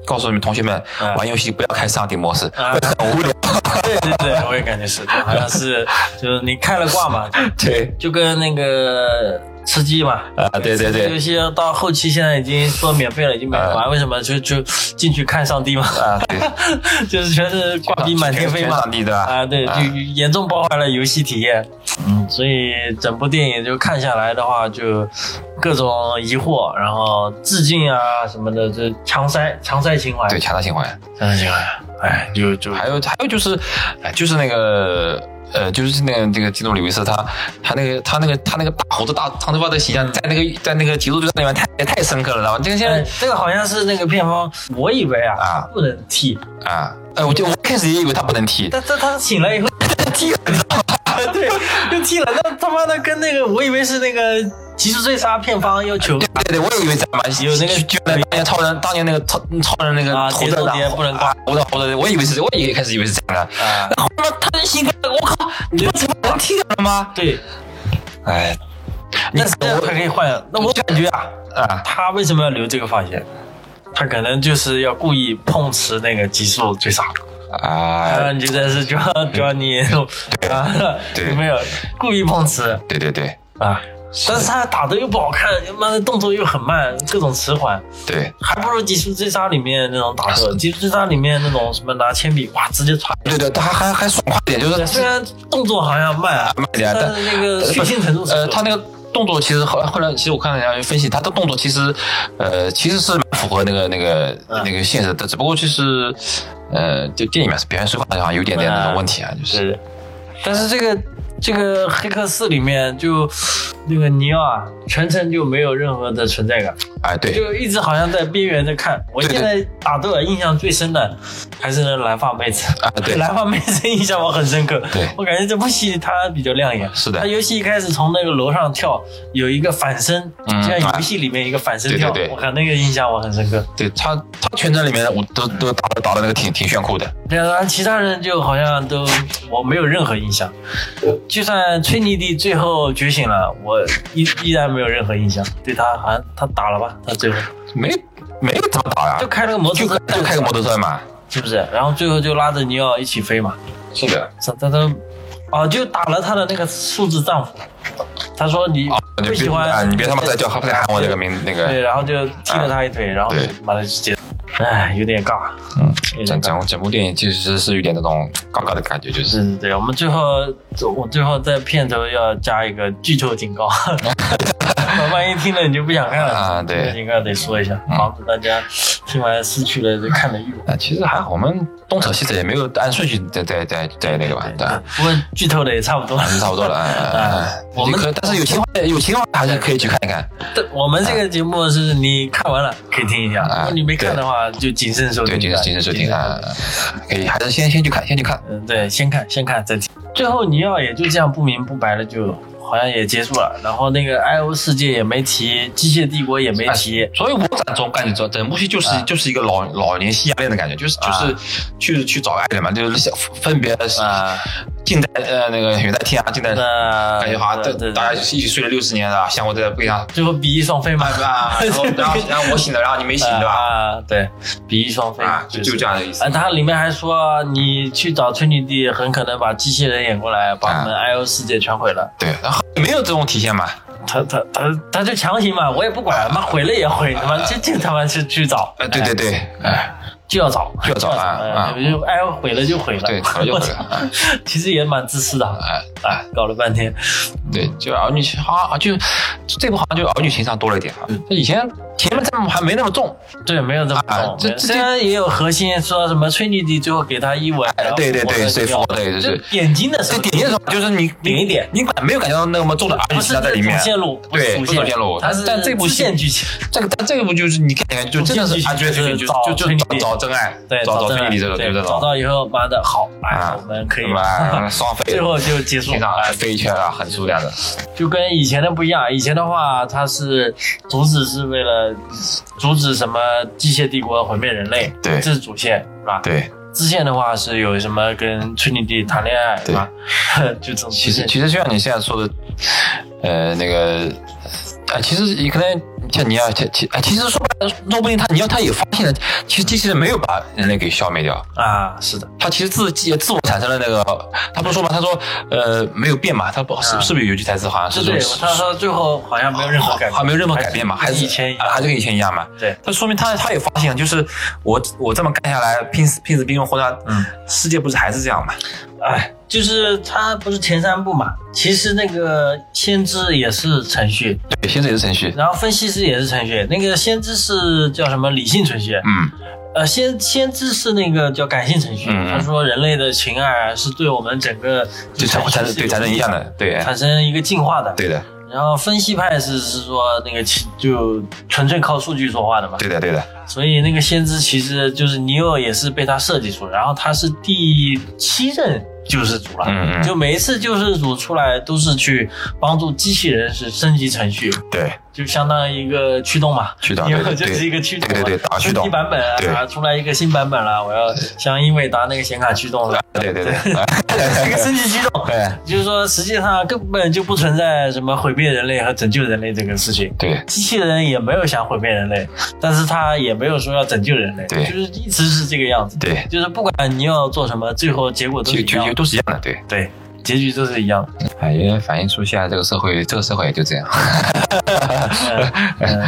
Speaker 3: 告诉你们同学们，
Speaker 2: 啊
Speaker 3: 玩游戏不要开上帝模式，
Speaker 2: 啊
Speaker 3: 会很无聊。
Speaker 2: 对对对，我也感觉是，好像是就是你开了挂嘛，
Speaker 3: 对，
Speaker 2: 就跟那个吃鸡嘛，
Speaker 3: 啊，对对
Speaker 2: 游
Speaker 3: 对，
Speaker 2: 戏到后期现在已经说免费了，已经没人玩，为什么就就进去看上帝嘛，
Speaker 3: 啊，对，
Speaker 2: 就是全是挂逼满天飞
Speaker 3: 全
Speaker 2: 嘛
Speaker 3: 全。上帝对吧？
Speaker 2: 啊，对，就严重破坏了游戏体验。嗯，所以整部电影就看下来的话，就各种疑惑，然后致敬啊什么的，就强塞强塞情怀，
Speaker 3: 对，强大情怀。啊
Speaker 2: 强塞情怀。哎，就就
Speaker 3: 还有还有就是，哎，就是那个。呃，就是那个那个基努里维斯他他那个他那个他那个大胡子大长头发的形象，在那个在那个极速对战里面太太深刻了，知道吧？这个现
Speaker 2: 哎
Speaker 3: 在，
Speaker 2: 这个好像是那个片方，我以为啊
Speaker 3: 啊
Speaker 2: 不能剃，
Speaker 3: 啊，哎，我就我开始也以为他不能踢，
Speaker 2: 但但他 醒了以后
Speaker 3: 踢了你知道吗？
Speaker 2: 对，又剃了，那他妈的跟那个，我以为是那个《极速追杀》片方要求
Speaker 3: 对对，我也以为这样嘛，
Speaker 2: 有那个
Speaker 3: 就就当年超人，当年那个超超人那个
Speaker 2: 啊
Speaker 3: 头的
Speaker 2: 碟中谍不能挂，
Speaker 3: 胡的胡的，我以为是，我也开始以为是这样的。
Speaker 2: 啊，
Speaker 3: 然后呢，他的心态，我靠，你不怎么能踢掉了吗？
Speaker 2: 对，
Speaker 3: 哎，你
Speaker 2: 那这样还可以换。那我感觉啊，
Speaker 3: 啊，
Speaker 2: 他为什么要留这个发型？他可能就是要故意碰瓷那个极速追杀，
Speaker 3: 啊，
Speaker 2: 啊，你觉得是就要就要你啊，
Speaker 3: 对
Speaker 2: 有没有故意碰瓷
Speaker 3: 对对对
Speaker 2: 啊？但是他打的又不好看，他妈的动作又很慢，各种迟缓，
Speaker 3: 对
Speaker 2: 还不如《极速追杀》里面那种打斗。 《极速追杀》里面那种什么拿铅笔哇直接插
Speaker 3: 对对，他还还还爽快点，就是
Speaker 2: 虽然动作好像慢啊，
Speaker 3: 慢一点，
Speaker 2: 但
Speaker 3: 但
Speaker 2: 是那个血腥程度是
Speaker 3: 呃，他那个动作其实后来后来，其实我看了人家分析，他的动作其实呃其实是蛮符合那个那个、
Speaker 2: 嗯
Speaker 3: 那个现实的，只不过就是呃，就店里面表现手法好像有点点那种问题啊，就是
Speaker 2: 是，但是这个这个黑客四里面就那个尼奥啊，全程就没有任何的存在感，
Speaker 3: 哎，对，
Speaker 2: 就一直好像在边缘的看。我
Speaker 3: 对对
Speaker 2: 现在打斗啊，印象最深的还是那蓝发妹子
Speaker 3: 啊对
Speaker 2: 蓝发妹子印象我很深刻。
Speaker 3: 对
Speaker 2: 我感觉这部戏她比较亮眼。
Speaker 3: 是的
Speaker 2: 她尤其一开始从那个楼上跳，有一个反身，
Speaker 3: 嗯
Speaker 2: 就像
Speaker 3: 啊
Speaker 2: 游戏里面一个反身跳，
Speaker 3: 对对对
Speaker 2: 我靠，那个印象我很深刻。
Speaker 3: 对他他全程里面我都都打的打的那个挺挺炫酷的，
Speaker 2: 对啊，其他人就好像都我没有任何印象，就算崔妮蒂最后觉醒了，我依依然没有任何印象。对他好像他打了吧，他最后
Speaker 3: 没没怎么打呀、
Speaker 2: 就开了个摩
Speaker 3: 就
Speaker 2: 托车，
Speaker 3: 就开个摩托车嘛，
Speaker 2: 是不是？然后最后就拉着尼奥一起飞嘛，
Speaker 3: 是的，
Speaker 2: 他他他，哦，就打了他的那个数字丈夫，他说你
Speaker 3: 啊，你
Speaker 2: 不
Speaker 3: 别
Speaker 2: 喜
Speaker 3: 啊，
Speaker 2: 欢，
Speaker 3: 你别他妈再叫他再喊我那个名那
Speaker 2: 对，
Speaker 3: 个，
Speaker 2: 然后就踢了他一腿，然后
Speaker 3: 哎对
Speaker 2: 把他接，哎，有点尬，
Speaker 3: 嗯，
Speaker 2: 有
Speaker 3: 整
Speaker 2: 点尬。
Speaker 3: 整整部电影其实是有点那种搞搞的感觉，就是
Speaker 2: 是是，对，我们最后，我最后在片头要加一个剧透警告，万一听了你就不想看了
Speaker 3: 啊对嗯
Speaker 2: 剧透警告得说一下，防止大家听完失去了这看的欲望。
Speaker 3: 啊，其实还好，我们东扯西扯也没有按顺序在在在在那个吧，对，
Speaker 2: 不过剧透的也差不多了，
Speaker 3: 差不多了，嗯，
Speaker 2: 我们
Speaker 3: 可但是有情怀有情怀还是可以去看一看，
Speaker 2: 对 我们这个节目是你看完了可以听一下，
Speaker 3: 啊
Speaker 2: 如果你没看的话就谨慎收听
Speaker 3: 对，
Speaker 2: 吧。
Speaker 3: 谨慎谨慎收听啊，可以还是先先去看，先去看，
Speaker 2: 嗯，对，先看先看再听。最后尼奥也就这样不明不白的就好像也结束了，然后那个艾欧世界也没提，机械帝国也没
Speaker 3: 啊
Speaker 2: 提。
Speaker 3: 所以我感总感觉整整部戏就是、
Speaker 2: 啊
Speaker 3: 就是一个老老年西洋恋的感觉，就是就
Speaker 2: 啊
Speaker 3: 是去去找爱人嘛，就是想分别
Speaker 2: 啊，
Speaker 3: 近代呃那个元代天啊，近代
Speaker 2: 那
Speaker 3: 感觉好像
Speaker 2: 哎对
Speaker 3: 大
Speaker 2: 对，
Speaker 3: 哎大家
Speaker 2: 对
Speaker 3: 一起睡了六十年了，像我在不一样。
Speaker 2: 最后比翼双飞嘛，
Speaker 3: 啊，然后然后然后我醒了，然后你 没醒，对吧？
Speaker 2: 啊，对，比翼双飞
Speaker 3: 啊，就就这。样的意思
Speaker 2: 啊，。它里面还说，你去找崔女帝，很可能把机器人演过来，把
Speaker 3: 啊
Speaker 2: 我们 I O 世界全毁了。
Speaker 3: 对，然后没有这种体现嘛？
Speaker 2: 他他他他就强行嘛，我也不管，妈毁了也毁，他妈就就他妈去去找，
Speaker 3: 哎，对对对，哎，
Speaker 2: 就要找，
Speaker 3: 就要找啊啊
Speaker 2: 哎就 I O 毁了就毁了，
Speaker 3: 对，可能就可
Speaker 2: 我操
Speaker 3: 能，
Speaker 2: 其实也蛮自私的啊，
Speaker 3: 哎，
Speaker 2: 哎搞了半天，
Speaker 3: 对，就儿女情啊，就这部好像就儿女情上多了一点啊。
Speaker 2: 嗯
Speaker 3: 就以前前面这部还没那么重，
Speaker 2: 对，没有这么
Speaker 3: 啊
Speaker 2: 懂
Speaker 3: 这这
Speaker 2: 虽然也有核心说什么崔女帝最后给他一吻，然后
Speaker 3: 哎对对
Speaker 2: 哎我
Speaker 3: 对，
Speaker 2: 的
Speaker 3: 所以
Speaker 2: 腰
Speaker 3: 说对就是
Speaker 2: 就点睛的时
Speaker 3: 这
Speaker 2: 候，
Speaker 3: 点睛的时候，就是你
Speaker 2: 点一点，
Speaker 3: 你感没有感觉到那么重的儿
Speaker 2: 不
Speaker 3: 女
Speaker 2: 是
Speaker 3: 情在里面
Speaker 2: 主。线路，不是
Speaker 3: 对
Speaker 2: 主
Speaker 3: 不是主线路
Speaker 2: 它是
Speaker 3: 但这部
Speaker 2: 支
Speaker 3: 戏
Speaker 2: 线剧情，
Speaker 3: 这个但这个不就是你感觉就真的是啊，对对对，就就就找找真爱，
Speaker 2: 对，
Speaker 3: 找
Speaker 2: 真
Speaker 3: 真
Speaker 2: 爱，
Speaker 3: 理这种，
Speaker 2: 对，
Speaker 3: 就这
Speaker 2: 找
Speaker 3: 种，
Speaker 2: 到以后，妈的好，哎
Speaker 3: 啊，
Speaker 2: 我们可以
Speaker 3: 对，吧？双飞
Speaker 2: 最后就结束
Speaker 3: 天上
Speaker 2: 了，
Speaker 3: 飞一圈啊，横竖这样的。
Speaker 2: 就跟以前的不一样。以前的话，它是主旨是为了阻止什么机械帝国毁灭人类，
Speaker 3: 对
Speaker 2: 这是主线，是吧？
Speaker 3: 对，
Speaker 2: 支线的话是有什么跟崔女帝谈恋爱，是
Speaker 3: 对
Speaker 2: 吧？就这种
Speaker 3: 其
Speaker 2: 支
Speaker 3: 实
Speaker 2: 线
Speaker 3: 其实就像你现在说的，呃，那个，呃，其实也可能像你要，其其哎，其实说白了，说不定他你要他也发现了，其实机器人没有把人类给消灭掉，
Speaker 2: 啊，是的，
Speaker 3: 他其实自己自我产生了那个，他不是说嘛，他说呃没有变嘛，他不是
Speaker 2: 嗯
Speaker 3: 是不是有一句台词好
Speaker 2: 对
Speaker 3: 像是
Speaker 2: 对，
Speaker 3: 说
Speaker 2: 他说最后好像没有任何改变，
Speaker 3: 还没有任何改变嘛，还
Speaker 2: 是
Speaker 3: 是
Speaker 2: 以前一
Speaker 3: 啊
Speaker 2: 样，
Speaker 3: 还是跟以前一样嘛。
Speaker 2: 对，
Speaker 3: 他说明他他也发现，就是我我这么干下来，拼死拼死拼活活下，
Speaker 2: 嗯，
Speaker 3: 世界不是还是这样嘛？
Speaker 2: 哎，就是他不是前三部嘛，其实那个先知也是程序，
Speaker 3: 对，现在也是程序，
Speaker 2: 然后分析师也是程序，那个先知是叫什么理性程序，
Speaker 3: 嗯，
Speaker 2: 呃，先先知是那个叫感性程序，
Speaker 3: 嗯嗯
Speaker 2: 他说人类的情爱啊是对我们整个
Speaker 3: 对产产对产生影响的，对
Speaker 2: 产生一个进化的，
Speaker 3: 对的，
Speaker 2: 然后分析派是是说那个其就纯粹靠数据说话的嘛，
Speaker 3: 对的对的。
Speaker 2: 所以那个先知其实就是尼奥也是被他设计出来，然后他是第七任救世主了，
Speaker 3: 嗯嗯
Speaker 2: 就每一次救世主出来都是去帮助机器人是升级程序，
Speaker 3: 对，
Speaker 2: 就相当于一个驱动嘛，
Speaker 3: 驱动
Speaker 2: 因
Speaker 3: 对
Speaker 2: 为
Speaker 3: 对
Speaker 2: 这
Speaker 3: 对
Speaker 2: 是一个驱动嘛，
Speaker 3: 对对对打驱
Speaker 2: 升
Speaker 3: 动
Speaker 2: 级版本
Speaker 3: 对
Speaker 2: 啊，出来一个新版本了，我要像英伟达那个显卡驱动了，
Speaker 3: 对 对对，
Speaker 2: 一个升级驱动。
Speaker 3: 哎，
Speaker 2: 就是说，实际上根本就不存在什么毁灭人类和拯救人类这个事情。
Speaker 3: 对
Speaker 2: 机器人也没有想毁灭人类，但是他也没有说要拯救人类，
Speaker 3: 对
Speaker 2: 就是一直是这个样子，
Speaker 3: 对，
Speaker 2: 就是不管你要做什么，最后结果都
Speaker 3: 就是
Speaker 2: 一
Speaker 3: 就
Speaker 2: 样
Speaker 3: 就，都是一样的，对。
Speaker 2: 对，结局都是一样的。
Speaker 3: 哎，也 反映出现在这个社会，这个社会也就这样。
Speaker 2: 嗯，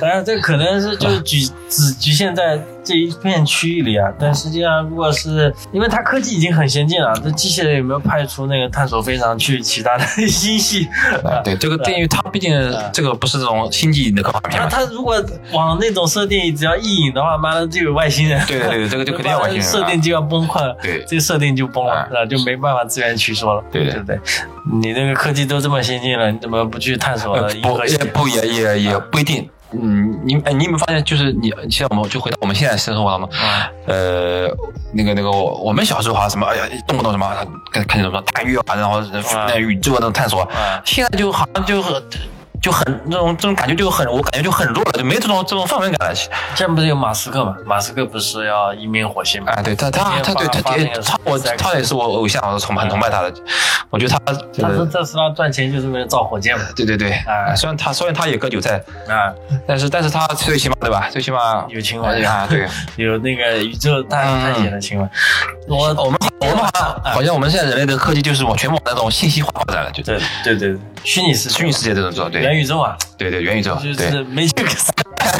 Speaker 2: 当然这可能是就是 局只局限在这一片区域里啊，但实际上如果是因为它科技已经很先进了，这机器人有没有派出那个探索飞船去其他的 星系？
Speaker 3: 啊对，这个电影它毕竟这个不是这种星际的科幻片
Speaker 2: 那
Speaker 3: 嘛。
Speaker 2: 它如果往那种设定只要一引的话，妈的就有外星人，
Speaker 3: 对对 对，这个就肯定要玩
Speaker 2: 妈的
Speaker 3: 星
Speaker 2: 设定就要崩溃了。
Speaker 3: 对
Speaker 2: 这个设定就崩了
Speaker 3: 啊，
Speaker 2: 那、就没办法自圆其说了，
Speaker 3: 对的
Speaker 2: 对不对？你那个科技都这么先进了，你怎么不去探索
Speaker 3: 呃
Speaker 2: 了银
Speaker 3: 不
Speaker 2: 河系
Speaker 3: 也？不 也也也不一定。嗯，你哎，你有没有发现，就是你现在我们就回到我们现在生活当中，
Speaker 2: 啊
Speaker 3: 呃，那个那个，我我们小时候好像什么，哎呀，动不动什么看看见什么大鱼啊，然后那宇宙那种探索，
Speaker 2: 啊，
Speaker 3: 现在就好像就很就很那种这种感觉就很，我感觉就很弱了，就没这种这种氛围感了。
Speaker 2: 现在不是有马斯克嘛？马斯克不是要移民火星嘛？
Speaker 3: 啊，对他他他对他
Speaker 2: 发
Speaker 3: 也
Speaker 2: 那个
Speaker 3: 他我
Speaker 2: sex
Speaker 3: 他也是我偶像，我是崇拜很崇拜他的，我觉得他
Speaker 2: 他说
Speaker 3: 呃
Speaker 2: 特斯拉赚钱就是为了造火箭嘛？
Speaker 3: 对对对，
Speaker 2: 啊
Speaker 3: 虽然他虽然他也割韭菜，
Speaker 2: 啊，
Speaker 3: 但是但是他最起码对吧？最起码
Speaker 2: 有情怀
Speaker 3: 哎呀，对， 嗯
Speaker 2: 有那个宇宙探探险的情怀。我
Speaker 3: 我们我们好像好像我们现在人类的科技就是往全部往那种信息化发展了，就
Speaker 2: 对对对，虚拟世界
Speaker 3: 虚拟世界这种做，
Speaker 2: 元
Speaker 3: 对
Speaker 2: 宇宙啊，
Speaker 3: 对对，元宇宙，
Speaker 2: 就
Speaker 3: 对
Speaker 2: 是没去，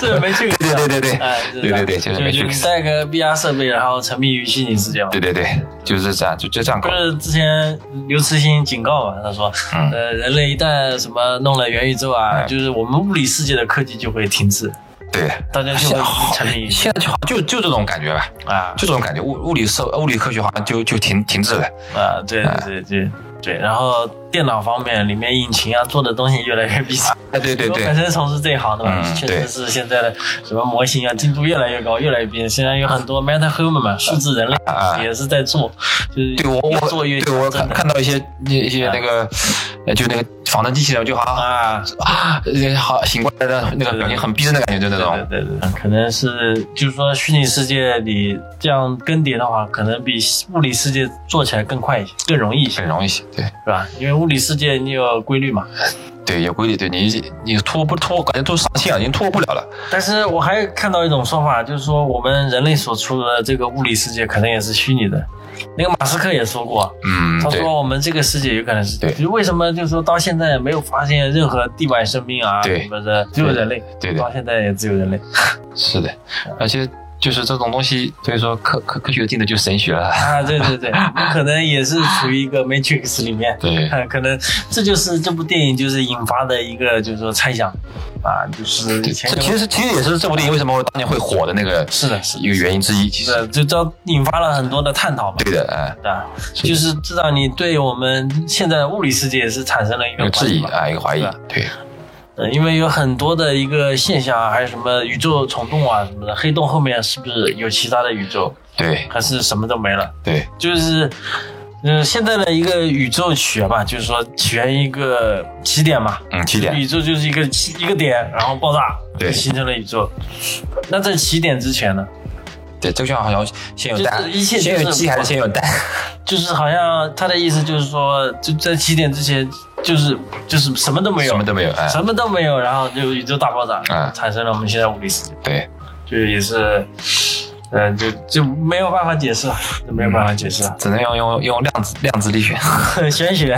Speaker 2: 是没去，
Speaker 3: 对对对对
Speaker 2: 哎，
Speaker 3: 对对对
Speaker 2: 就
Speaker 3: 就是没去
Speaker 2: 就你带个 VR 设备，然后沉迷于虚拟世界嘛。
Speaker 3: 对对对，就是这样，就就这样
Speaker 2: 不
Speaker 3: 搞。
Speaker 2: 是之前刘慈欣警告嘛，他说，
Speaker 3: 嗯
Speaker 2: 呃，人类一旦什么弄了元宇宙啊，
Speaker 3: 哎
Speaker 2: 就是我们物理世界的科技就会停滞，
Speaker 3: 对，
Speaker 2: 大家就
Speaker 3: 现
Speaker 2: 会
Speaker 3: 在哎好
Speaker 2: 沉迷于
Speaker 3: 现在就好就就这种感觉吧，
Speaker 2: 啊
Speaker 3: 就这种感觉，物物理社物理科学好像就就停停滞了。
Speaker 2: 啊，对
Speaker 3: 哎
Speaker 2: 对对对对，然后电脑方面里面引擎啊做的东西越来越逼真。
Speaker 3: 哎，对对
Speaker 2: 我
Speaker 3: 对
Speaker 2: 本，身从事这一行的嘛，
Speaker 3: 嗯
Speaker 2: 确
Speaker 3: 对
Speaker 2: 实是现在的什么模型啊进度越来越高，越来越逼真。现在有很多 Meta Human 嘛，数字人类
Speaker 3: 啊
Speaker 2: 也是在做，就是
Speaker 3: 对我
Speaker 2: 越做越
Speaker 3: 我对我看看到一些一些那个，呃就那个仿真机器人，就好像
Speaker 2: 啊，
Speaker 3: 啊，好醒过来的那个表情很逼真的感觉，就那种。
Speaker 2: 对对对，可能是就是说虚拟世界里这样更迭的话，可能比物理世界做起来更快一些，更容易一些，
Speaker 3: 很容易些，对
Speaker 2: 是吧？因为物理世界你有规律嘛。
Speaker 3: 对，有规律，对你你突破不突破，感觉都上线了，已经突破不了了。
Speaker 2: 但是我还看到一种说法，就是说我们人类所处的这个物理世界可能也是虚拟的。那个马斯克也说过，
Speaker 3: 嗯，
Speaker 2: 他
Speaker 3: 对
Speaker 2: 说我们这个世界有可能是，
Speaker 3: 对
Speaker 2: 就是为什么就是说到现在没有发现任何地外生命啊
Speaker 3: 对
Speaker 2: 什么的，只有人类，
Speaker 3: 对对
Speaker 2: 到现在也只有人类
Speaker 3: 是的，而且就是这种东西，所以说科科科学进的就神学了。
Speaker 2: 啊，对对 对，我们可能也是处于一个 Matrix 里面，
Speaker 3: 对
Speaker 2: 看，哎可能这就是这部电影就是引发的一个就是说猜想啊，就是以
Speaker 3: 对，
Speaker 2: 前
Speaker 3: 这其实其实也是这部电影为什么当年会火的那个
Speaker 2: 是的，是的
Speaker 3: 一个原因之一，其实
Speaker 2: 是就这引发了很多的探讨嘛。
Speaker 3: 对的，哎，
Speaker 2: 对吧，就是至少你对我们现在的物理世界也是产生了一
Speaker 3: 有
Speaker 2: 个
Speaker 3: 质
Speaker 2: 怀疑
Speaker 3: 疑
Speaker 2: 嘛
Speaker 3: 啊，一个怀疑
Speaker 2: 是吧，
Speaker 3: 对，
Speaker 2: 呃，因为有很多的一个现象啊，还有什么宇宙虫洞啊什么的，黑洞后面是不是有其他的宇宙，
Speaker 3: 对，
Speaker 2: 还是什么都没了？
Speaker 3: 对，
Speaker 2: 就是，呃，现在的一个宇宙学嘛，就是说起源于一个起点嘛，
Speaker 3: 嗯，起点，
Speaker 2: 宇宙就是一个起一个点，然后爆炸，
Speaker 3: 对
Speaker 2: 形成了宇宙。那在起点之前呢，
Speaker 3: 对，这个就好像先有
Speaker 2: 就是
Speaker 3: 蛋，
Speaker 2: 一切
Speaker 3: 先有
Speaker 2: 就是
Speaker 3: 鸡还是先有蛋？
Speaker 2: 就是好像他的意思就是说，就在起点之前，就是就是什么都没有，
Speaker 3: 什么都没有，哎，
Speaker 2: 什么都没有，然后就宇宙大爆炸，
Speaker 3: 嗯
Speaker 2: 产生了我们现在物理世界。
Speaker 3: 对，
Speaker 2: 就也是，嗯，就就没有办法解释了，就没有办法解释啊了。
Speaker 3: 只能用用用量子量子力学，
Speaker 2: 玄学，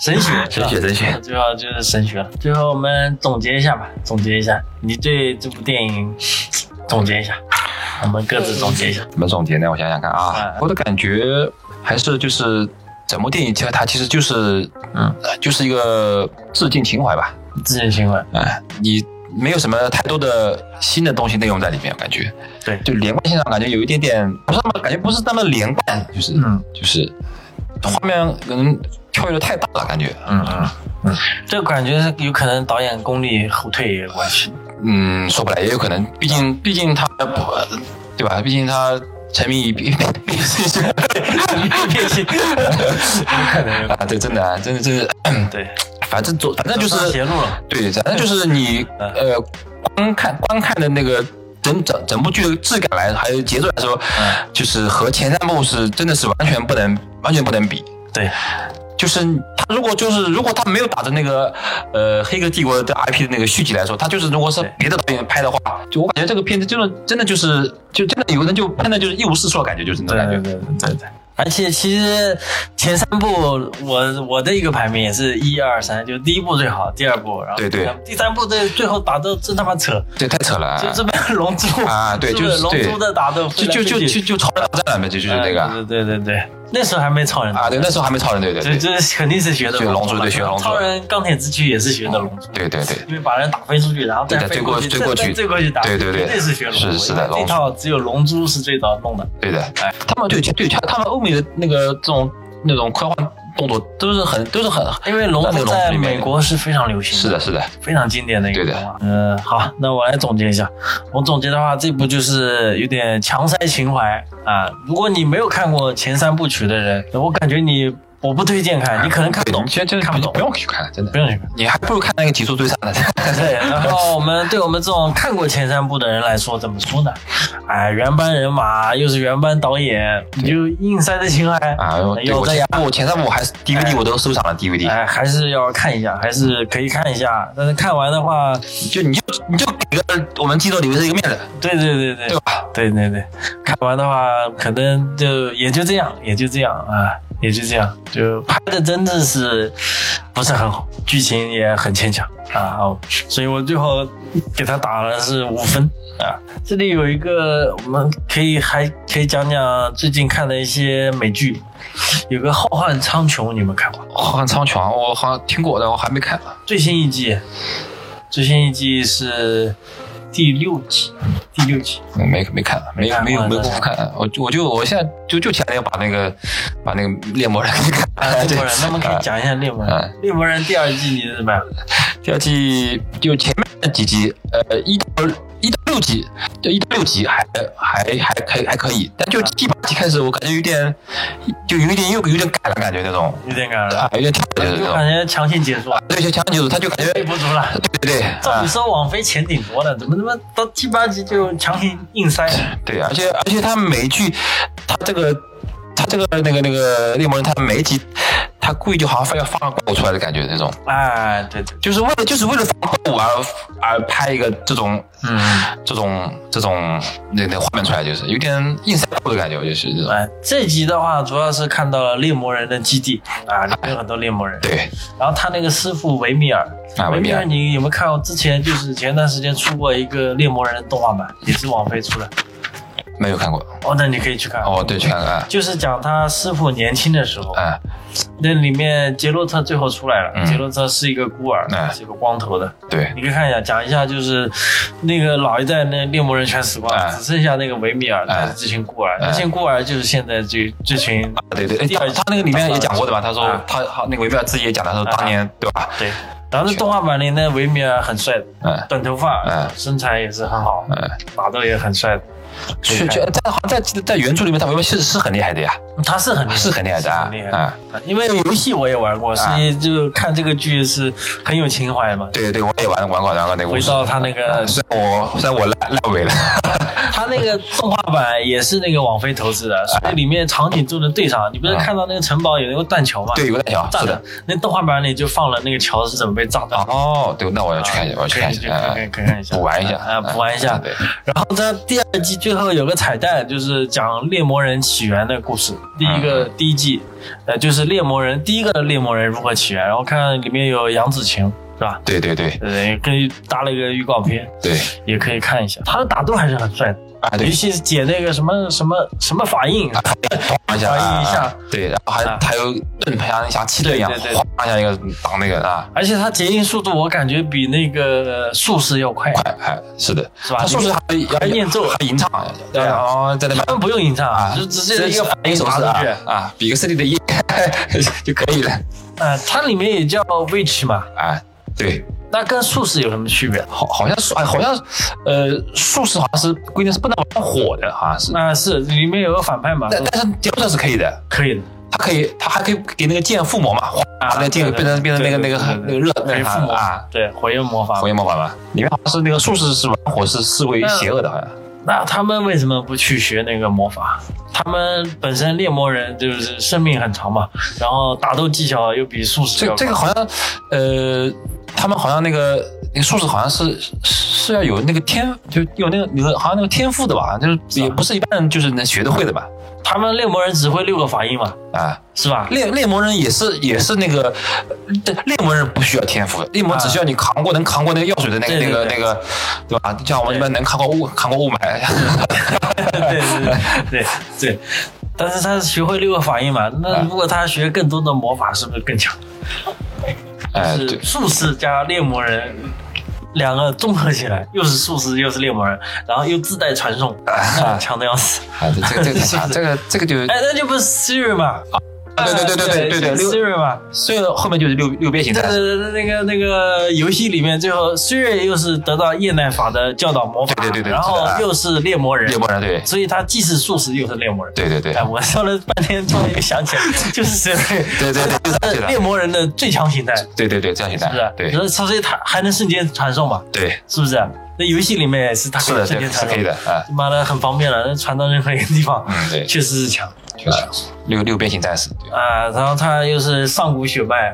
Speaker 2: 神学，
Speaker 3: 神学神学。
Speaker 2: 最后就是神学了。最后我们总结一下吧，总结一下，你对这部电影总结一下，我们各自总结一下。
Speaker 3: 怎么总结呢？我想想看啊
Speaker 2: 哎，
Speaker 3: 我的感觉还是就是整部电影，其实它其实就是，
Speaker 2: 嗯
Speaker 3: 呃，就是一个致敬情怀吧。
Speaker 2: 自荐新闻，
Speaker 3: 哎，你没有什么太多的新的东西内容在里面，感觉
Speaker 2: 对
Speaker 3: 就连贯性上感觉有一点点不是那么感觉不是那么连贯，就是、
Speaker 2: 嗯
Speaker 3: 就是画面可能跳跃的太大了，感觉
Speaker 2: 嗯嗯嗯，这感觉有可能导演功力后退也有关系。
Speaker 3: 嗯说不来，也有可能，毕竟毕竟他不对吧？毕竟他沉迷于
Speaker 2: 变性，有可能有可
Speaker 3: 啊，对，真的啊，真的真的，
Speaker 2: 能， 对，
Speaker 3: 反正总反正就是
Speaker 2: 走上邪路了。
Speaker 3: 对，反正就是你
Speaker 2: 嗯
Speaker 3: 呃，观看观看的那个整整整部剧的质感来，还有节奏来说，
Speaker 2: 嗯
Speaker 3: 就是和前三部是真的是完全不能完全不能比。
Speaker 2: 对，
Speaker 3: 就是他如果就是如果他没有打着那个呃《黑客帝国》的 IP 的那个续集来说，他就是如果是
Speaker 2: 对
Speaker 3: 别的导演拍的话，就我感觉这个片子就是真的就是就真的有个人就喷的就是一无是处的感觉，就是那种
Speaker 2: 对
Speaker 3: 感觉
Speaker 2: 对。对对对。而且其实前三部我我的一个排名也是一二三，就第一部最好，第二部，然后
Speaker 3: 对
Speaker 2: 第
Speaker 3: 对
Speaker 2: 三部第三部这最后打斗真他妈扯，
Speaker 3: 对，太扯了啊
Speaker 2: 就！这边龙珠
Speaker 3: 啊对
Speaker 2: 是不
Speaker 3: 就是是
Speaker 2: 龙
Speaker 3: 对
Speaker 2: 珠的打斗飞
Speaker 3: 就
Speaker 2: 来
Speaker 3: 就
Speaker 2: 飞去，
Speaker 3: 就就就超人大战了呗，就就是那个
Speaker 2: 哎对对对对，那时候还没超人
Speaker 3: 啊，对，那时候还没超人，对对
Speaker 2: 这
Speaker 3: 对
Speaker 2: 这肯定是学的
Speaker 3: 学龙珠对学龙珠
Speaker 2: 超人钢铁之躯也是学的龙珠，
Speaker 3: 对对对，
Speaker 2: 因为把人打飞出去，然后再
Speaker 3: 对的
Speaker 2: 飞
Speaker 3: 追过
Speaker 2: 去，
Speaker 3: 追
Speaker 2: 再
Speaker 3: 过去
Speaker 2: 再追过去打，
Speaker 3: 对对对
Speaker 2: 绝对是学龙珠，
Speaker 3: 是是的
Speaker 2: 因为这
Speaker 3: 龙珠
Speaker 2: 套只有龙珠是最早弄的，
Speaker 3: 对的
Speaker 2: 哎，
Speaker 3: 他们对对他他们欧美的那个这种那种科幻动作都是很都是很
Speaker 2: 因为龙
Speaker 3: 那
Speaker 2: 珠
Speaker 3: 个龙珠
Speaker 2: 在
Speaker 3: 里面
Speaker 2: 美国是非常流行的，
Speaker 3: 是的是的，
Speaker 2: 非常经典的一个
Speaker 3: 对
Speaker 2: 动
Speaker 3: 的
Speaker 2: 画。嗯、好，那我来总结一下。我总结的话，这部就是有点强塞情怀啊。如果你没有看过前三部曲的人，我感觉你我不推荐看，你可能看不懂，
Speaker 3: 其实真的
Speaker 2: 看不懂
Speaker 3: 不用去看，真的
Speaker 2: 不，用去 看。
Speaker 3: 你还不如看那个《极速追杀》呢。
Speaker 2: 对，然后我们对我们这种看过前三部的人来说，怎么说呢？哎，原班人马又是原班导演，你就硬塞的情怀
Speaker 3: 啊，对
Speaker 2: 有
Speaker 3: 我哎
Speaker 2: 的呀
Speaker 3: 前。我前三部我还是 DVD 我都收藏了 DVD，
Speaker 2: 哎，还是要看一下，还是可以看一下。但是看完的话，
Speaker 3: 就你就你就给个我们记得留着一个面子，
Speaker 2: 对对对对
Speaker 3: 对，吧？
Speaker 2: 对对对，看完的话，可能就也就这样，也就这样啊，也就这样，就拍的真的是不是很好，剧情也很牵强啊，哦所以我最后给他打了是五分啊。这里有一个，我们可以还可以讲讲最近看的一些美剧，有个《浩瀚苍穹》，你们看过？
Speaker 3: 好像苍穹，啊我好像听过，但我还没看。
Speaker 2: 最新一季，最新一季是第六集，第六集。
Speaker 3: 嗯没没看，没
Speaker 2: 没看
Speaker 3: 没有
Speaker 2: 过
Speaker 3: 没
Speaker 2: 是
Speaker 3: 功
Speaker 2: 吧
Speaker 3: 夫看。我就我就我现在就就前两天把那个把那个猎魔人给看
Speaker 2: 啊，
Speaker 3: 了。
Speaker 2: 猎魔人，那么可以
Speaker 3: 啊
Speaker 2: 讲一下猎魔
Speaker 3: 啊
Speaker 2: 人。猎魔人第二季你是怎么样？
Speaker 3: 第二季就前面几集，呃，一到一到六集，就一到六集还还还还还可以，但就第八集开始，我感觉有点就有一点又有点赶了，感觉那种
Speaker 2: 有点感
Speaker 3: 啊
Speaker 2: 了，，
Speaker 3: 有点跳的那
Speaker 2: 就
Speaker 3: 种。
Speaker 2: 感觉强行结束，啊，
Speaker 3: 对，就强就是他就感觉
Speaker 2: 微
Speaker 3: 对
Speaker 2: 博足了。
Speaker 3: 对对
Speaker 2: 照
Speaker 3: 啊
Speaker 2: 理，说网飞钱挺多的，怎么他妈到第八集就强行硬塞？
Speaker 3: 对，而且而且他每一句，他这个他这个那个那个猎魔人，他每一集他故意就好像非要放个怪物出来的感觉那种。
Speaker 2: 哎，对对，
Speaker 3: 就是为了就是为了防火而而拍一个这种
Speaker 2: 嗯，
Speaker 3: 这种这种那那画面出来，就是有点硬塞裤的感觉，就是这种。
Speaker 2: 哎，这集的话主要是看到了猎魔人的基地啊，里面有很多猎魔人，
Speaker 3: 对，
Speaker 2: 然后他那个师傅维米尔，
Speaker 3: 啊，维米
Speaker 2: 尔，
Speaker 3: 尔，
Speaker 2: 你有没有看过？之前就是前段时间出过一个猎魔人的动画版，也是网飞出的，
Speaker 3: 没有看过。
Speaker 2: 哦，那你可以去看，
Speaker 3: 哦，对，去看看啊。
Speaker 2: 就是讲他师傅年轻的时候，
Speaker 3: 啊，
Speaker 2: 那里面杰洛特最后出来了，
Speaker 3: 嗯
Speaker 2: 杰洛特是一个孤儿，
Speaker 3: 哎
Speaker 2: 是一个光头的。
Speaker 3: 对，
Speaker 2: 你可以看一下，讲一下就是那个老一代那猎魔人全死光了，
Speaker 3: 哎
Speaker 2: 只剩下那个维米尔带着
Speaker 3: 哎
Speaker 2: 这群孤儿，
Speaker 3: 哎
Speaker 2: 这群孤儿就是现在这这群
Speaker 3: 对对，哎
Speaker 2: 第二
Speaker 3: 他他那个里面也讲过的嘛，他说
Speaker 2: 啊
Speaker 3: 他他那个维米尔自己也讲的，他说当年对吧？
Speaker 2: 对。然后这动画版里那维米尔很帅的，
Speaker 3: 嗯
Speaker 2: 短头发，
Speaker 3: 哎
Speaker 2: 身材也是很好，
Speaker 3: 嗯，
Speaker 2: 打斗也很帅的。可以
Speaker 3: 去
Speaker 2: 看
Speaker 3: 去，在好像在在原著里面，他维米尔是是很厉害的呀，
Speaker 2: 他是很厉害
Speaker 3: 是很厉害的啊哎
Speaker 2: 是很厉害
Speaker 3: 啊。
Speaker 2: 因为游戏我也玩过，所以就看这个剧是很有情怀嘛。
Speaker 3: 对对对，我也玩玩过玩过那个故
Speaker 2: 回
Speaker 3: 事。呃
Speaker 2: 到他那个
Speaker 3: 虽然我虽然我烂烂尾了，
Speaker 2: 他那个动画版也是那个网飞投资的，
Speaker 3: 哎
Speaker 2: 所以里面场景做的对上。你不是看到那个城堡有那个断桥吗？
Speaker 3: 对，有个大小，
Speaker 2: 炸
Speaker 3: 是
Speaker 2: 的
Speaker 3: 的。。
Speaker 2: 那动画版里就放了那个桥是怎么被炸断的。
Speaker 3: 哦，对，那我要去看一下，我要去
Speaker 2: 可
Speaker 3: 看
Speaker 2: 以
Speaker 3: 一
Speaker 2: 去
Speaker 3: 下，啊
Speaker 2: 看看看看一下，
Speaker 3: 补完一下
Speaker 2: 啊，补完一下。
Speaker 3: 对，
Speaker 2: 然后在第二季最后有个彩蛋，就是讲猎魔人起源的故事。第一个
Speaker 3: 嗯
Speaker 2: 第一季，呃，就是猎魔人第一个猎魔人如何起源，然后看里面有杨紫晴，是吧？
Speaker 3: 对对对
Speaker 2: 呃，跟搭了一个预告片，
Speaker 3: 对，
Speaker 2: 也可以看一下。他的打斗还是很帅的，
Speaker 3: 啊对啊
Speaker 2: 尤，其是解那个什么什么什么法印，
Speaker 3: 晃一下，
Speaker 2: 反应一下
Speaker 3: 啊对，然后还
Speaker 2: 啊
Speaker 3: 还有盾牌像像气盾一样，
Speaker 2: 对对对
Speaker 3: 晃一下一个挡那个啊，
Speaker 2: 而且它结印速度我感觉比那个术士要快，
Speaker 3: 哎哎，是的，
Speaker 2: 是吧
Speaker 3: 他是不是还
Speaker 2: 还
Speaker 3: 还
Speaker 2: 念咒
Speaker 3: 还吟唱，
Speaker 2: 对啊
Speaker 3: 然后在那边
Speaker 2: 他们不用隐藏
Speaker 3: 啊，
Speaker 2: 就直接一个反应
Speaker 3: 手
Speaker 2: 打
Speaker 3: 势
Speaker 2: 出
Speaker 3: 啊
Speaker 2: 去。
Speaker 3: 啊，比个胜利的耶 就可以了
Speaker 2: 啊，它里面也叫 witch 嘛，
Speaker 3: 啊，对。
Speaker 2: 那跟术士有什么区别？
Speaker 3: 好，好像是，哎，好像，呃，术士好像是规定是不能玩火的，好像是，
Speaker 2: 啊，是里面有个反派嘛，
Speaker 3: 但但是雕像是可以的，
Speaker 2: 可以的
Speaker 3: 他可以，他还可以给那个剑附魔嘛，哗，
Speaker 2: 啊
Speaker 3: 那个剑变成变成那个那个那个热那
Speaker 2: 回
Speaker 3: 个啥
Speaker 2: 复魔
Speaker 3: 啊
Speaker 2: 法，，对火焰魔法
Speaker 3: 火。焰魔法吧，里面好像是那个术士是玩火是视为邪恶的，好像。
Speaker 2: 那他们为什么不去学那个魔法？他们本身猎魔人就是生命很长嘛，然后打斗技巧又比术士
Speaker 3: 这
Speaker 2: 要
Speaker 3: 这
Speaker 2: 高
Speaker 3: 个好像，呃，他们好像那个那个术士好像是是是要有那个天，就有那个有个好像那个天赋的吧，就是也不是一般人就是能学得会的吧，
Speaker 2: 他们猎魔人只会六个法印嘛，
Speaker 3: 啊。
Speaker 2: 是 吧？
Speaker 3: 猎猎魔人也是也是那个，对猎魔人不需要天赋，猎魔只需要你扛过能扛过那个药水的那个
Speaker 2: 对
Speaker 3: 那个
Speaker 2: 对
Speaker 3: 那个，对吧？就像我们一般能扛过雾扛过雾霾，
Speaker 2: 对对对 对。但是他学会六个法印嘛，那
Speaker 3: 啊
Speaker 2: 如果他学更多的魔法，是不是更强？
Speaker 3: 哎
Speaker 2: 就
Speaker 3: 对
Speaker 2: 是，术士加猎魔人两个综合起来，又是术士又是猎魔人，然后又自带传送，强的要 死。
Speaker 3: 啊这个这个啥这个这个就
Speaker 2: 哎，那就不是 Siri 嘛？
Speaker 3: 啊对对对对对对对，
Speaker 2: ，Siri 嘛。
Speaker 3: 虽然后面就是六六边形
Speaker 2: 对
Speaker 3: 战士，
Speaker 2: 对对，那个那个游戏里面，最后 Siri 又是得到叶奈法的教导魔法，
Speaker 3: 对对对对
Speaker 2: 然后
Speaker 3: 是的
Speaker 2: 又是猎魔人，
Speaker 3: 猎魔人对
Speaker 2: 所以他既是术士又是猎魔人。
Speaker 3: 对对对
Speaker 2: 哎，我说了半天，突然又想起来， 就是
Speaker 3: 对对对对对
Speaker 2: 这
Speaker 3: 对
Speaker 2: 猎魔人的最强形态，是
Speaker 3: 对对对这样形
Speaker 2: 不是
Speaker 3: 态，？对
Speaker 2: 所以所以他还能瞬间传送嘛，
Speaker 3: 对
Speaker 2: 是不是？那游戏里面也是他
Speaker 3: 是
Speaker 2: 可以
Speaker 3: 的
Speaker 2: 瞬
Speaker 3: 对
Speaker 2: 间
Speaker 3: 是
Speaker 2: 传
Speaker 3: 可
Speaker 2: 送，
Speaker 3: 以的啊，
Speaker 2: 他妈的很方便了，能传到任何一个地方，
Speaker 3: 嗯对，
Speaker 2: 确实是强
Speaker 3: 确实啊六六边形战士，对
Speaker 2: 啊。然后他又是上古血脉，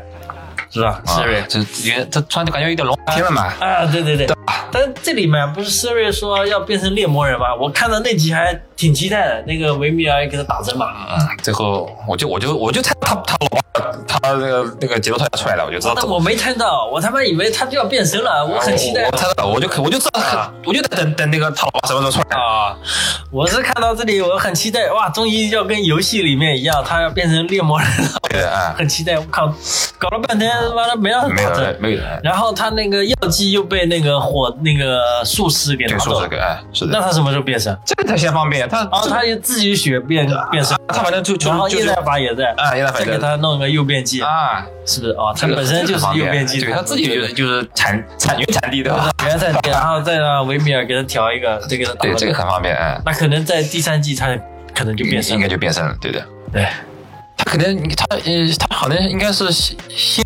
Speaker 2: 是吧
Speaker 3: 啊
Speaker 2: ？Siri，
Speaker 3: 这有这突然就感觉有点龙天了嘛，
Speaker 2: 啊，对对对，但这里面不是 Siri 说要变成猎魔人吗？我看到那集还挺期待的，那个维米尔也给他打针嘛。
Speaker 3: 嗯，最后我就我就我就猜他他老爸他那个那个节奏团要出来了，我就知道
Speaker 2: 但我没看到，我他妈以为他就要变身了，我很期待
Speaker 3: 我我猜到了，我就可我就知道他
Speaker 2: 啊，
Speaker 3: 我就等等那个他老爸什么时候出来。
Speaker 2: 啊！我是看到这里，我很期待哇，终于要跟游戏里面一样，他要变成猎魔人了，
Speaker 3: 对的啊，
Speaker 2: 很期待。我靠，搞了半天，妈的没让
Speaker 3: 没
Speaker 2: 他打
Speaker 3: 有
Speaker 2: 针，
Speaker 3: 没有人，
Speaker 2: 然后他那个药剂又被那个火那个术师给拿
Speaker 3: 对，
Speaker 2: 走
Speaker 3: 说
Speaker 2: 了
Speaker 3: 这，个，哎，是
Speaker 2: 那
Speaker 3: 的，
Speaker 2: 他什么时候变身？
Speaker 3: 这个才先方便。他
Speaker 2: 然后他就自己血变变身，
Speaker 3: 他反正就
Speaker 2: 然后
Speaker 3: 就就
Speaker 2: 叶
Speaker 3: 是
Speaker 2: 奈法也在，
Speaker 3: 啊，叶大
Speaker 2: 再
Speaker 3: 反
Speaker 2: 给
Speaker 3: 正
Speaker 2: 他弄个诱变剂，
Speaker 3: 啊，
Speaker 2: 是不是？哦，他
Speaker 3: 这个
Speaker 2: 本身就是
Speaker 3: 这个方
Speaker 2: 诱
Speaker 3: 便啊
Speaker 2: 变剂，
Speaker 3: 对他自己就是就是产产原产地的，
Speaker 2: 原来在这，然后再让维米尔给他调一个，再给他打
Speaker 3: 对，
Speaker 2: 个
Speaker 3: 这个很方便，哎，
Speaker 2: 那可能在第三季他可能就变身
Speaker 3: 应
Speaker 2: 了
Speaker 3: 该，就变身了，对的。
Speaker 2: 对，
Speaker 3: 他可能他呃，他好像应该是先先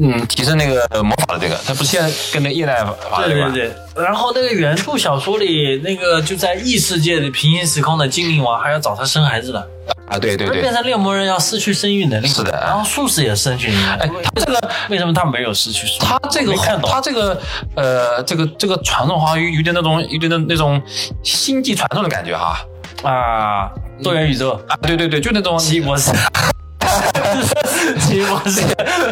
Speaker 3: 嗯提升那个魔法的这个，他不是先跟那个叶奈法的
Speaker 2: 对
Speaker 3: 这个
Speaker 2: 对
Speaker 3: 吗
Speaker 2: 对。然后那个原著小说里，那个就在异世界的平行时空的精灵王还要找他生孩子的，
Speaker 3: 啊，对对
Speaker 2: 不是变
Speaker 3: 对，
Speaker 2: 成猎魔人要失去生育能力，
Speaker 3: 是的
Speaker 2: 然后术士也失去能力，
Speaker 3: 哎，他这个
Speaker 2: 为什么他没有失去？
Speaker 3: 他这个
Speaker 2: 没看懂
Speaker 3: 他这个呃，这个这个传送好像有有点那种有点那那种星际传送的感觉哈。
Speaker 2: 啊，多元宇宙，
Speaker 3: 啊，对对对，就那种
Speaker 2: 奇异博士，奇异博士。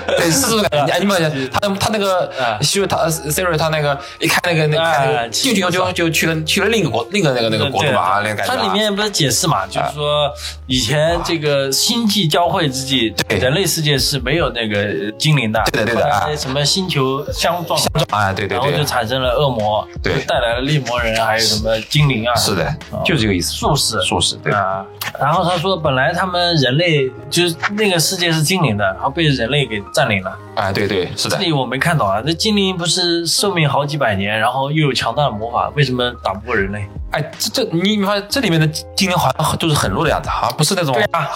Speaker 3: 对是这种感觉。哎，你们他他那个
Speaker 2: 啊
Speaker 3: 希瑞他 Siri 他那个一看那个那
Speaker 2: 啊
Speaker 3: 看那个进去以后就就去了去了另一个国另一个那个那个国度吧，啊那个感觉啊。
Speaker 2: 它里面不是解释嘛，就是说以前这个星际交汇之际，
Speaker 3: 对
Speaker 2: 人类世界是没有那个精灵的，
Speaker 3: 对的对啊的
Speaker 2: 后来什么星球相撞，
Speaker 3: 啊，对对
Speaker 2: 然后就
Speaker 3: 对，
Speaker 2: 产生了恶魔，
Speaker 3: 对
Speaker 2: 就带来了猎魔人，还有什么精灵啊，
Speaker 3: 是的，就是这个意思。
Speaker 2: 术士。
Speaker 3: 术士对
Speaker 2: 啊，然后他说，本来他们人类就是那个世界是精灵的，然后被人类给占领了。
Speaker 3: 啊，对对是
Speaker 2: 这
Speaker 3: 的。
Speaker 2: 里我没看懂啊，那精灵不是寿命好几百年，然后又有强大的魔法，为什么打不过人类？
Speaker 3: 哎，这这你你发现这里面的精灵好像就是很弱的样子，好像不是那种
Speaker 2: 对啊，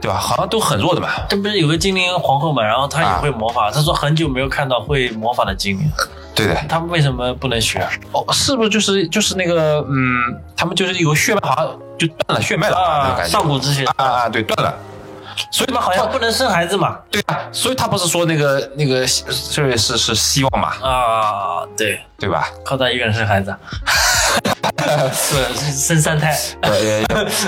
Speaker 3: 对吧？好像都很弱的嘛。
Speaker 2: 这不是有个精灵皇后嘛，然后她也
Speaker 3: 啊
Speaker 2: 会魔法，她说很久没有看到会魔法的精灵，
Speaker 3: 对的，
Speaker 2: 她为什么不能学啊？
Speaker 3: 哦，是不是就是就是那个嗯，他们就是有血脉，好像就断了血脉了那种感觉
Speaker 2: 啊上古之学，
Speaker 3: 啊啊，对，断了。所以
Speaker 2: 他们好像不能生孩子嘛？
Speaker 3: 对啊，所以他不是说那个那个这是是希望嘛，
Speaker 2: 啊，对，
Speaker 3: 对吧？
Speaker 2: 靠她一个人生孩 子，是是生三胎，
Speaker 3: 呃，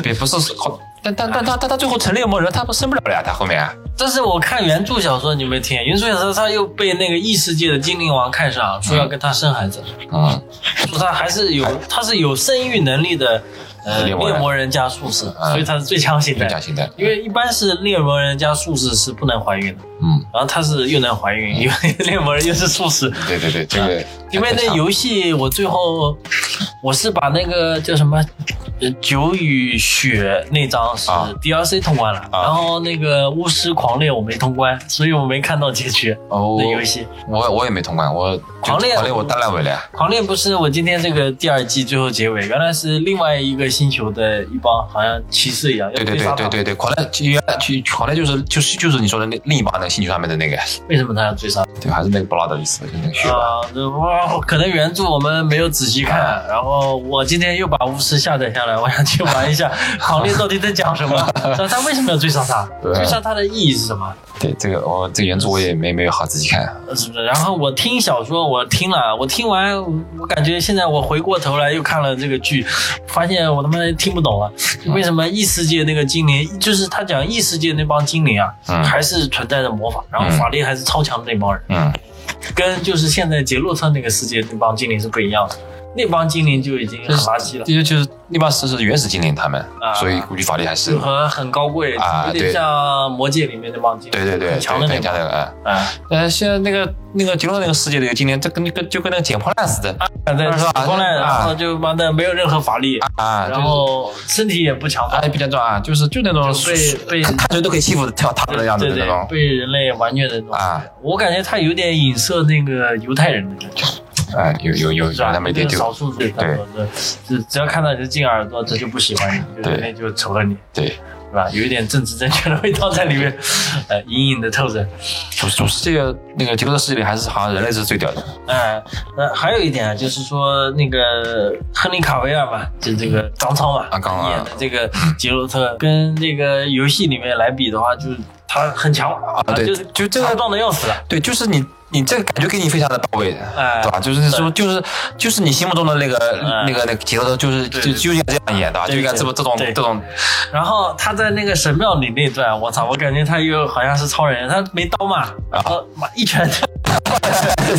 Speaker 3: 也不是好，但但但他但他最后成猎魔人，他不生不了了呀，他后面啊
Speaker 2: 但是我看原著小说，你没听，原著小说他又被那个异世界的精灵王看上，说要跟他生孩子，
Speaker 3: 嗯
Speaker 2: 说他还是有他是有生育能力的，呃，猎
Speaker 3: 猎魔人
Speaker 2: 魔人加术士，
Speaker 3: 嗯
Speaker 2: 所以他是最强型
Speaker 3: 就讲
Speaker 2: 的，
Speaker 3: 现在，
Speaker 2: 因为一般是猎魔人加术士是不能怀孕的。
Speaker 3: 嗯，
Speaker 2: 然后她是又能怀孕，因为 猎魔人又是术士。
Speaker 3: 对对对，这个
Speaker 2: 因为那游戏我最后我是把那个叫什么呃九与雪那张是
Speaker 3: 啊
Speaker 2: DLC 通关了，然后那个巫师狂猎我没通关，所以我没看到结局。
Speaker 3: 哦
Speaker 2: 那游戏
Speaker 3: 我我也没通关，我
Speaker 2: 狂啊猎
Speaker 3: 狂猎我大烂尾了呀，
Speaker 2: 狂猎不是我今天这个第二季最后结尾，原来是另外一个星球的一帮好像骑士一样，要
Speaker 3: 对对
Speaker 2: 杀
Speaker 3: 对
Speaker 2: 他
Speaker 3: 对对对，狂猎原来去狂猎就是就是就是你说的那另一帮那个星球上面的那个，
Speaker 2: 为什么他要追杀？
Speaker 3: 对，还是那个布拉德意思，就是那个血吧。
Speaker 2: 啊
Speaker 3: 啊
Speaker 2: 啊，对哇，可能原著我们没有仔细看，然后我今天又把巫师下载下下来，我想去玩 一下行列到底在讲什么，那他为什么要追杀他？
Speaker 3: 对啊
Speaker 2: 追杀他的意义是什么？
Speaker 3: 对这个我这个原著我也没没有好仔细看，
Speaker 2: 呃是不是？然后我听小说，我听了，我听完，我感觉现在我回过头来又看了这个剧，发现我他妈听不懂了。
Speaker 3: 嗯
Speaker 2: 为什么异世界那个精灵，就是他讲异世界那帮精灵啊，
Speaker 3: 嗯
Speaker 2: 还是存在着魔法，然后法力还是超强的那帮人，
Speaker 3: 嗯
Speaker 2: 跟就是现在杰洛特那个世界那帮精灵是不一样的。那帮精灵就已经很垃圾了，
Speaker 3: 这就是那帮是是原始精灵他们
Speaker 2: 啊，嗯
Speaker 3: 所以估计法力还是
Speaker 2: 就很很高贵，
Speaker 3: 啊
Speaker 2: 有点
Speaker 3: 对
Speaker 2: 像魔界里面那帮精灵，
Speaker 3: 对对对，
Speaker 2: 很
Speaker 3: 对
Speaker 2: 强的那
Speaker 3: 很强
Speaker 2: 帮。
Speaker 3: 的嗯。
Speaker 2: 啊，
Speaker 3: 呃，现在那个那个杰洛那个世界的一个精灵，这跟跟就跟那个捡破烂似的
Speaker 2: 反正
Speaker 3: 是吧
Speaker 2: 后来然
Speaker 3: 啊
Speaker 2: 后就妈的没有任何法力，
Speaker 3: 啊，
Speaker 2: 然后身体也不强
Speaker 3: 啊
Speaker 2: 大，
Speaker 3: 比较壮啊，就是就那种
Speaker 2: 就被
Speaker 3: 是
Speaker 2: 被
Speaker 3: 看看谁都可以欺负跳踏的样子
Speaker 2: 对
Speaker 3: 的那
Speaker 2: 对
Speaker 3: 种，
Speaker 2: 被人类完虐的那种。
Speaker 3: 啊，
Speaker 2: 我感觉他有点影射那个犹太人的感觉，
Speaker 3: 哎，有有有有
Speaker 2: 是吧？啊
Speaker 3: 那么一点
Speaker 2: 就是
Speaker 3: 就
Speaker 2: 少数族裔，啊只只要看到你就敬耳朵，这就不喜欢你，就
Speaker 3: 对
Speaker 2: 人类就仇恨你，
Speaker 3: 对，
Speaker 2: 是吧？有一点政治正确的味道在里面， 呃，隐隐的透着。
Speaker 3: 主主世界那个杰洛的世界里还是好像人类是最屌的，
Speaker 2: 哎，那还有一点啊，就是说那个亨利卡维尔嘛，就这个嗯张超嘛，
Speaker 3: 啊刚啊
Speaker 2: 演的这个杰洛特，跟这个游戏里面来比的话，就是他很强啊
Speaker 3: 对
Speaker 2: 就是
Speaker 3: 就这个
Speaker 2: 他撞的要死了，
Speaker 3: 对，就是你你这个感觉给你非常的到位，
Speaker 2: 哎
Speaker 3: 对吧？就是说就是就是你心目中的那个
Speaker 2: 哎
Speaker 3: 那个那个杰洛就是
Speaker 2: 对
Speaker 3: 就
Speaker 2: 对
Speaker 3: 就应该这样演的，啊
Speaker 2: 对
Speaker 3: 就应该
Speaker 2: 对
Speaker 3: 这么这种
Speaker 2: 对
Speaker 3: 这种
Speaker 2: 然后他在那个神庙里那段，我操，我感觉他又好像是超人，他没刀嘛，然后妈一拳，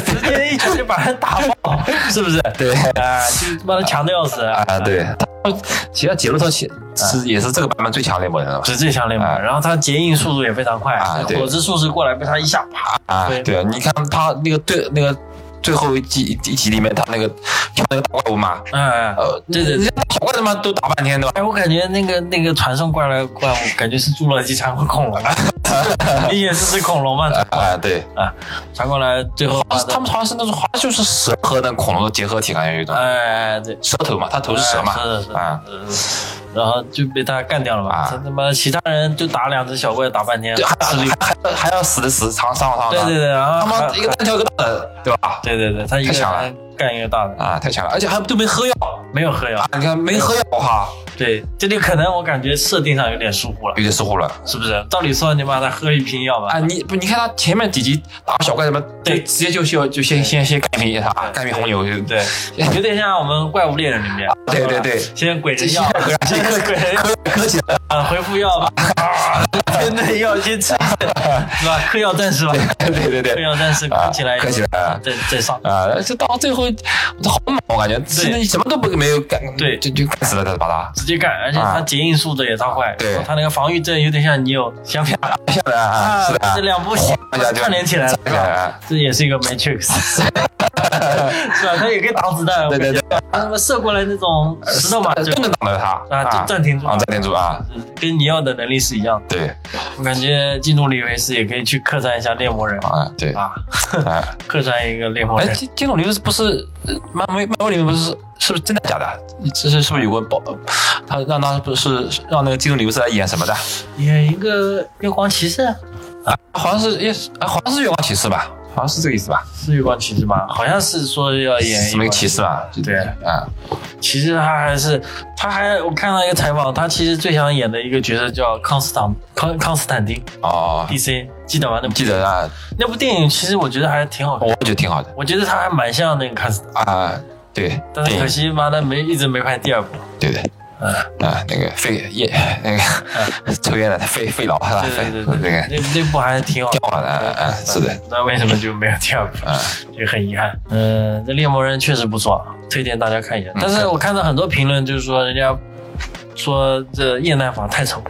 Speaker 2: 直接一拳就把人打爆，是不是？
Speaker 3: 对
Speaker 2: 啊，就他妈的强的要死
Speaker 3: 啊，对，他其实杰洛特其
Speaker 2: 哎
Speaker 3: 是也是这个版本最强的一波人了吧
Speaker 2: 是最强联
Speaker 3: 啊
Speaker 2: 盟，然后他结印速度也非常快，
Speaker 3: 啊对
Speaker 2: 火之术士过来被他一下啪
Speaker 3: 啊
Speaker 2: 对，
Speaker 3: 对啊，你看他那个对那个最后一集一集里面他那个跳那个大怪物嘛，
Speaker 2: 嗯，
Speaker 3: 呃，
Speaker 2: 对对对
Speaker 3: 人家小怪他妈都打半天对吧？
Speaker 2: 哎，我感觉那个那个传送过来的怪物，感觉是侏罗纪传过恐 龙，啊你也是只恐龙嘛？
Speaker 3: 啊，对，
Speaker 2: 传过来最后，
Speaker 3: 他们好啊像是那种，好像就是蛇和那恐龙的结合体，好像有一种
Speaker 2: 哎，对，
Speaker 3: 蛇头嘛，它头是蛇嘛
Speaker 2: 哎，是是是
Speaker 3: 啊，
Speaker 2: 嗯然后就被他干掉了嘛。
Speaker 3: 啊
Speaker 2: 他他妈其他人就打两只小怪打半天，
Speaker 3: 对，还
Speaker 2: 吃力。
Speaker 3: 还还还要死的死，长伤伤
Speaker 2: 对对
Speaker 3: 伤，
Speaker 2: 对，然后
Speaker 3: 他妈
Speaker 2: 还
Speaker 3: 一个单挑一个大的，对吧？
Speaker 2: 对对对，他一个
Speaker 3: 太强了
Speaker 2: 人干一个大的，
Speaker 3: 啊，太强了，而且还都没喝药
Speaker 2: 没有喝药
Speaker 3: 啊。！你看没喝药哈，
Speaker 2: 对，这里可能我感觉设定上有点疏忽了
Speaker 3: 有。点疏忽了
Speaker 2: 是不是？照理说你妈的喝一瓶药吧，
Speaker 3: 啊！你不，你看他前面几集打小怪什么，
Speaker 2: 对
Speaker 3: 直接就就就先先先干一瓶啥，干一瓶红牛，就
Speaker 2: 对，有点像我们怪物猎人里面，
Speaker 3: 对对对
Speaker 2: 先鬼人药，
Speaker 3: 先
Speaker 2: 先鬼人
Speaker 3: 喝喝起来，
Speaker 2: 啊，回复 药吧，真的药先吃，是吧？嗑药战士吧，
Speaker 3: 对对
Speaker 2: 嗑
Speaker 3: 对，
Speaker 2: 药战士
Speaker 3: 啊
Speaker 2: 嗑起来，，
Speaker 3: 喝起来。啊
Speaker 2: 再再上。
Speaker 3: 啊，这到最后，这好猛，我感觉，真的什么都不没有干，
Speaker 2: 对
Speaker 3: 就就干死了，他把他
Speaker 2: 直接干，而且他结印速度也超快，
Speaker 3: 啊对
Speaker 2: 然后他那个防御阵有点像你有想法
Speaker 3: 下来啊，
Speaker 2: 啊
Speaker 3: 是的啊，
Speaker 2: 这两部戏
Speaker 3: 一下就
Speaker 2: 串联起来了，是
Speaker 3: 对
Speaker 2: 吧？
Speaker 3: 啊
Speaker 2: 这也是一个 Matrix，是吧？他也可以挡子弹，
Speaker 3: 对对对，呃
Speaker 2: 他他妈射过来那种石头嘛，就
Speaker 3: 都能挡到他
Speaker 2: 啊就暂停住
Speaker 3: 啊，暂停住啊，
Speaker 2: 跟你要的能力是一样的。
Speaker 3: 对
Speaker 2: 我感觉进入李维斯也可以去客串一下猎魔人
Speaker 3: 啊对啊，
Speaker 2: 啊，客串一个猎魔
Speaker 3: 哎，
Speaker 2: 人。
Speaker 3: 金金种流是不是呃漫威漫威里面不是是不是真的假的？这是是不是有个报？他让他不是让那个金种流是来演什么的？
Speaker 2: 演一个月光骑士，啊
Speaker 3: 好像是也是啊，好像是月光骑士吧？好像是这个意思吧？
Speaker 2: 是月光骑士吗？好像是说要演
Speaker 3: 什么一个骑士吧？
Speaker 2: 对
Speaker 3: 啊，
Speaker 2: 其实他还是，他还我看到一个采访，他其实最想演的一个角色叫康斯坦康康斯坦丁
Speaker 3: 哦，
Speaker 2: DC，记啊得吗？那部
Speaker 3: 记得啊，
Speaker 2: 那部电影其实我觉得还挺好看
Speaker 3: 我，觉得挺好的。
Speaker 2: 我觉得他还蛮像那个康斯坦，
Speaker 3: 啊，对，
Speaker 2: 但是
Speaker 3: 对
Speaker 2: 可惜妈的没一直没拍第二部。
Speaker 3: 对对，
Speaker 2: 嗯
Speaker 3: 啊，那个肺叶那个 抽烟的肺肺痨是吧？
Speaker 2: 对
Speaker 3: 肺
Speaker 2: 啊对对
Speaker 3: 那
Speaker 2: 对，
Speaker 3: 个
Speaker 2: 那那部还挺好看的。
Speaker 3: 掉了，啊啊，是的，
Speaker 2: 不知道为什么就没有第二部，
Speaker 3: 啊
Speaker 2: 就很遗憾。嗯、这猎魔人确实不错，啊推荐大家看一
Speaker 3: 嗯
Speaker 2: 眼。但是我看到很多评论就是说，人家说这叶奈法太丑，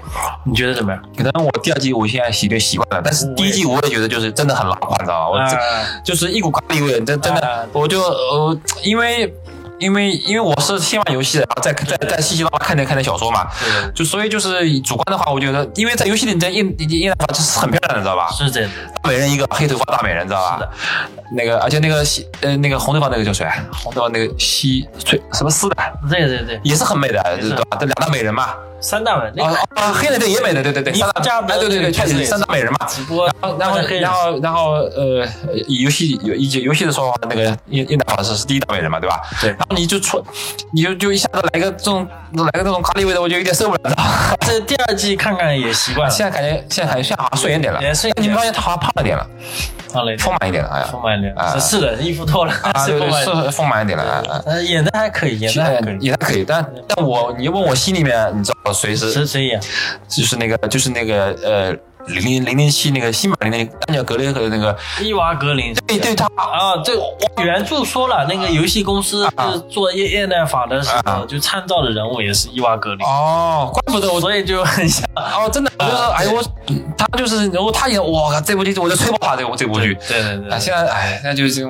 Speaker 2: 你觉得怎么样？
Speaker 3: 可能我第二季我现在习就习惯了，但是第一季我也觉得就是真的很拉胯，你知道吗？我这
Speaker 2: 啊
Speaker 3: 就是一股咖喱味，真真
Speaker 2: 啊
Speaker 3: 的，我就呃，因为因为因为我是先玩游戏的，然后再再再细细的看点看点小说嘛。
Speaker 2: 对对对
Speaker 3: 就所以就是主观的话，我觉得，因为在游戏里，你这燕燕大法就是很漂亮的，你知道吧？
Speaker 2: 是这样的，
Speaker 3: 大美人一个，黑头发大美人，你知道吧？那个，而且那个西呃那个红头发那个叫谁？红头发那个西翠什么丝的，
Speaker 2: 对对对，
Speaker 3: 也是很美的，
Speaker 2: 也
Speaker 3: 对
Speaker 2: 是
Speaker 3: 吧？这两大美人嘛，
Speaker 2: 三大门那
Speaker 3: 啊
Speaker 2: 个
Speaker 3: 啊，黑的对也美的，对对对，
Speaker 2: 尼
Speaker 3: 三大
Speaker 2: 加
Speaker 3: 哎对对对，确实是三大美人嘛。
Speaker 2: 直播，
Speaker 3: 然后
Speaker 2: 那个
Speaker 3: 然后啊然后呃，以游戏游以游戏的说法，那个叶叶大法是是第一大美人嘛，对吧？
Speaker 2: 对
Speaker 3: 然后你就出，你就就一下子来个这种来个这种咖喱味的，我就有点受不了了。
Speaker 2: 这第二季看看也习惯了，
Speaker 3: 现在感觉现在感觉现在好像顺眼点了，
Speaker 2: 也顺眼
Speaker 3: 你发现他好像胖了点了，
Speaker 2: 放了一点，
Speaker 3: 丰满一点了，哎呀，
Speaker 2: 丰满一点，
Speaker 3: 啊
Speaker 2: 是是的，衣服脱了
Speaker 3: 啊，
Speaker 2: 是丰
Speaker 3: 对
Speaker 2: 满一点，
Speaker 3: 对，是哎丰满一点了，哎哎。
Speaker 2: 呃演的还可以，演的还可以，
Speaker 3: 也还可以，但但我你问我心里面，你知道谁是
Speaker 2: 谁谁演？
Speaker 3: 就是那个就是那个呃零零零零七那个新版的那个丹尼尔格雷和那个，
Speaker 2: 伊娃格林
Speaker 3: 对对他
Speaker 2: 啊，这
Speaker 3: 哦
Speaker 2: 原著说了，那个游戏公司就是做液液氮法的时候，
Speaker 3: 啊
Speaker 2: 就参照的人物也是伊娃格林，
Speaker 3: 哦，怪不得我
Speaker 2: 所以就很像。
Speaker 3: 哦真的我就是
Speaker 2: 啊
Speaker 3: 哎我他就是然后他演我靠这部剧我就吹爆他这个这部剧。
Speaker 2: 对对对
Speaker 3: 啊，现在哎，那就是，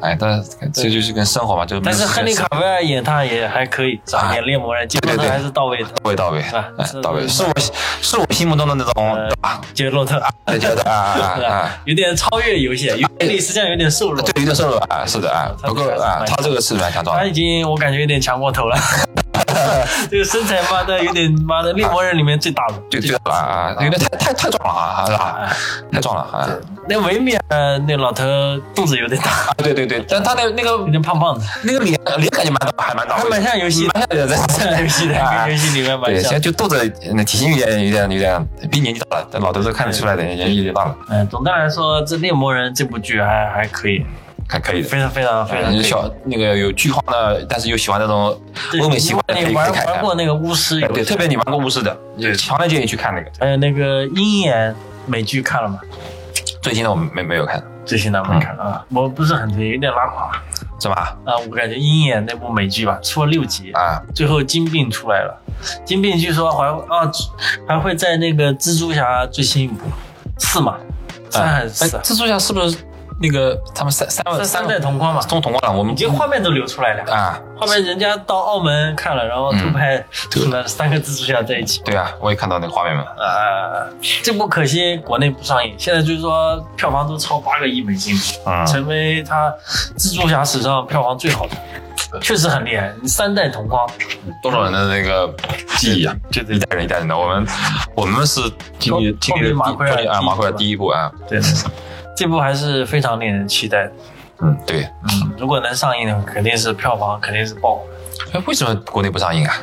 Speaker 3: 哎，但这就是跟生活嘛，就是没
Speaker 2: 但
Speaker 3: 有
Speaker 2: 是
Speaker 3: 时
Speaker 2: 亨
Speaker 3: 间
Speaker 2: 利卡维尔演他也还可以，是吧？
Speaker 3: 啊
Speaker 2: 演猎魔人基本上
Speaker 3: 对对对
Speaker 2: 还是到位的，
Speaker 3: 到位到位，
Speaker 2: 啊
Speaker 3: 哎
Speaker 2: 是
Speaker 3: 到位，是我是我心目中的那种啊，
Speaker 2: 杰洛特，
Speaker 3: 对对对 啊啊
Speaker 2: 对
Speaker 3: 啊啊
Speaker 2: 吧？有点超越游戏，游戏里实际上有点瘦弱，
Speaker 3: 对，有点瘦了啊，是的啊，
Speaker 2: 他
Speaker 3: 不
Speaker 2: 这
Speaker 3: 过
Speaker 2: 个还是
Speaker 3: 啊，
Speaker 2: 蛮
Speaker 3: 他这个是蛮强壮
Speaker 2: 他
Speaker 3: 的
Speaker 2: 已经我感觉有点强过头 了，这个身材妈的有点妈的猎魔人里面最大的，
Speaker 3: 对对了啊，啊有点太太太壮了啊，是
Speaker 2: 哎
Speaker 3: 吧？太壮了啊！
Speaker 2: 那维米尔呃那老头肚子有点大，
Speaker 3: 啊对对对，但他那那
Speaker 2: 有
Speaker 3: 个
Speaker 2: 点胖胖的，
Speaker 3: 那个脸脸感觉蛮还蛮大
Speaker 2: 还
Speaker 3: 的，
Speaker 2: 蛮像游戏的，
Speaker 3: 蛮像的，
Speaker 2: 蛮像游戏的，
Speaker 3: 啊
Speaker 2: 跟游戏里面蛮
Speaker 3: 对，现在
Speaker 2: 像。
Speaker 3: 就肚子那体型有点有点有点比年纪大了，但老头子看得出来的年纪有点大了，
Speaker 2: 嗯，总的来说，这猎魔人这部剧还还可以，
Speaker 3: 还可以的。
Speaker 2: 非常非常非常可
Speaker 3: 嗯，
Speaker 2: 以。
Speaker 3: 小那个有剧荒的，但是又喜欢那种
Speaker 2: 对
Speaker 3: 欧美习惯的，可以可
Speaker 2: 你
Speaker 3: 以
Speaker 2: 玩
Speaker 3: 看
Speaker 2: 玩
Speaker 3: 看。
Speaker 2: 过那个巫师游戏
Speaker 3: 对，特别你玩过巫师的，也强烈建议去看那个。
Speaker 2: 还有那个鹰眼美剧看了吗？
Speaker 3: 最新的我们没没有看，
Speaker 2: 最新的
Speaker 3: 嗯
Speaker 2: 没看啊，我不是很推，有点拉垮
Speaker 3: 是吧？
Speaker 2: 啊。我感觉鹰眼那部美剧吧，出了六集，
Speaker 3: 啊，
Speaker 2: 最后金并出来了。金并据说还啊还会在那个蜘蛛侠最新一部四嘛，三还是
Speaker 3: 哎
Speaker 2: 四啊？
Speaker 3: 蜘蛛侠是不是那个他们三三
Speaker 2: 三三代同框嘛，
Speaker 3: 哎同同框了？我们
Speaker 2: 已经画面都流出来了。
Speaker 3: 啊，
Speaker 2: 画面人家到澳门看了，然后偷拍出来三个蜘蛛侠在一起。
Speaker 3: 嗯对啊，我也看到那个画面了。
Speaker 2: 呃，这部可惜国内不上映，现在就是说票房都超八个亿美金，
Speaker 3: 嗯，
Speaker 2: 成为他蜘蛛侠史上票房最好的，确实很厉害，三代同框。
Speaker 3: 多少人的那个记忆啊，
Speaker 2: 对
Speaker 3: 一
Speaker 2: 对
Speaker 3: 代人一代人的。我
Speaker 2: 嗯
Speaker 3: 们我们是经历
Speaker 2: 脱
Speaker 3: 经
Speaker 2: 脱
Speaker 3: 历了
Speaker 2: 离
Speaker 3: 第
Speaker 2: 马奎尔
Speaker 3: 脱离啊
Speaker 2: 第一
Speaker 3: 马奎尔
Speaker 2: 步吧
Speaker 3: 第一部啊，
Speaker 2: 对，这部还是非常令人期待的。
Speaker 3: 嗯，对。
Speaker 2: 嗯，如果能上映的话，肯定是票房肯定是爆款。
Speaker 3: 哎，为什么国内不上映啊？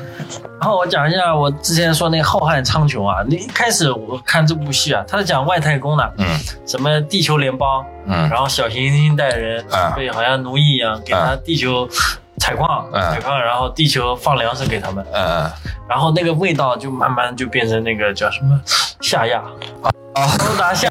Speaker 2: 然后我讲一下我之前说那个《浩瀚苍穹》啊，那一开始我看这部戏啊，它是讲外太空的，
Speaker 3: 嗯
Speaker 2: 什么地球联邦，
Speaker 3: 嗯
Speaker 2: 然后小行星带人
Speaker 3: 啊
Speaker 2: 被好像奴役一样，给他地球采矿，
Speaker 3: 啊
Speaker 2: 采矿，然后地球放粮食给他们，
Speaker 3: 嗯
Speaker 2: 然后那个味道就慢慢就变成那个叫什么夏亚
Speaker 3: 啊
Speaker 2: 欧达夏，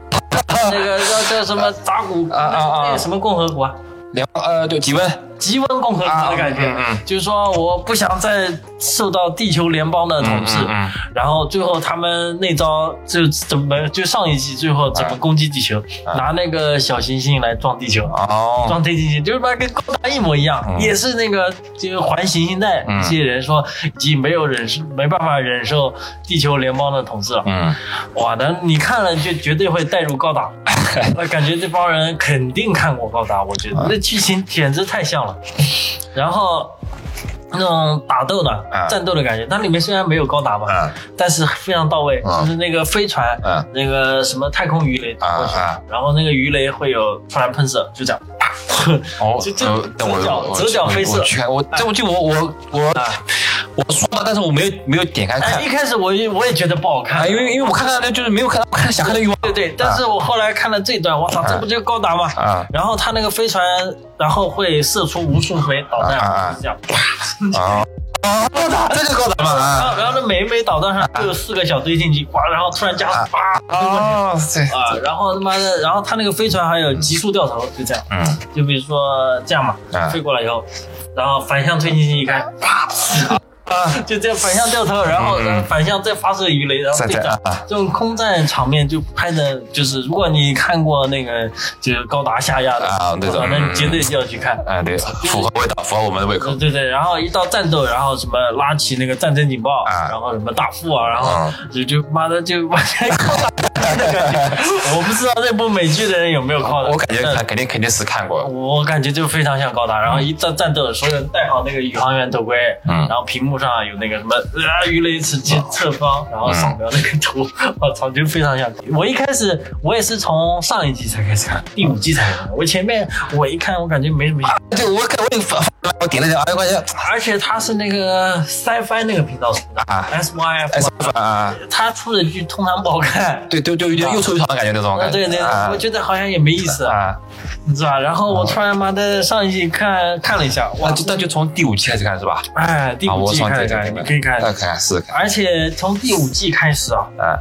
Speaker 2: 那个叫叫什么扎古
Speaker 3: 啊啊啊
Speaker 2: 那个什么共和国啊，
Speaker 3: 两呃对几分
Speaker 2: 吉温共和国的感觉，
Speaker 3: 啊嗯嗯嗯
Speaker 2: 就是说我不想再受到地球联邦的统治。
Speaker 3: 嗯
Speaker 2: 然后最后他们那招就怎么就上一集最后怎么攻击地球，
Speaker 3: 啊
Speaker 2: 拿那个小行星来撞地球，
Speaker 3: 哦，
Speaker 2: 装推进去，就是妈跟高达一模一样，
Speaker 3: 嗯
Speaker 2: 也是那个就是环行星带
Speaker 3: 嗯
Speaker 2: 这些人说已经没有忍受，没办法忍受地球联邦的统治了。
Speaker 3: 嗯
Speaker 2: 哇，那你看了就绝对会带入 高达，那感觉这帮人肯定看过高达，我觉
Speaker 3: 嗯
Speaker 2: 得那剧情简直太像了。然后。那种打斗的、
Speaker 3: 啊
Speaker 2: 战斗的感觉，它里面虽然没有高达嘛，
Speaker 3: 嗯
Speaker 2: 但是非常到位，
Speaker 3: 啊
Speaker 2: 就是那个飞船，
Speaker 3: 嗯
Speaker 2: 那个什么太空鱼雷打过去，
Speaker 3: 啊啊
Speaker 2: 然后那个鱼雷会有突然喷射，就这样，
Speaker 3: 哦
Speaker 2: 就就
Speaker 3: 呃等我
Speaker 2: 折角
Speaker 3: 我我
Speaker 2: 折角哎
Speaker 3: 我
Speaker 2: 飞射
Speaker 3: 我去看我这部剧我我我
Speaker 2: 啊
Speaker 3: 我刷了，但是我没有没有点开看
Speaker 2: 哎，一开始我也我也觉得不好看，
Speaker 3: 啊，因为因为我看到那就是没有看到我看想看的欲望
Speaker 2: 对对，但是我后来看了这段，我操，这不就是高达吗？
Speaker 3: 啊
Speaker 2: 然后他那个飞船，然后会射出无数枚导弹，
Speaker 3: 啊啊啊
Speaker 2: 就是这样。
Speaker 3: 啊啊！这就高达嘛
Speaker 2: 然
Speaker 3: 啊
Speaker 2: 后，然后那每一枚导弹上都有四个小推进器，哇，然后突然加
Speaker 3: 啊
Speaker 2: 速，啪
Speaker 3: 哦，对，
Speaker 2: 啊，然后他妈的，然后他那个飞船还有急速掉头，就这样。
Speaker 3: 嗯
Speaker 2: 就比如说这样嘛，
Speaker 3: 啊
Speaker 2: 飞过来以后，然后反向推进器一开，啪，
Speaker 3: 啊，
Speaker 2: 就这样反向掉头，然后
Speaker 3: 嗯
Speaker 2: 然后反向再发射鱼雷，然后
Speaker 3: 再
Speaker 2: 再
Speaker 3: 再
Speaker 2: 炸。
Speaker 3: 啊，
Speaker 2: 这种空战场面就拍的，就是如果你看过那个就是高达下压的
Speaker 3: 啊对的
Speaker 2: 那
Speaker 3: 嗯
Speaker 2: 你绝对就要去看。
Speaker 3: 哎对，符合味道，符合我们的胃
Speaker 2: 对
Speaker 3: 口
Speaker 2: 对对，然后一到战斗，然后什么拉起那个战争警报，
Speaker 3: 啊
Speaker 2: 然后什么大副啊，然后
Speaker 3: 啊
Speaker 2: 就就妈的就完全高达我不知道这部美剧的人有没有看，
Speaker 3: 我感觉
Speaker 2: 但
Speaker 3: 看肯定肯定是看过，
Speaker 2: 我感觉就非常像高达，然后一战战斗的所有人戴好那个宇航员头盔，
Speaker 3: 嗯
Speaker 2: 然后屏幕上有那个什么啊鱼雷刺击侧方，然后扫描那个图， 我操，就非常像。我一开始我也是从上一季才开始看，第五季才开始看，我前面我一看我感觉没什么意思，
Speaker 3: 对，我看我也发我点了点，哎，我感觉
Speaker 2: 而且它是那个 sci-fi 那个频道出的
Speaker 3: 啊
Speaker 2: ，S Y
Speaker 3: 哎
Speaker 2: F，，
Speaker 3: 啊，
Speaker 2: 它出的剧通常不好 看。
Speaker 3: 对对对，有点又臭又长的感觉那种
Speaker 2: 啊，
Speaker 3: 感觉，
Speaker 2: 对对，
Speaker 3: 啊
Speaker 2: 我觉得好像也没意思，
Speaker 3: 啊，
Speaker 2: 你知吧？然后我突然妈的上一季看看了一下，哇
Speaker 3: 那，就那就从第五期开始看是吧？
Speaker 2: 哎，第
Speaker 3: 啊，
Speaker 2: 五
Speaker 3: 我
Speaker 2: 季
Speaker 3: 从
Speaker 2: 看
Speaker 3: 第
Speaker 2: 一看，
Speaker 3: 看，
Speaker 2: 你可以看
Speaker 3: 大。家看看试试看，
Speaker 2: 而且从第五季开始啊，
Speaker 3: 啊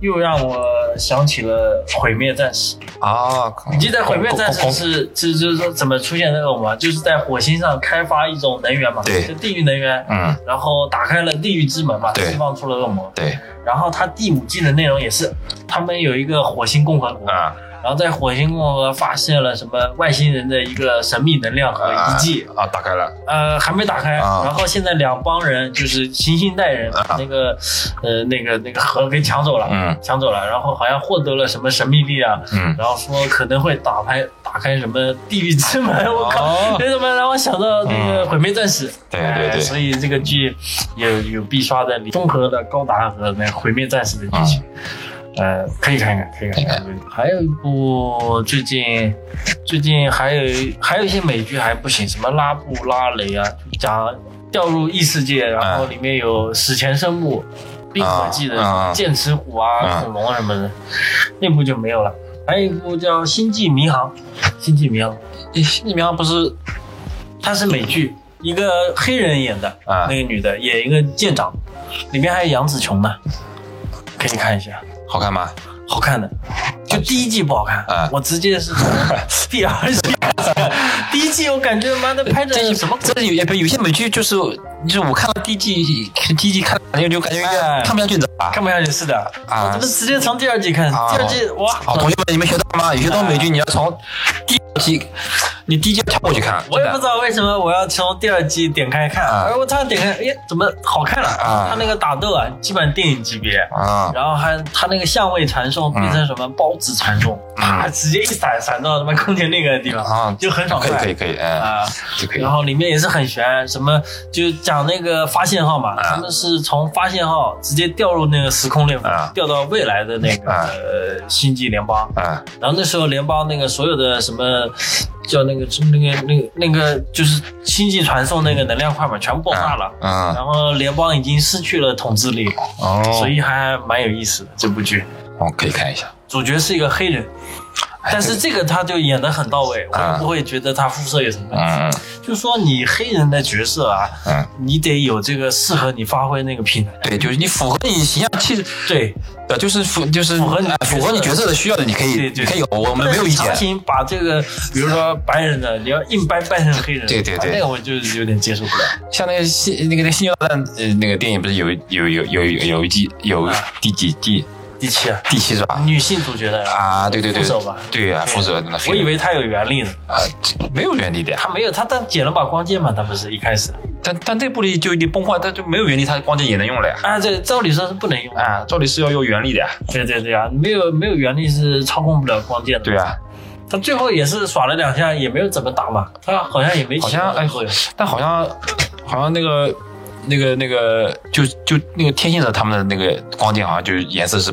Speaker 2: 又让我想起了《毁灭战士》。
Speaker 3: 啊，
Speaker 2: 你记得《毁灭战士
Speaker 3: 恐》恐
Speaker 2: 是是就是说怎么出现那种吗？就是在火星上开发一种能源嘛，
Speaker 3: 对
Speaker 2: 就地狱能源，
Speaker 3: 嗯，
Speaker 2: 然后打开了地狱之门嘛，
Speaker 3: 对
Speaker 2: 释放出了恶魔。
Speaker 3: 对，
Speaker 2: 然后它第五季的内容也是，他们有一个火星共和国，
Speaker 3: 啊
Speaker 2: 然后在火星共和国发现了什么外星人的一个神秘能量和呃遗迹，
Speaker 3: 啊，打开了，
Speaker 2: 呃，还没打开。
Speaker 3: 啊
Speaker 2: 然后现在两帮人就是新兴代人把那个、呃那个那个核给抢走了，
Speaker 3: 嗯
Speaker 2: 抢走了。然后好像获得了什么神秘力量，
Speaker 3: 嗯，
Speaker 2: 然后说可能会打开打开什么地狱之门。我靠！
Speaker 3: 哦
Speaker 2: 这怎么让我想到那个
Speaker 3: 嗯
Speaker 2: 毁灭战士？
Speaker 3: 对
Speaker 2: 哎
Speaker 3: 对对
Speaker 2: 所以这个剧有有必刷的，综合了高达和那个毁灭战士的
Speaker 3: 嗯
Speaker 2: 剧情。呃，可以看一看，可以看一看。还有一部最近，最近还有还有一些美剧还不行，什么拉布拉雷啊，就讲掉入异世界，然后里面有史前生物、冰河纪
Speaker 3: 啊
Speaker 2: 的
Speaker 3: 啊
Speaker 2: 剑齿虎啊、
Speaker 3: 啊
Speaker 2: 恐龙啊什么的，那部就没有了。还有一部叫《星际迷航》，《星际迷航》
Speaker 3: 你们不是
Speaker 2: 它是美剧，一个黑人演的，
Speaker 3: 啊
Speaker 2: 那个女的演一个舰长，里面还有杨紫琼呢，可以看一下，
Speaker 3: 好看吗？
Speaker 2: 好看的。就第一季不好看，
Speaker 3: 啊
Speaker 2: 我直接 是从第二季开始看。第一季我感觉妈的拍的
Speaker 3: 这
Speaker 2: 什么鬼？
Speaker 3: 这有有有些美剧就是就是我看到第一季第一季看就就感觉有点
Speaker 2: 哎
Speaker 3: 看不下去，你知道吧？
Speaker 2: 看不下去是的，
Speaker 3: 啊
Speaker 2: 我怎么直接从第二季看？
Speaker 3: 啊
Speaker 2: 第二季哇，
Speaker 3: 好，同学
Speaker 2: 嗯
Speaker 3: 们，你们学到了吗？有些东西美剧你要从第一季，你第一季要跳过去看，
Speaker 2: 我也不知
Speaker 3: 道
Speaker 2: 道为什么我要从第二季点开看，
Speaker 3: 啊
Speaker 2: 而我突然点开，哎，怎么好看了？
Speaker 3: 啊
Speaker 2: 他那个打斗啊，基本电影级别，
Speaker 3: 啊，嗯
Speaker 2: 然后还他那个相位传送变成什么包子传送，啪、直接一闪闪到他妈空间那个地方，
Speaker 3: 啊
Speaker 2: 就很爽
Speaker 3: 可
Speaker 2: 快。
Speaker 3: 以可以可以，嗯，
Speaker 2: 啊，
Speaker 3: 就可以
Speaker 2: 然，后里面也是很悬，什么就讲那个发现号
Speaker 3: 啊
Speaker 2: 嘛，他们是从发现号直接掉入那个时空裂缝，
Speaker 3: 啊
Speaker 2: 掉到未来的那个、
Speaker 3: 啊
Speaker 2: 呃星际联邦，
Speaker 3: 啊
Speaker 2: 然后那时候联邦那个所有的什么叫那个那个那个那个就是星际传送那个能量块嘛，全部爆炸了，
Speaker 3: 嗯，
Speaker 2: 然后联邦已经失去了统治力，所
Speaker 3: 哦，
Speaker 2: 以还蛮有意思的这部剧。
Speaker 3: 哦，可以看一下，
Speaker 2: 主角是一个黑人，但是这个他就演得很到位，我
Speaker 3: 哎啊
Speaker 2: 也不会觉得他肤色有什么问题。
Speaker 3: 嗯
Speaker 2: 就说你黑人的角色啊，
Speaker 3: 嗯，
Speaker 2: 你得有这个适合你发挥那个平衡。
Speaker 3: 对，就是你符合你形象气质，
Speaker 2: 对，
Speaker 3: 呃，就是符就是
Speaker 2: 符合你
Speaker 3: 哎符合你角色的需要的，你可
Speaker 2: 对
Speaker 3: 以
Speaker 2: 对
Speaker 3: 你可以有，我们没有意见
Speaker 2: 强，行把这个，比如说白人的，你要硬掰掰成黑人，
Speaker 3: 对对对
Speaker 2: 那个我就有点接受不了。
Speaker 3: 像那个星那个那星球大战呃那个电影不是有有有有有有一季有
Speaker 2: 啊
Speaker 3: 第几季
Speaker 2: 第七啊，
Speaker 3: 第七是吧？
Speaker 2: 女性主角的，
Speaker 3: 啊，对对对
Speaker 2: 副手吧，
Speaker 3: 对啊，副手那
Speaker 2: 我以为他有原力呢，
Speaker 3: 啊这没有原力的呀，
Speaker 2: 他没有，他但捡了把光剑嘛，他不是一开始
Speaker 3: 但但这部里就你崩坏，但就没有原力，它光剑也能用了呀。
Speaker 2: 啊，对，照理说是不能用的，
Speaker 3: 啊，照理是要用原力的呀。
Speaker 2: 对对对啊，没有没有原力是操控不了光剑的，
Speaker 3: 对啊，
Speaker 2: 他最后也是耍了两下，也没有怎么打嘛，他好像也没
Speaker 3: 好
Speaker 2: 起到
Speaker 3: 像哎
Speaker 2: 作用。，
Speaker 3: 但好像好像那个那个那个就就那个天线者他们的那个光剑好像就是颜色是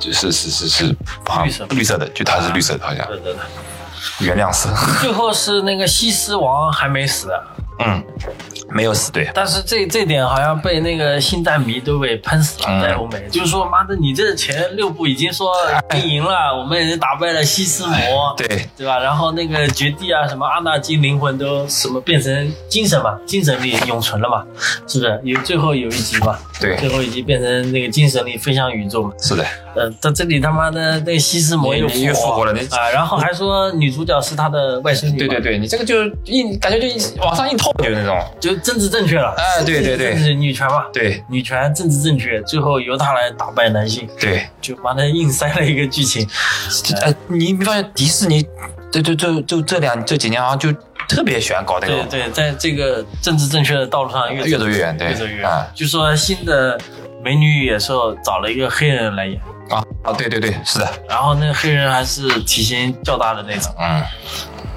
Speaker 3: 就是是是是好
Speaker 2: 绿色
Speaker 3: 像绿色的，就它是绿色的，好像
Speaker 2: 对对 对，
Speaker 3: 原谅色。
Speaker 2: 最后是那个西斯王还没死，啊
Speaker 3: 嗯，没有死对。
Speaker 2: 但是这这点好像被那个星战迷都给喷死了，
Speaker 3: 嗯
Speaker 2: 在欧美，就是说妈的，你这前六部已经说已经赢了，我们已经打败了西斯魔，
Speaker 3: 哎对
Speaker 2: 对吧？然后那个绝地啊，什么阿纳金灵魂都什么变成精神嘛，精神力永存了嘛，是不是？有最后有一集嘛，最
Speaker 3: 对，
Speaker 2: 后一集变成那个精神力飞向宇宙嘛。
Speaker 3: 是的，
Speaker 2: 呃，到这里他妈的那个西斯魔
Speaker 3: 你
Speaker 2: 又
Speaker 3: 又复活了你
Speaker 2: 啊，然后还说女主角是他的外甥女，
Speaker 3: 对对，对，你这个就是硬，感觉就硬往上硬套，就是那种。
Speaker 2: 就政治正确了，
Speaker 3: 哎对对对
Speaker 2: 政治女权嘛，
Speaker 3: 对
Speaker 2: 女权政治正确，最后由她来打败男性，
Speaker 3: 对，
Speaker 2: 就把她硬塞了一个剧情，
Speaker 3: 呃，你没发现迪士尼这这这就这两这几年好像就特别喜欢搞这
Speaker 2: 对
Speaker 3: 个
Speaker 2: 对，在这个政治正确的道路上越
Speaker 3: 越哎走越远，对
Speaker 2: 越走越，远
Speaker 3: 啊，，
Speaker 2: 据说新的美女与野兽找了一个黑人来演，
Speaker 3: 啊啊，对对对，是的，
Speaker 2: 然后那个黑人还是体型较大的那种，
Speaker 3: 嗯，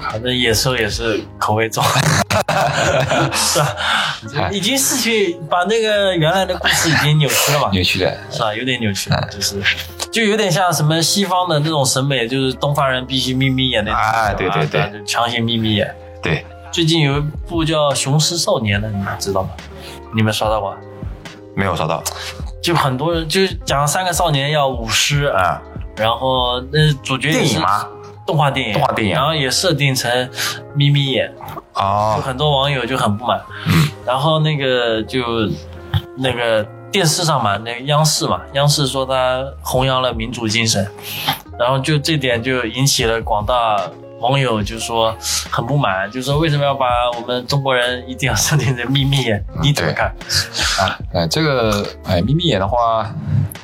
Speaker 2: 反正野兽也是口味 重，是吧？
Speaker 3: 哎
Speaker 2: 已经失去把那个原来的故事已经扭曲了嘛，
Speaker 3: 扭曲哎的，
Speaker 2: 是吧？有点扭曲了，就是就有点像什么西方的那种审美，就是东方人必须眯眯眼那种，
Speaker 3: 哎对对对
Speaker 2: 啊，就强行眯眯眼。
Speaker 3: 对，
Speaker 2: 最近有一部叫《雄狮少年》的，你们知道吗？你们刷到过？
Speaker 3: 没有找到
Speaker 2: 就很多人就是讲三个少年要舞狮啊，
Speaker 3: 啊，
Speaker 2: 然后那主角也是
Speaker 3: 电影吗？
Speaker 2: 动画电影，
Speaker 3: 动画电影
Speaker 2: 然后也设定成眯眯眼，就
Speaker 3: 哦，
Speaker 2: 很多网友就很不满。
Speaker 3: 嗯
Speaker 2: 然后那个就那个电视上嘛，那个央视嘛，央视说他弘扬了民主精神，然后就这点就引起了广大网友就说很不满，就说为什么要把我们中国人一定要设定成眯眯眼？
Speaker 3: 嗯
Speaker 2: 你怎么
Speaker 3: 对
Speaker 2: 看？
Speaker 3: 哎，这个哎，眯眯眼的话，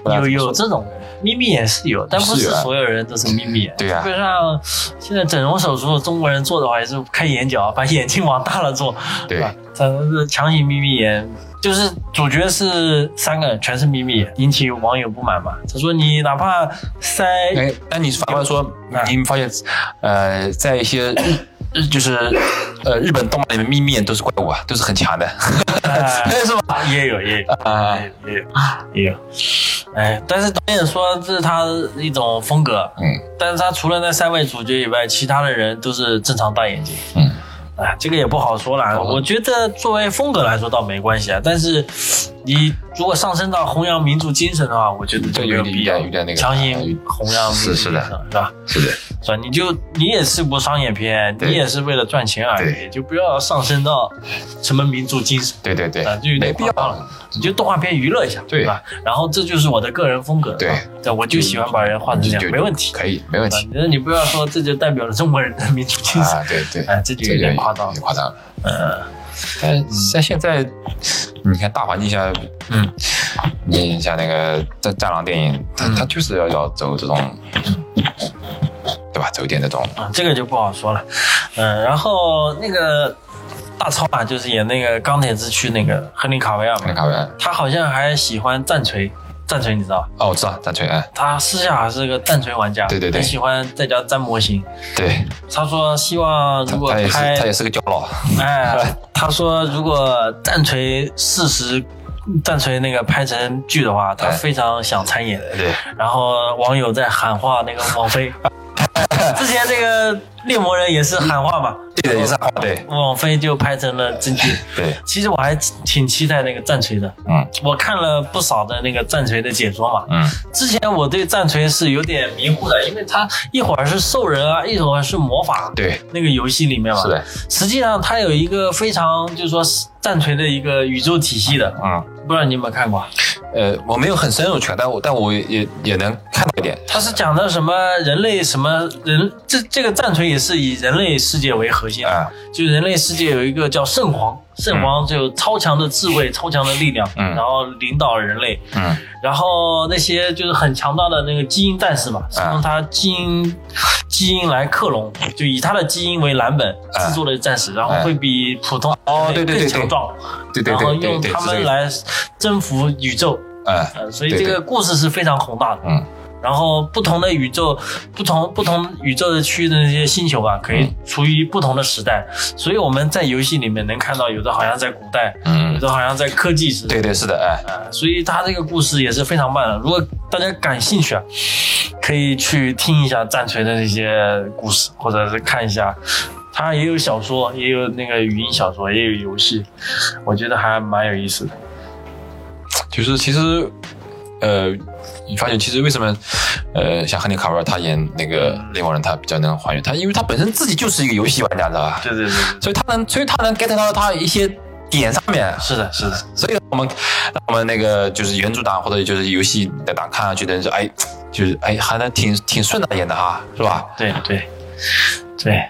Speaker 3: 不知道
Speaker 2: 有
Speaker 3: 怎么
Speaker 2: 有
Speaker 3: 说
Speaker 2: 这种人，眯眯眼是有，但不
Speaker 3: 啊是
Speaker 2: 是
Speaker 3: 有啊
Speaker 2: 所有人都是眯眯眼。
Speaker 3: 对啊
Speaker 2: 基本上现在整容手术，中国人做的话也是开眼角，把眼睛往大了做，
Speaker 3: 对
Speaker 2: 是吧，咱们是强行眯眯眼。就是主角是三个人，全是眯眯眼，引起网友不满嘛。他说你哪怕塞，
Speaker 3: 哎，但你反过来说，
Speaker 2: 啊
Speaker 3: 你们发现，呃，在一些日日就是呃日本动漫里面，眯眯眼都是怪物啊，都是很强的，
Speaker 2: 哎
Speaker 3: 是吧？
Speaker 2: 也有也有
Speaker 3: 啊
Speaker 2: 哎也有也有，哎，但是导演说这是他一种风格，
Speaker 3: 嗯，
Speaker 2: 但是他除了那三位主角以外，其他的人都是正常大眼睛。
Speaker 3: 嗯，
Speaker 2: 哎，这个也不好说啦。
Speaker 3: 吧
Speaker 2: 我觉得作为风格来说倒没关系啊，但是你如果上升到弘扬民族精神的话，我觉得就
Speaker 3: 对
Speaker 2: 没有
Speaker 3: 有
Speaker 2: 必
Speaker 3: 点
Speaker 2: 要
Speaker 3: 有点有点那个
Speaker 2: 强行弘扬民族精神，
Speaker 3: 是是的
Speaker 2: 是吧？
Speaker 3: 是的，
Speaker 2: 是吧？你就你也是部商业片，
Speaker 3: 对
Speaker 2: 你也是为了赚钱而已，
Speaker 3: 对
Speaker 2: 就不要上升到什么民族精神。
Speaker 3: 对对对
Speaker 2: 啊，就有点
Speaker 3: 没必要
Speaker 2: 夸张了。你就动画片娱乐一下，
Speaker 3: 对
Speaker 2: 吧？然后这就是我的个人风格，
Speaker 3: 对
Speaker 2: 吧对，我就喜欢把人画成这
Speaker 3: 就
Speaker 2: 样，
Speaker 3: 就
Speaker 2: 没问题，
Speaker 3: 可以，没问
Speaker 2: 啊
Speaker 3: 题。
Speaker 2: 那你不要说这就代表了中国人的民族精神
Speaker 3: 啊，，对对，
Speaker 2: 哎，这就
Speaker 3: 这
Speaker 2: 有
Speaker 3: 个
Speaker 2: 点夸张
Speaker 3: 有。点夸张。嗯，但像现在，你看大环境下，
Speaker 2: 嗯，
Speaker 3: 你像那个《战战狼》电影，它
Speaker 2: 嗯
Speaker 3: 它就是要要走这种，对吧？走一点这种，
Speaker 2: 啊，这个就不好说了。嗯，然后那个大超嘛，就是演那个钢铁之躯那个亨利卡维尔
Speaker 3: 看
Speaker 2: 嘛，
Speaker 3: 卡文。
Speaker 2: 他好像还喜欢战锤，战锤你知道吧？
Speaker 3: 哦，我知道，战锤，哎，
Speaker 2: 他私下还是个战锤玩家，
Speaker 3: 对对对
Speaker 2: 很喜欢在家粘模型。
Speaker 3: 对，
Speaker 2: 他说希望
Speaker 3: 他
Speaker 2: 如果
Speaker 3: 他也是
Speaker 2: 拍
Speaker 3: 他也是个胶佬，
Speaker 2: 哎，他说如果战锤四十，战锤那个拍成剧的话，他
Speaker 3: 哎
Speaker 2: 非常想参演。
Speaker 3: 对，
Speaker 2: 然后网友在喊话那个王 菲，之前那个猎魔人也是喊话嘛，
Speaker 3: 对的，也是好，对
Speaker 2: 王菲就拍成了真剧。
Speaker 3: 对，
Speaker 2: 其实我还挺期待那个战锤的，
Speaker 3: 嗯
Speaker 2: 我看了不少的那个战锤的解说嘛。
Speaker 3: 嗯，
Speaker 2: 之前我对战锤是有点迷糊的，因为它一会儿是兽人啊，一会儿是魔法，
Speaker 3: 对，
Speaker 2: 那个游戏里面嘛。
Speaker 3: 是的，
Speaker 2: 实际上它有一个非常就是说战锤的一个宇宙体系的，
Speaker 3: 嗯，
Speaker 2: 不知道你有没有看过？啊
Speaker 3: 呃，我没有很深入全，但我但我也也能看到一点，
Speaker 2: 它是讲的什么人类什么人这这个战锤也是以人类世界为核心的，
Speaker 3: 啊，
Speaker 2: 就是人类世界有一个叫圣皇，圣皇就有超强的智慧、超强的力量，
Speaker 3: 嗯
Speaker 2: 然后领导人类，
Speaker 3: 嗯，
Speaker 2: 然后那些就是很强大的那个基因战士嘛，是
Speaker 3: 啊
Speaker 2: 用他基因基因来克隆，就以他的基因为蓝本
Speaker 3: 啊
Speaker 2: 制作的战士，然后
Speaker 3: 哎
Speaker 2: 会比普通
Speaker 3: 哦
Speaker 2: 人类
Speaker 3: 对对对
Speaker 2: 更
Speaker 3: 对
Speaker 2: 强壮，
Speaker 3: 对对
Speaker 2: 然后
Speaker 3: 对
Speaker 2: 用
Speaker 3: 对对，
Speaker 2: 他
Speaker 3: 是这
Speaker 2: 们
Speaker 3: 个，
Speaker 2: 来征服宇宙，
Speaker 3: 嗯
Speaker 2: 呃，所以
Speaker 3: 对
Speaker 2: 这
Speaker 3: 对
Speaker 2: 个故事是非常宏大的。
Speaker 3: 嗯，
Speaker 2: 然后不同的宇宙，不同不同宇宙的区域的那些星球啊，可以处于不同的时代，所以我们在游戏里面能看到，有的好像在古代，有
Speaker 3: 嗯，
Speaker 2: 的好像在科技时代，
Speaker 3: 对对是的，哎。
Speaker 2: 呃所以它这个故事也是非常棒的。如果大家感兴趣啊，可以去听一下战锤的那些故事，或者是看一下。它也有小说，也有那个语音小说，也有游戏，我觉得还蛮有意思的。
Speaker 3: 就是其实，呃，你发现其实为什么，呃，像亨利卡维尔他演那个猎魔人，他比较能还原他，因为他本身自己就是一个游戏玩家，知道吧？
Speaker 2: 对对对对，
Speaker 3: 所以他能，所以他能 get 到他一些点上面。
Speaker 2: 是的，是的。
Speaker 3: 所以我们我们那个就是原著党或者就是游戏的党看上去的人说，哎，就是哎还能挺挺顺的演的哈，是吧？
Speaker 2: 对对对，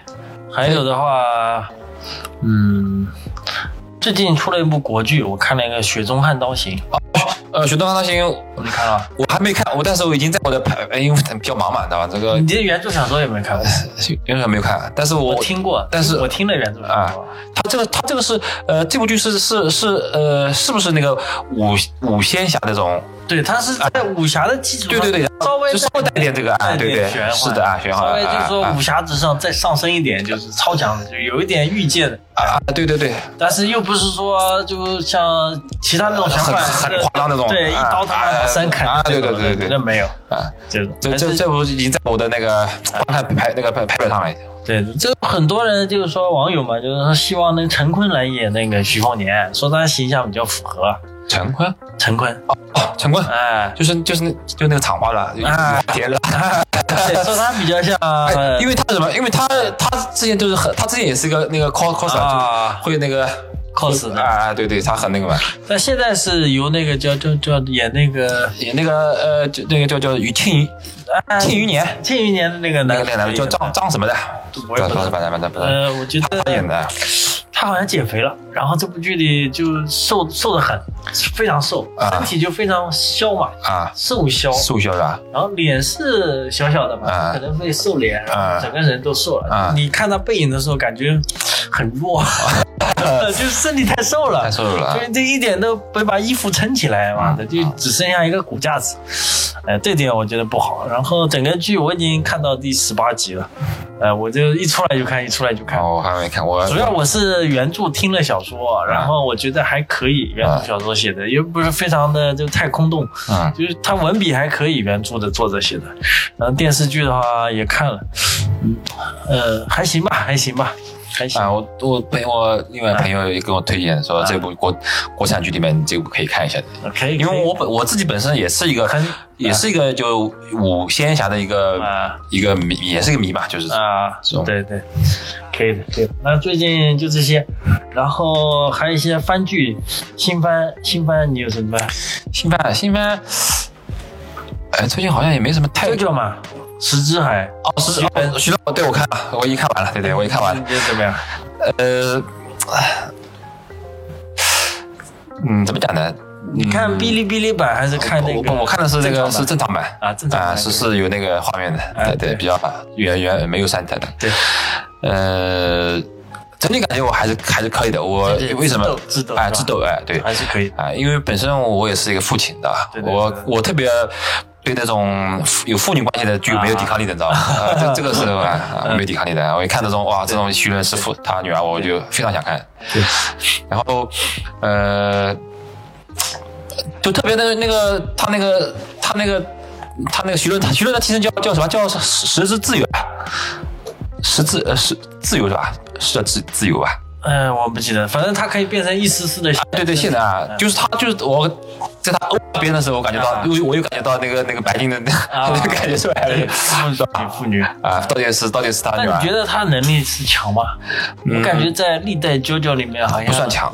Speaker 2: 还有的话，嗯，最近出了一部国剧，我看了一个《雪中悍刀行
Speaker 3: 呃，雪中悍刀行》，》，
Speaker 2: 你看了吗？
Speaker 3: 我还没看，我但是我已经在我的排，哎因为比较忙嘛，知道吧？这个
Speaker 2: 你这原著小说有没有看过？
Speaker 3: 原本没有看，但是呃我
Speaker 2: 嗯我听过，
Speaker 3: 但是啊
Speaker 2: 我听了原著小说。
Speaker 3: 他这个他这个是呃，这部剧是是是呃，是不是那个武武仙侠那种
Speaker 2: 对，它是在武侠的基础
Speaker 3: 对
Speaker 2: 上，
Speaker 3: 对对，
Speaker 2: 稍微
Speaker 3: 就稍微带点这个啊，对对，
Speaker 2: 玄幻，
Speaker 3: 是的啊，玄幻
Speaker 2: 稍微就是
Speaker 3: 啊
Speaker 2: 说
Speaker 3: 啊
Speaker 2: 武侠之上再上升一点，就是超强的，就有一点御剑，
Speaker 3: 啊，对对对，
Speaker 2: 但是又不是说就像其他那种想
Speaker 3: 很
Speaker 2: 法
Speaker 3: 呃很夸张那种，
Speaker 2: 对，一
Speaker 3: 啊
Speaker 2: 刀他妈
Speaker 3: 啊
Speaker 2: 把三砍
Speaker 3: 啊，
Speaker 2: 就这
Speaker 3: 对对
Speaker 2: 种
Speaker 3: 对对
Speaker 2: 那
Speaker 3: 对，
Speaker 2: 没有
Speaker 3: 啊，
Speaker 2: 这种，
Speaker 3: 这
Speaker 2: 还是哎
Speaker 3: 这这不已经在我的那个观看排那个排排表上了已经。
Speaker 2: 对，这很多人就是说网友嘛，就是说希望那陈坤来演那个徐凤年，说他形象比较符合
Speaker 3: 陈坤，
Speaker 2: 陈坤，
Speaker 3: 哦，陈坤，
Speaker 2: 哎，
Speaker 3: 就是就是那就那个厂花的，
Speaker 2: 啊
Speaker 3: 田的，
Speaker 2: 对，说他比较像，哎
Speaker 3: 因为他是什么？因为他他之前就是很，他之前也是一个那个 cos cos，
Speaker 2: 啊
Speaker 3: 会那个
Speaker 2: cos 的，
Speaker 3: 啊，对对，他很那个嘛，
Speaker 2: 但现在是由那个叫叫叫演那个
Speaker 3: 也那个呃，就那个叫叫于庆余
Speaker 2: 哎
Speaker 3: 庆余年
Speaker 2: 庆余年的那个
Speaker 3: 那
Speaker 2: 男
Speaker 3: 个那个男的叫张张什么的，
Speaker 2: 我也不知道
Speaker 3: 反正反正不是
Speaker 2: 呃，我觉
Speaker 3: 他演
Speaker 2: 得
Speaker 3: 的，
Speaker 2: 他好像减肥了，然后这部剧里就瘦瘦的很，非常瘦，
Speaker 3: 啊
Speaker 2: 身体就非常消嘛，
Speaker 3: 啊，
Speaker 2: 瘦削，
Speaker 3: 速效是吧？
Speaker 2: 然后脸是小小的嘛，
Speaker 3: 啊
Speaker 2: 可能会瘦脸，然后整个人都瘦了。
Speaker 3: 啊
Speaker 2: 你看他背影的时候，感觉很 弱，就是身体太瘦了
Speaker 3: 太。瘦了啊
Speaker 2: 就这一点都没把衣服撑起来，妈的，就只剩下一个骨架子，哎，这点我觉得不好。然后整个剧我已经看到第十八集了，呃，我就一出来就看，一出来就看
Speaker 3: 啊，。我还没看，我
Speaker 2: 主要我是原著听了小
Speaker 3: 啊
Speaker 2: 说，然后我觉得还可以，原著小说写的又不是非常的就太空洞，
Speaker 3: 嗯
Speaker 2: 就是他文笔还可以，原著的作者写的。然后电视剧的话也看了，嗯，呃，还行吧，还行吧，还行。
Speaker 3: 啊，我我朋友我另外朋友也跟我推荐说这部国国产剧里面你这部可以看一下的，
Speaker 2: 可以，
Speaker 3: 因
Speaker 2: 可以
Speaker 3: 为我本我自己本身也是一个
Speaker 2: 很
Speaker 3: 也是一个就武仙侠的一个
Speaker 2: 啊
Speaker 3: 一个迷，也是一个迷吧，就是
Speaker 2: 啊
Speaker 3: 这种，
Speaker 2: 对对，可以的，可以的。那最近就这些，然后还有一些番剧，新番新番你有什么？
Speaker 3: 新番新番，哎，最近好像也没什么太
Speaker 2: 这个嘛，石之海，
Speaker 3: 哦，是哦，徐老，对我看了，我已经看完了，对对，我已经看完了
Speaker 2: 你，觉得怎么样？
Speaker 3: 呃，嗯，怎么讲呢？
Speaker 2: 你看哔哩哔哩版还是看那个？
Speaker 3: 我我看的是那
Speaker 2: 正
Speaker 3: 个
Speaker 2: 常版
Speaker 3: 是正常版
Speaker 2: 啊正常版
Speaker 3: 啊是是有那个画面
Speaker 2: 啊
Speaker 3: 的，对
Speaker 2: 对
Speaker 3: 对，比较原原没有删掉的，
Speaker 2: 对，
Speaker 3: 呃，整体感觉我还是还是可以的，我
Speaker 2: 对对
Speaker 3: 为什么
Speaker 2: 智斗
Speaker 3: 啊？
Speaker 2: 智
Speaker 3: 智
Speaker 2: 斗
Speaker 3: 斗哎，对，
Speaker 2: 还是可以的。
Speaker 3: 啊，因为本身我也是一个父亲的，
Speaker 2: 对对
Speaker 3: 我
Speaker 2: 对
Speaker 3: 我特别对那种父有父女关系的剧没有抵抗力的，你知道吗？啊这这个是 吧啊
Speaker 2: 嗯
Speaker 3: 没有抵抗力的。我一看这种哇，这种徐伦是父他女儿，我就非常想看。
Speaker 2: 对，
Speaker 3: 然后呃，就特别的那个他那个他那个他那个徐伦，他徐伦的替身叫叫什么？叫十之自由啊，十自呃十自由是吧？是自自由吧？
Speaker 2: 嗯，我不记得，反正它可以变成一丝丝的线。
Speaker 3: 对对，现在啊，就是他，就是我在他欧巴边的时候，我感觉到
Speaker 2: 嗯啊，
Speaker 3: 又我又感觉到那个那个白金的 那
Speaker 2: 啊
Speaker 3: 个感觉出来了
Speaker 2: 妇女。
Speaker 3: 啊，到底是到底是他
Speaker 2: 那
Speaker 3: 女
Speaker 2: 你
Speaker 3: 儿
Speaker 2: 觉得他能力是强吗？我感觉在历代 JoJo 里面好像
Speaker 3: 嗯不算，强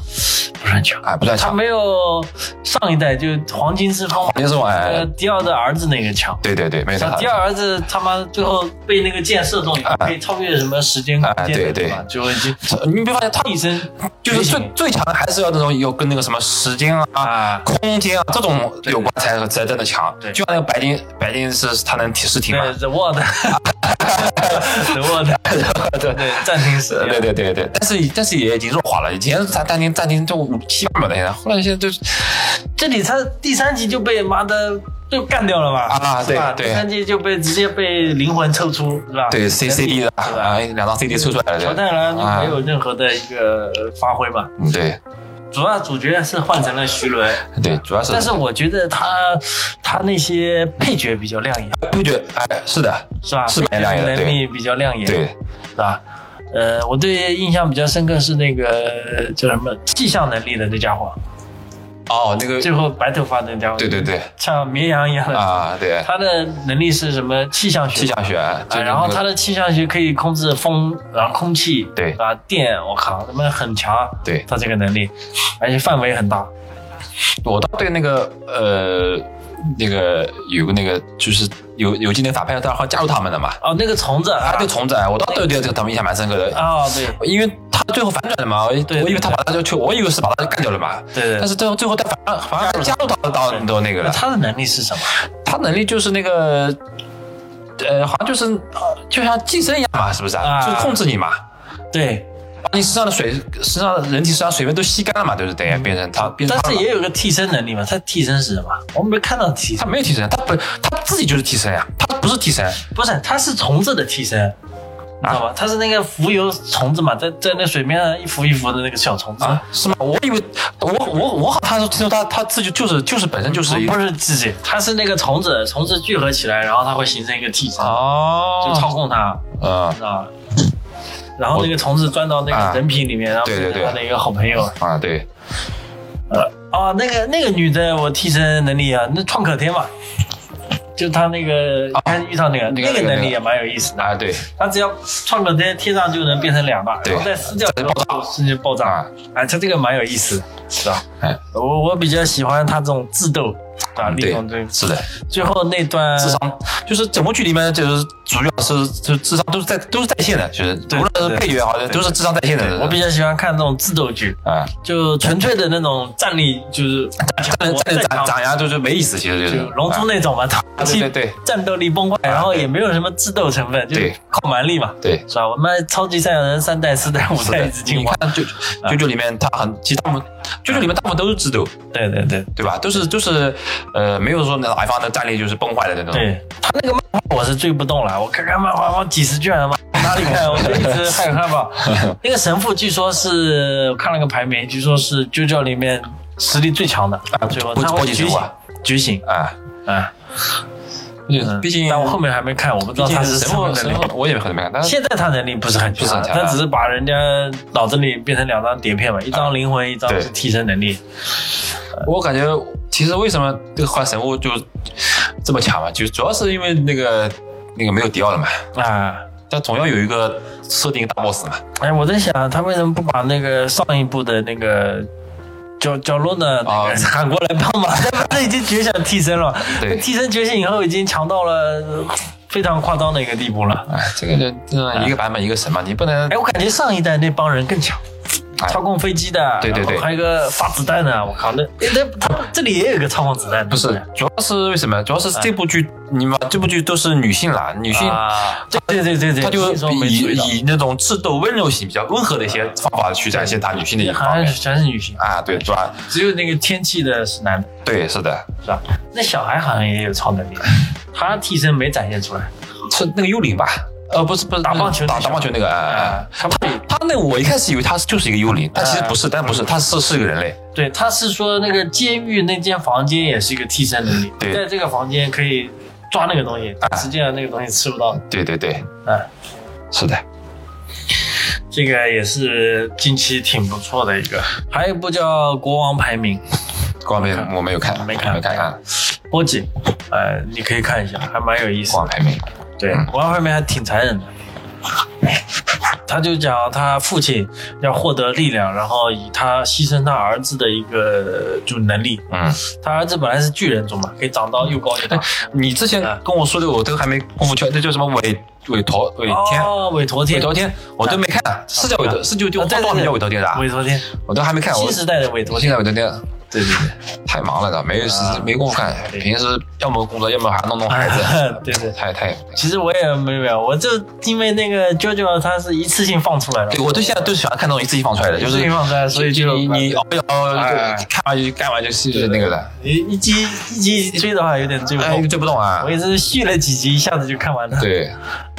Speaker 2: 不算强。
Speaker 3: 啊，不算
Speaker 2: 他
Speaker 3: 强，
Speaker 2: 没有上一代就黄金之风，
Speaker 3: 黄金是我哎
Speaker 2: 呃，，第二的儿子那个强。
Speaker 3: 对对对，没有
Speaker 2: 像
Speaker 3: 他啊
Speaker 2: 第二儿子他妈最后被那个箭射中以后，可以超越什么时间空间
Speaker 3: 啊对对
Speaker 2: 嘛就已经
Speaker 3: 你没发现他
Speaker 2: 一身
Speaker 3: 就
Speaker 2: 觉
Speaker 3: 是最
Speaker 2: 醒
Speaker 3: 最强的还是要那种有跟那个什么时间啊、
Speaker 2: 啊，
Speaker 3: 空间啊这种有关才才真的强
Speaker 2: 对，
Speaker 3: 就像那个白金，白金是他能挺是挺嘛，
Speaker 2: 对 The Word，The Word，
Speaker 3: 对
Speaker 2: 对暂停时间
Speaker 3: 对对对对，但是但是也已经弱化了，以前暂暂停暂停就五七八秒的，现在后来现在就是。
Speaker 2: 这里他第三集就被妈的就干掉了嘛
Speaker 3: 啊
Speaker 2: 是吧
Speaker 3: 对对
Speaker 2: 第三集就被直接被灵魂抽出是吧？
Speaker 3: 对 C C D 的
Speaker 2: 是吧
Speaker 3: 啊，两张 C D 抽出来了，
Speaker 2: 乔
Speaker 3: 对，
Speaker 2: 戴兰就
Speaker 3: 啊
Speaker 2: 没有任何的一个发挥嘛，
Speaker 3: 嗯对嗯
Speaker 2: 主要主角是换成了徐伦，
Speaker 3: 对，主要是
Speaker 2: 哦但是我觉得他他那些配角比较亮眼，
Speaker 3: 不觉得哎，是的，
Speaker 2: 是吧？
Speaker 3: 是蛮亮眼的
Speaker 2: 能力比较亮眼，
Speaker 3: 对，
Speaker 2: 是吧？呃，我对印象比较深刻是那个叫什么气象能力的那家伙，
Speaker 3: 哦，那个，
Speaker 2: 最后白头发那家伙，
Speaker 3: 对对对，
Speaker 2: 像绵羊一样的，
Speaker 3: 啊，对，
Speaker 2: 他的能力是什么气象学？
Speaker 3: 气象学，就
Speaker 2: 啊，
Speaker 3: 是
Speaker 2: 然后
Speaker 3: 那
Speaker 2: 他
Speaker 3: 个
Speaker 2: 的气象学可以控制风，然后空气，
Speaker 3: 对
Speaker 2: 啊，电，我靠，他妈很强啊，
Speaker 3: 对
Speaker 2: 他这个能力，而且范围很大，
Speaker 3: 我倒对那个呃。那个有个那个就是有有进那个反派，然后加入他们的嘛，
Speaker 2: 哦，那个虫子啊
Speaker 3: 啊，对虫子，我倒对对这个他们印象蛮深刻的，
Speaker 2: 啊，对
Speaker 3: 因为他最后反转了嘛，我
Speaker 2: 对
Speaker 3: 我以为他把他就去，我以为是把他干掉了嘛，
Speaker 2: 对
Speaker 3: 但
Speaker 2: 对，
Speaker 3: 是最后最后他反而反而加入到到到那个
Speaker 2: 那
Speaker 3: 了，
Speaker 2: 他的能力是什么？
Speaker 3: 他能力就是那个，呃，好像就是呃就像寄生一样嘛，是不是啊？
Speaker 2: 啊
Speaker 3: 就是控制你嘛。
Speaker 2: 对，
Speaker 3: 把你身上的水、身上的人体身上水分都吸干了嘛，就是等于变成他变成
Speaker 2: 嗯但
Speaker 3: 他
Speaker 2: 是
Speaker 3: 了嘛
Speaker 2: 也有个替身能力嘛，他替身是什么？我们没看到替
Speaker 3: 他
Speaker 2: 身，
Speaker 3: 没有替身，他不他自己就是替身呀，他不是啊替身，
Speaker 2: 不是，他是虫子的替身，你知
Speaker 3: 啊
Speaker 2: 道吧？他是那个浮游虫子嘛，在在那水面上一浮一浮的那个小虫子，
Speaker 3: 啊，是吗？我以为我我我好像他说听说他他自己就是就是本身就是一
Speaker 2: 不
Speaker 3: 个
Speaker 2: 不是自己，它是那个虫子，虫子聚合起来，然后它会形成一个替身，就操
Speaker 3: 哦，
Speaker 2: 控它，
Speaker 3: 嗯
Speaker 2: 知道吧？啊然后那个虫子钻到那
Speaker 3: 啊
Speaker 2: 个人品里面，然后
Speaker 3: 对对
Speaker 2: 变成
Speaker 3: 对
Speaker 2: 他的一个好朋友。
Speaker 3: 啊对
Speaker 2: 哦，那个那个女的，我替身能力啊，那创可贴嘛，就她那个一开始遇到那个
Speaker 3: 哦那个
Speaker 2: 那个
Speaker 3: 那个
Speaker 2: 能力也蛮有意思的，
Speaker 3: 啊对
Speaker 2: 她只要创可贴贴上就能变成两半，
Speaker 3: 对
Speaker 2: 然后再撕掉之后就瞬间爆炸
Speaker 3: 啊。
Speaker 2: 哎，她这个蛮有意思的，是吧
Speaker 3: 哎？嗯
Speaker 2: 我我比较喜欢她这种智斗，啊，利
Speaker 3: 对
Speaker 2: 用这个
Speaker 3: 是的，
Speaker 2: 最后那段
Speaker 3: 智商就是整部剧里面就是主要是就是智商都是在都是在线的，就是
Speaker 2: 对
Speaker 3: 无论是配角也好像都是智商在线的，
Speaker 2: 我比较喜欢看那种智斗剧，
Speaker 3: 啊
Speaker 2: 就纯粹的那种战力，就是
Speaker 3: 站
Speaker 2: 我
Speaker 3: 站
Speaker 2: 再
Speaker 3: 长
Speaker 2: 强
Speaker 3: 长呀就是没意思，其实就是
Speaker 2: 就龙珠
Speaker 3: 啊
Speaker 2: 那种嘛，他
Speaker 3: 对对对
Speaker 2: 战斗力崩坏，然后也没有什么智斗成分，就
Speaker 3: 对
Speaker 2: 靠蛮力嘛，
Speaker 3: 对。
Speaker 2: 是吧？我们超级赛亚人三代、四代、五
Speaker 3: 是
Speaker 2: 代
Speaker 3: 的
Speaker 2: 一直进
Speaker 3: 你
Speaker 2: 化，
Speaker 3: 看就九九里面，他很其实他们九九里面大部分都是智斗，
Speaker 2: 对对对
Speaker 3: 对吧？都是就是呃，没有说哪一方的战力就是崩坏了的那种。
Speaker 2: 对，他那个漫画我是追不动了，我看看漫画，我几十卷 了嘛。哪里看？我就一直害看吧。那个神父据说是我看了个排名，据说是 JoJo 里面实力最强的，最后
Speaker 3: 不
Speaker 2: 他
Speaker 3: 啊不
Speaker 2: 会
Speaker 3: 仅
Speaker 2: 觉
Speaker 3: 是
Speaker 2: 醒
Speaker 3: 我，
Speaker 2: 觉醒，
Speaker 3: 啊，
Speaker 2: 哎，嗯
Speaker 3: 毕竟
Speaker 2: 但我后面还没看，我不知道
Speaker 3: 毕竟
Speaker 2: 他是什
Speaker 3: 神
Speaker 2: 么
Speaker 3: 父
Speaker 2: 能
Speaker 3: 神
Speaker 2: 力。
Speaker 3: 父，我也没很没看，但是
Speaker 2: 现在他能力不是很
Speaker 3: 啊不是
Speaker 2: 强啊
Speaker 3: 很，强啊
Speaker 2: 他只是把人家脑子里变成两张碟片嘛，一张灵魂，一张
Speaker 3: 对
Speaker 2: 是替身能力。
Speaker 3: 我感觉其实为什么这个换神父就这么强嘛，就主要是因为那个那个没有迪奥了嘛，
Speaker 2: 啊，
Speaker 3: 但总要有一个设定大 boss 嘛，
Speaker 2: 哎，我在想他为什么不把那个上一部的那个角角落的那
Speaker 3: 啊
Speaker 2: 个喊过来帮忙？ 他已经觉醒替身了，
Speaker 3: 对
Speaker 2: 替身觉醒以后已经强到了非常夸张的一个地步了。
Speaker 3: 哎，这个人真的一个版本一个神嘛，你不能
Speaker 2: 嗯哎，我感觉上一代那帮人更强。
Speaker 3: 哎
Speaker 2: 操控飞机的，
Speaker 3: 对对
Speaker 2: 然
Speaker 3: 对
Speaker 2: 后还有一个发子弹的，我靠，那哎那他们这里也有个操控子弹的，
Speaker 3: 不是
Speaker 2: 对，
Speaker 3: 主要是为什么？主要是
Speaker 2: 哎
Speaker 3: 这部剧，你们这部剧都是女性啦，女性
Speaker 2: 啊，对对对对对，
Speaker 3: 她就
Speaker 2: 你说没
Speaker 3: 以
Speaker 2: 注意到
Speaker 3: 以那种智斗温柔型比较温和的一些方法去展现她女性的一个
Speaker 2: 好
Speaker 3: 方
Speaker 2: 像
Speaker 3: 面
Speaker 2: 是全是女性，
Speaker 3: 啊，对，是吧？
Speaker 2: 只有那个天气的是男的，
Speaker 3: 对，是的，
Speaker 2: 是吧？那小孩好像也有超能力，他替身没展现出来。
Speaker 3: 是那个幽灵吧？呃，不是不是
Speaker 2: 打棒球
Speaker 3: 打
Speaker 2: 那
Speaker 3: 打
Speaker 2: 小
Speaker 3: 棒球那个，啊
Speaker 2: 啊，他不是
Speaker 3: 他那我一开始以为他就是一个幽灵，但
Speaker 2: 哎
Speaker 3: 其实不是，但不是，他是是个人类，
Speaker 2: 对，他是说那个监狱那间房间也是一个替身能力，
Speaker 3: 对
Speaker 2: 在这个房间可以抓那个东西，但实际上那个东西吃不到。
Speaker 3: 对对对，
Speaker 2: 哎，
Speaker 3: 是的，
Speaker 2: 这个也是近期挺不错的一个。还有一部叫《国王排名》，
Speaker 3: 光没我没有看，
Speaker 2: 没看
Speaker 3: 看没啊，
Speaker 2: 波姐，呃，你可以看一下，还蛮有意思的。
Speaker 3: 光排名
Speaker 2: 对，
Speaker 3: 嗯
Speaker 2: 国王排名还挺残忍的。他就讲他父亲要获得力量，然后以他牺牲他儿子的一个就能力。
Speaker 3: 嗯，
Speaker 2: 他儿子本来是巨人种嘛，可以长到又高又大。
Speaker 3: 你之前
Speaker 2: 哎
Speaker 3: 跟我说的我都还没功夫圈，那叫什么韦韦陀韦天。
Speaker 2: 哦，韦陀
Speaker 3: 韦
Speaker 2: 天，
Speaker 3: 陀天，我都没看，是叫韦陀，是就就
Speaker 2: 啊对对
Speaker 3: 画名
Speaker 2: 哎对
Speaker 3: 叫韦陀天的啊，
Speaker 2: 韦陀天，
Speaker 3: 我都还没看。我
Speaker 2: 新时代的韦陀
Speaker 3: 现
Speaker 2: 天。
Speaker 3: 在韦陀天
Speaker 2: 对对对，
Speaker 3: 太忙了的，没有时
Speaker 2: 啊
Speaker 3: 没工夫看，
Speaker 2: 对，
Speaker 3: 平时要么工作，要么还弄弄孩 子
Speaker 2: 哎对对
Speaker 3: 太太。
Speaker 2: 其实我也没有没有，我就因为那个 JoJo 他是一次性放出来的，
Speaker 3: 对，我对现在都喜欢看那种一次性放出来的，就
Speaker 2: 一
Speaker 3: 是
Speaker 2: 次性放出来，所以就
Speaker 3: 你你熬一熬，
Speaker 2: 哎
Speaker 3: 就看完就干完就是就是那个的，
Speaker 2: 你一集一集追的话有点追不
Speaker 3: 哎，
Speaker 2: 动。
Speaker 3: 追不动啊
Speaker 2: 我。也是续了几集，一下子就看完了。
Speaker 3: 对，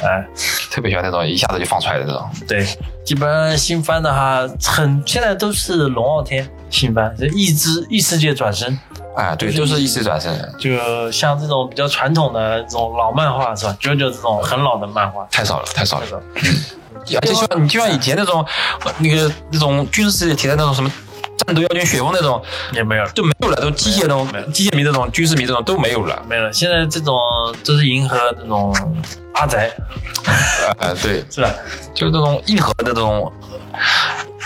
Speaker 2: 哎，
Speaker 3: 特别喜欢那种一下子就放出来的那种。
Speaker 2: 对，基本上新番的话，很现在都是龙傲天新番，就异之异世界转身，
Speaker 3: 哎，对，
Speaker 2: 就
Speaker 3: 都
Speaker 2: 是
Speaker 3: 是一次转身。
Speaker 2: 就像这种比较传统的这种老漫画是吧？JoJo 这种很老的漫画，
Speaker 3: 太少了，太少了
Speaker 2: 那，种
Speaker 3: 而且像你就像以前那种，那个那种军事世界题材那种什么战斗妖精雪峰那种，
Speaker 2: 也没有了，
Speaker 3: 就没有了，都机械那种机械迷这种军事迷这种都没有了。
Speaker 2: 没有了。现在这种都是迎合那种阿宅
Speaker 3: 呃，对，
Speaker 2: 是吧？
Speaker 3: 就是那种硬核的这种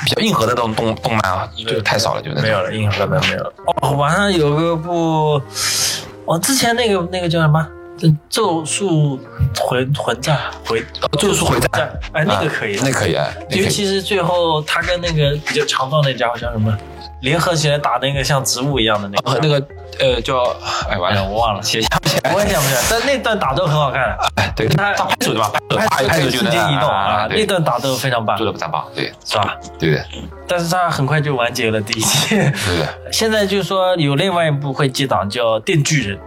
Speaker 3: 比较硬核的这种动动漫啊，就太少了，就那种
Speaker 2: 没有了，硬核的没有了。哦，晚上有个部，我、之前那个那个叫什么？咒术魂魂战回
Speaker 3: 呃就是回战，
Speaker 2: 战，哎，那个可以，
Speaker 3: 啊那可以啊，那
Speaker 2: 尤
Speaker 3: 可以。
Speaker 2: 其是最后他跟那个比较强壮那家伙叫什么，联合起来打那个像植物一样的那
Speaker 3: 呃
Speaker 2: 个，
Speaker 3: 那个呃叫哎完
Speaker 2: 哎呀
Speaker 3: 了，
Speaker 2: 我忘了，
Speaker 3: 写下不起来。
Speaker 2: 我也想不起来。但那段打斗很好看，
Speaker 3: 哎对，
Speaker 2: 他
Speaker 3: 他拍手对吧？拍手
Speaker 2: 拍
Speaker 3: 拍手
Speaker 2: 手
Speaker 3: 就
Speaker 2: 瞬
Speaker 3: 能
Speaker 2: 间移动啊，那
Speaker 3: 对，
Speaker 2: 段打斗非常棒
Speaker 3: 做，的不咋棒，对
Speaker 2: 是吧？
Speaker 3: 对的，
Speaker 2: 但是他很快就完结了第一季。
Speaker 3: 对的，
Speaker 2: 现在就是说有另外一部会接档叫《电锯人》，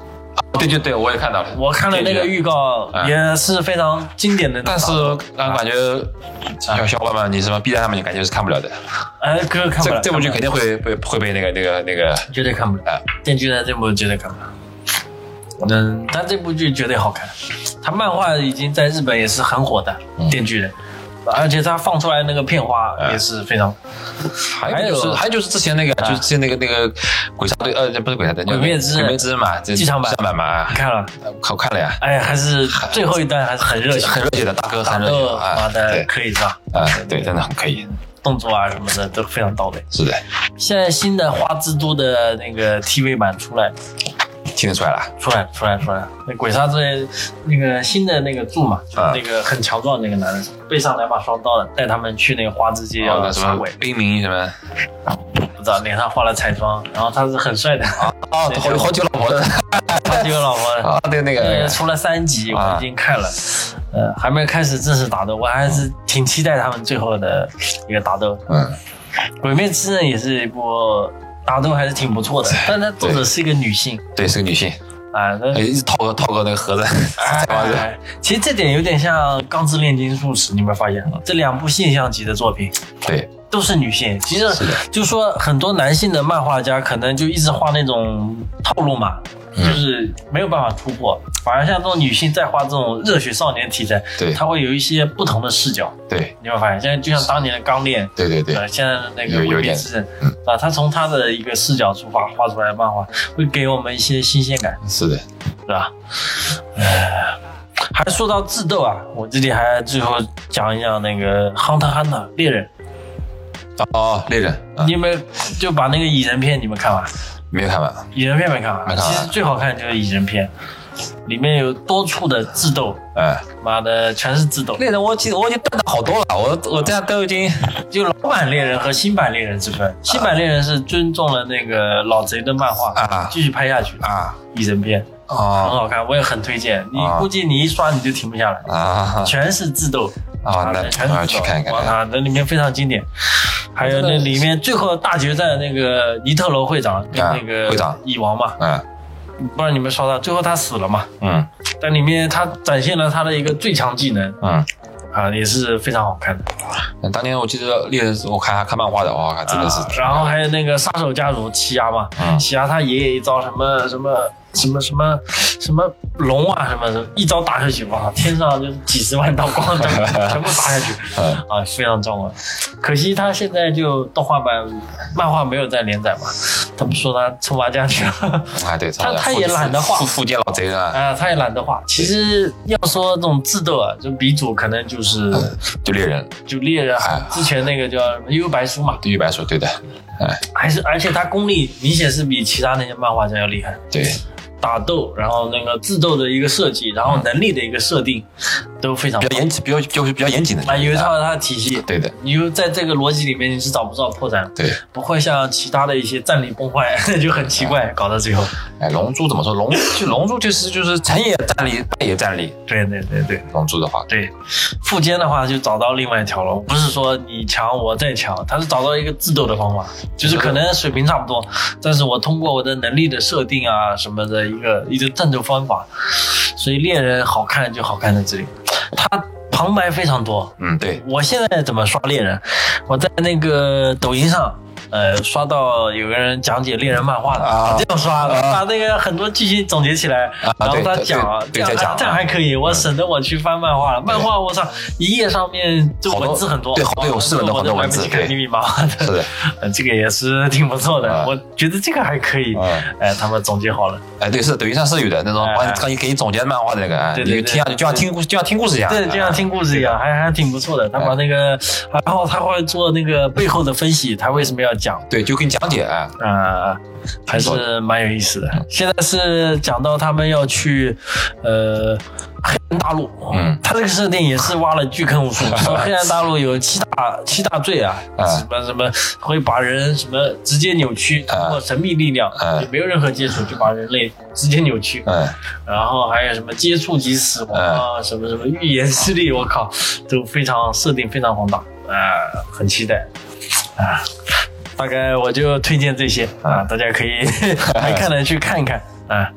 Speaker 3: 对对对，我也看到了。
Speaker 2: 我看了那个预告
Speaker 3: 电锯啊
Speaker 2: 也是非常经典的打
Speaker 3: 但是
Speaker 2: 斗，
Speaker 3: 让我感觉小小伙伴们，你什么 B 站上面，你感觉是看不了的。
Speaker 2: 哎，哥看不
Speaker 3: 这
Speaker 2: 了，
Speaker 3: 这部剧
Speaker 2: 看
Speaker 3: 肯
Speaker 2: 不了
Speaker 3: 定会被会被那个那个那个
Speaker 2: 绝对看不了，
Speaker 3: 啊，
Speaker 2: 电锯人这部绝对看不了。嗯，但这部剧绝对好看，它漫画已经在日本也是很火的，
Speaker 3: 嗯
Speaker 2: 电锯人》，而且它放出来那个片花
Speaker 3: 哎
Speaker 2: 也是非常
Speaker 3: 还有就是
Speaker 2: 还有
Speaker 3: 还有就是之前那个就是之前那个那个鬼杀队呃不是鬼杀队，
Speaker 2: 鬼灭之刃
Speaker 3: 鬼灭之刃嘛，这
Speaker 2: 剧场版
Speaker 3: 版嘛，
Speaker 2: 看了，
Speaker 3: 我看了呀，
Speaker 2: 哎，还是最后一段还是很热血，
Speaker 3: 很热血的大哥，
Speaker 2: 打
Speaker 3: 很热血
Speaker 2: 斗
Speaker 3: 的啊
Speaker 2: 妈，的
Speaker 3: 对
Speaker 2: 可以是吧？
Speaker 3: 啊对，真的很可以，
Speaker 2: 动作啊什么的都非常到位。
Speaker 3: 是的，
Speaker 2: 现在新的花之都的那个 TV 版出来，
Speaker 3: 听得出来了，
Speaker 2: 出来，出来，出来。那鬼杀队那个新的那个柱嘛，就是
Speaker 3: 啊
Speaker 2: 那个很强壮的那个男的，背上两把双刀的，带他们去那个花之街
Speaker 3: 然后
Speaker 2: 要
Speaker 3: 啊那什
Speaker 2: 杀
Speaker 3: 么
Speaker 2: 鬼，
Speaker 3: 冰明什么，
Speaker 2: 不知道脸上画了彩妆，然后他是很帅的，
Speaker 3: 哦，好好久老婆的
Speaker 2: 他就有老婆了。
Speaker 3: 啊，对那
Speaker 2: 对，
Speaker 3: 个
Speaker 2: 出了三集，我
Speaker 3: 啊
Speaker 2: 已经看了，呃，还没有开始正式打斗，我还是挺期待他们最后的一个打斗。
Speaker 3: 嗯，
Speaker 2: 《鬼灭之刃》也是一部打斗还是挺不错的，但它作者是一个女性
Speaker 3: 对，是个女性，
Speaker 2: 啊，那
Speaker 3: 哎，一直套个套个那个盒子，
Speaker 2: 哎
Speaker 3: 才完的。
Speaker 2: 其实这点有点像《钢之炼金术士》，你有没有发现？这两部现象级的作品
Speaker 3: 对，
Speaker 2: 都是女性。其实
Speaker 3: 是的
Speaker 2: 就说很多男性的漫画家可能就一直画那种套路嘛，
Speaker 3: 嗯
Speaker 2: 就是没有办法突破。反而像这种女性在画这种热血少年题材，
Speaker 3: 对
Speaker 2: 她会有一些不同的视角。
Speaker 3: 对，
Speaker 2: 你有没有发现？现在就像当年的《钢炼》。
Speaker 3: 对对对，
Speaker 2: 呃，现在的那个
Speaker 3: 有有
Speaker 2: 鬼灭
Speaker 3: 点
Speaker 2: 之刃
Speaker 3: 嗯
Speaker 2: 啊，他从他的一个视角出发画出来的漫画，会给我们一些新鲜感。
Speaker 3: 是的，
Speaker 2: 是吧？唉还说到智斗啊，我这里还最后讲一讲那个《Hunter x Hunter》猎人，
Speaker 3: 哦，猎人，啊
Speaker 2: 你们就把那个蚁人篇你们看完？
Speaker 3: 没有看完，
Speaker 2: 蚁人篇没看完，
Speaker 3: 没看完
Speaker 2: 其实最好看就是蚁人篇，里面有多处的智斗，
Speaker 3: 哎，
Speaker 2: 妈的全是智斗，
Speaker 3: 猎人我记得我已经淡的好多了，我我这样都已经
Speaker 2: 就老版猎人和新版猎人之分。新版猎人是尊重了那个老贼的漫画，
Speaker 3: 啊
Speaker 2: 继续拍下去。
Speaker 3: 啊
Speaker 2: 蚁人篇很
Speaker 3: 哦
Speaker 2: 好看，我也很推荐。你
Speaker 3: 啊
Speaker 2: 估计你一刷你就停不下来，
Speaker 3: 啊
Speaker 2: 全是智斗。
Speaker 3: 啊，那
Speaker 2: 对全是
Speaker 3: 我要去看一看
Speaker 2: 哇，
Speaker 3: 啊
Speaker 2: 那那里面非常经典。还有那里面最后大决战那个尼特罗会长跟
Speaker 3: 啊
Speaker 2: 那个
Speaker 3: 会长
Speaker 2: 蚁王嘛，
Speaker 3: 嗯
Speaker 2: 不知道你们刷到，最后他死了嘛？
Speaker 3: 嗯
Speaker 2: 但里面他展现了他的一个最强技能
Speaker 3: 嗯。
Speaker 2: 啊，也是非常好看的。
Speaker 3: 嗯当年我记得猎人，我看还看漫画的，哇，真的是
Speaker 2: 啊，然后还有那个杀手家族奇亚嘛，
Speaker 3: 嗯
Speaker 2: 奇亚他爷爷一招什么什么什么什么什么龙啊什么的，一招打下去，哇，天上就几十万道 光，全部全部打下去，
Speaker 3: 嗯
Speaker 2: 啊，非常壮观。可惜他现在就动画版漫画没有再连载嘛，他们说他抽麻将去了。
Speaker 3: 啊，对，
Speaker 2: 他他也懒得画
Speaker 3: 富富坚老贼人啊，
Speaker 2: 啊，他也懒得画。其实要说这种智斗啊，就鼻祖可能就是
Speaker 3: 就猎人
Speaker 2: 就猎人啊
Speaker 3: 哎
Speaker 2: 之前那个叫什么幽白书嘛，
Speaker 3: 对于白鼠，对的，哎，
Speaker 2: 还是而且他功力明显是比其他那些漫画家要厉害，
Speaker 3: 对，
Speaker 2: 打斗，然后那个智斗的一个设计，然后能力的一个设定都非常
Speaker 3: 比
Speaker 2: 棒
Speaker 3: 较严谨，比较就是比较严谨的，
Speaker 2: 啊，有一套他的体系。
Speaker 3: 对的，
Speaker 2: 你就在这个逻辑里面，你是找不到破绽的。
Speaker 3: 对，
Speaker 2: 不会像其他的一些战力崩坏， 就很奇怪，搞到最后。
Speaker 3: 哎，龙珠怎么说？龙就龙珠就是就是成也战力，败也战力。
Speaker 2: 对对对对
Speaker 3: 龙珠的话，
Speaker 2: 对，富坚的话就找到另外一条龙，不是说你强我再强，他是找到一个自斗的方法，就是可能水平差不多，但是我通过我的能力的设定啊什么的一个一个战斗方法，所以猎人好看就好看在这里，他旁白非常多，
Speaker 3: 嗯，对，
Speaker 2: 我现在怎么刷猎人？我在那个抖音上，呃，刷到有个人讲解猎人漫画的，
Speaker 3: 啊
Speaker 2: 这样刷的，
Speaker 3: 啊
Speaker 2: 把那个很多剧情总结起来，然后
Speaker 3: 对
Speaker 2: 他
Speaker 3: 对
Speaker 2: 讲啊，这
Speaker 3: 对
Speaker 2: 样
Speaker 3: 再讲
Speaker 2: 这样还可以，我省得我去翻漫画了。漫画我操，一页上面就
Speaker 3: 好多
Speaker 2: 文字很多，
Speaker 3: 对好多有
Speaker 2: 是
Speaker 3: 是很多很多文字对
Speaker 2: 密密麻麻
Speaker 3: 是
Speaker 2: 的，
Speaker 3: 的，
Speaker 2: 呃这个也是挺不错的
Speaker 3: 啊，
Speaker 2: 我觉得这个还可以。
Speaker 3: 嗯，
Speaker 2: 哎，他们总结好了，
Speaker 3: 哎，对，是抖音上是有的那种
Speaker 2: 哎，
Speaker 3: 帮你帮你给你总结漫画的那个，哎
Speaker 2: 对
Speaker 3: 你
Speaker 2: 对
Speaker 3: 就听下去，就像听故就像听故事一样，啊
Speaker 2: 对，就像听故事一样，还还挺不错的。他把那个，然后他会做那个背后的分析，他为什么要讲。
Speaker 3: 哎，对，就给你讲解，哎，
Speaker 2: 啊，还是蛮有意思的。现在是讲到他们要去，呃，黑人大陆，
Speaker 3: 嗯
Speaker 2: 他这个设定也是挖了巨坑无 数。说黑人大陆有七大七大罪啊，
Speaker 3: 啊
Speaker 2: 什么什么会把人什么直接扭曲，通过神秘力量，
Speaker 3: 啊
Speaker 2: 也没有任何接触就把人类直接扭曲，
Speaker 3: 嗯
Speaker 2: 然后还有什么接触即死亡啊，什么什么预言之力，我靠，都非常设定非常宏大，啊，很期待，啊。大概我就推荐这些啊，大家可以 还看的去看一看啊。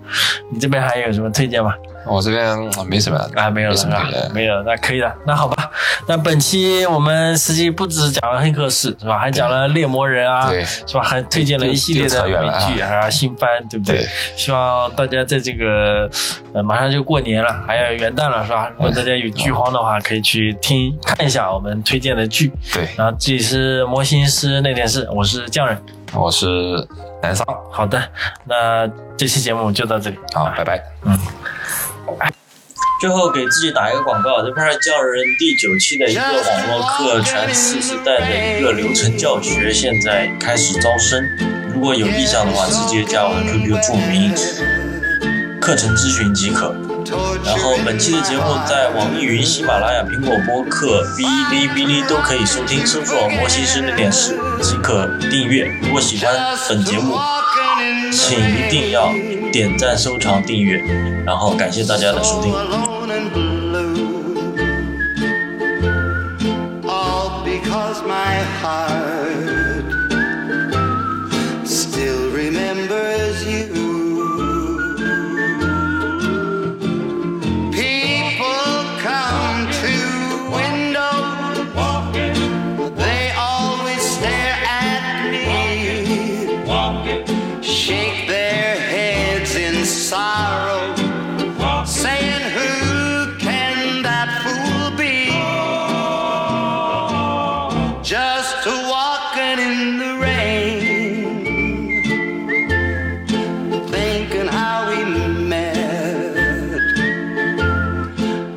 Speaker 2: 你这边还有什么推荐吗？
Speaker 3: 我这边嗯没什么
Speaker 2: 啊，没有了
Speaker 3: 没什
Speaker 2: 是
Speaker 3: 么
Speaker 2: 吧
Speaker 3: 推荐？
Speaker 2: 没有了，那可以的。那好吧，那本期我们实际不只讲了黑客四是吧？还讲了猎魔人啊，
Speaker 3: 对
Speaker 2: 是吧？还推荐了一系列的美剧啊，新番，对不对？
Speaker 3: 对
Speaker 2: 希望大家在这个呃马上就过年了，还有元旦了是吧？如果大家有剧荒的话，可以去听看一下我们推荐的剧。
Speaker 3: 对，
Speaker 2: 然后这里是魔心师那点事，我是匠人。
Speaker 3: 我是南商，
Speaker 2: 好的，那这期节目就到这里。
Speaker 3: 好，拜拜。
Speaker 1: 最后给自己打一个广告，这片儿匠人第九期的一个网络课传四时代的一个流程教学，现在开始招生。如果有意向的话，直接加我的 QQ 注明课程咨询即可。然后本期的节目在网易云、喜马拉雅、苹果播客、哔哩哔哩都可以收听，搜索“魔西师那点事”即可订阅。如果喜欢本节目，请一定要点赞、收藏、订阅，然后感谢大家的收听。
Speaker 4: Alone and blue. All because my heart still remembers you. People come to window They always stare at me. Shake their heads in sorrow saying who can that fool be? Just a walking in the rain, thinking how we met,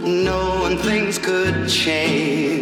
Speaker 4: knowing things could change.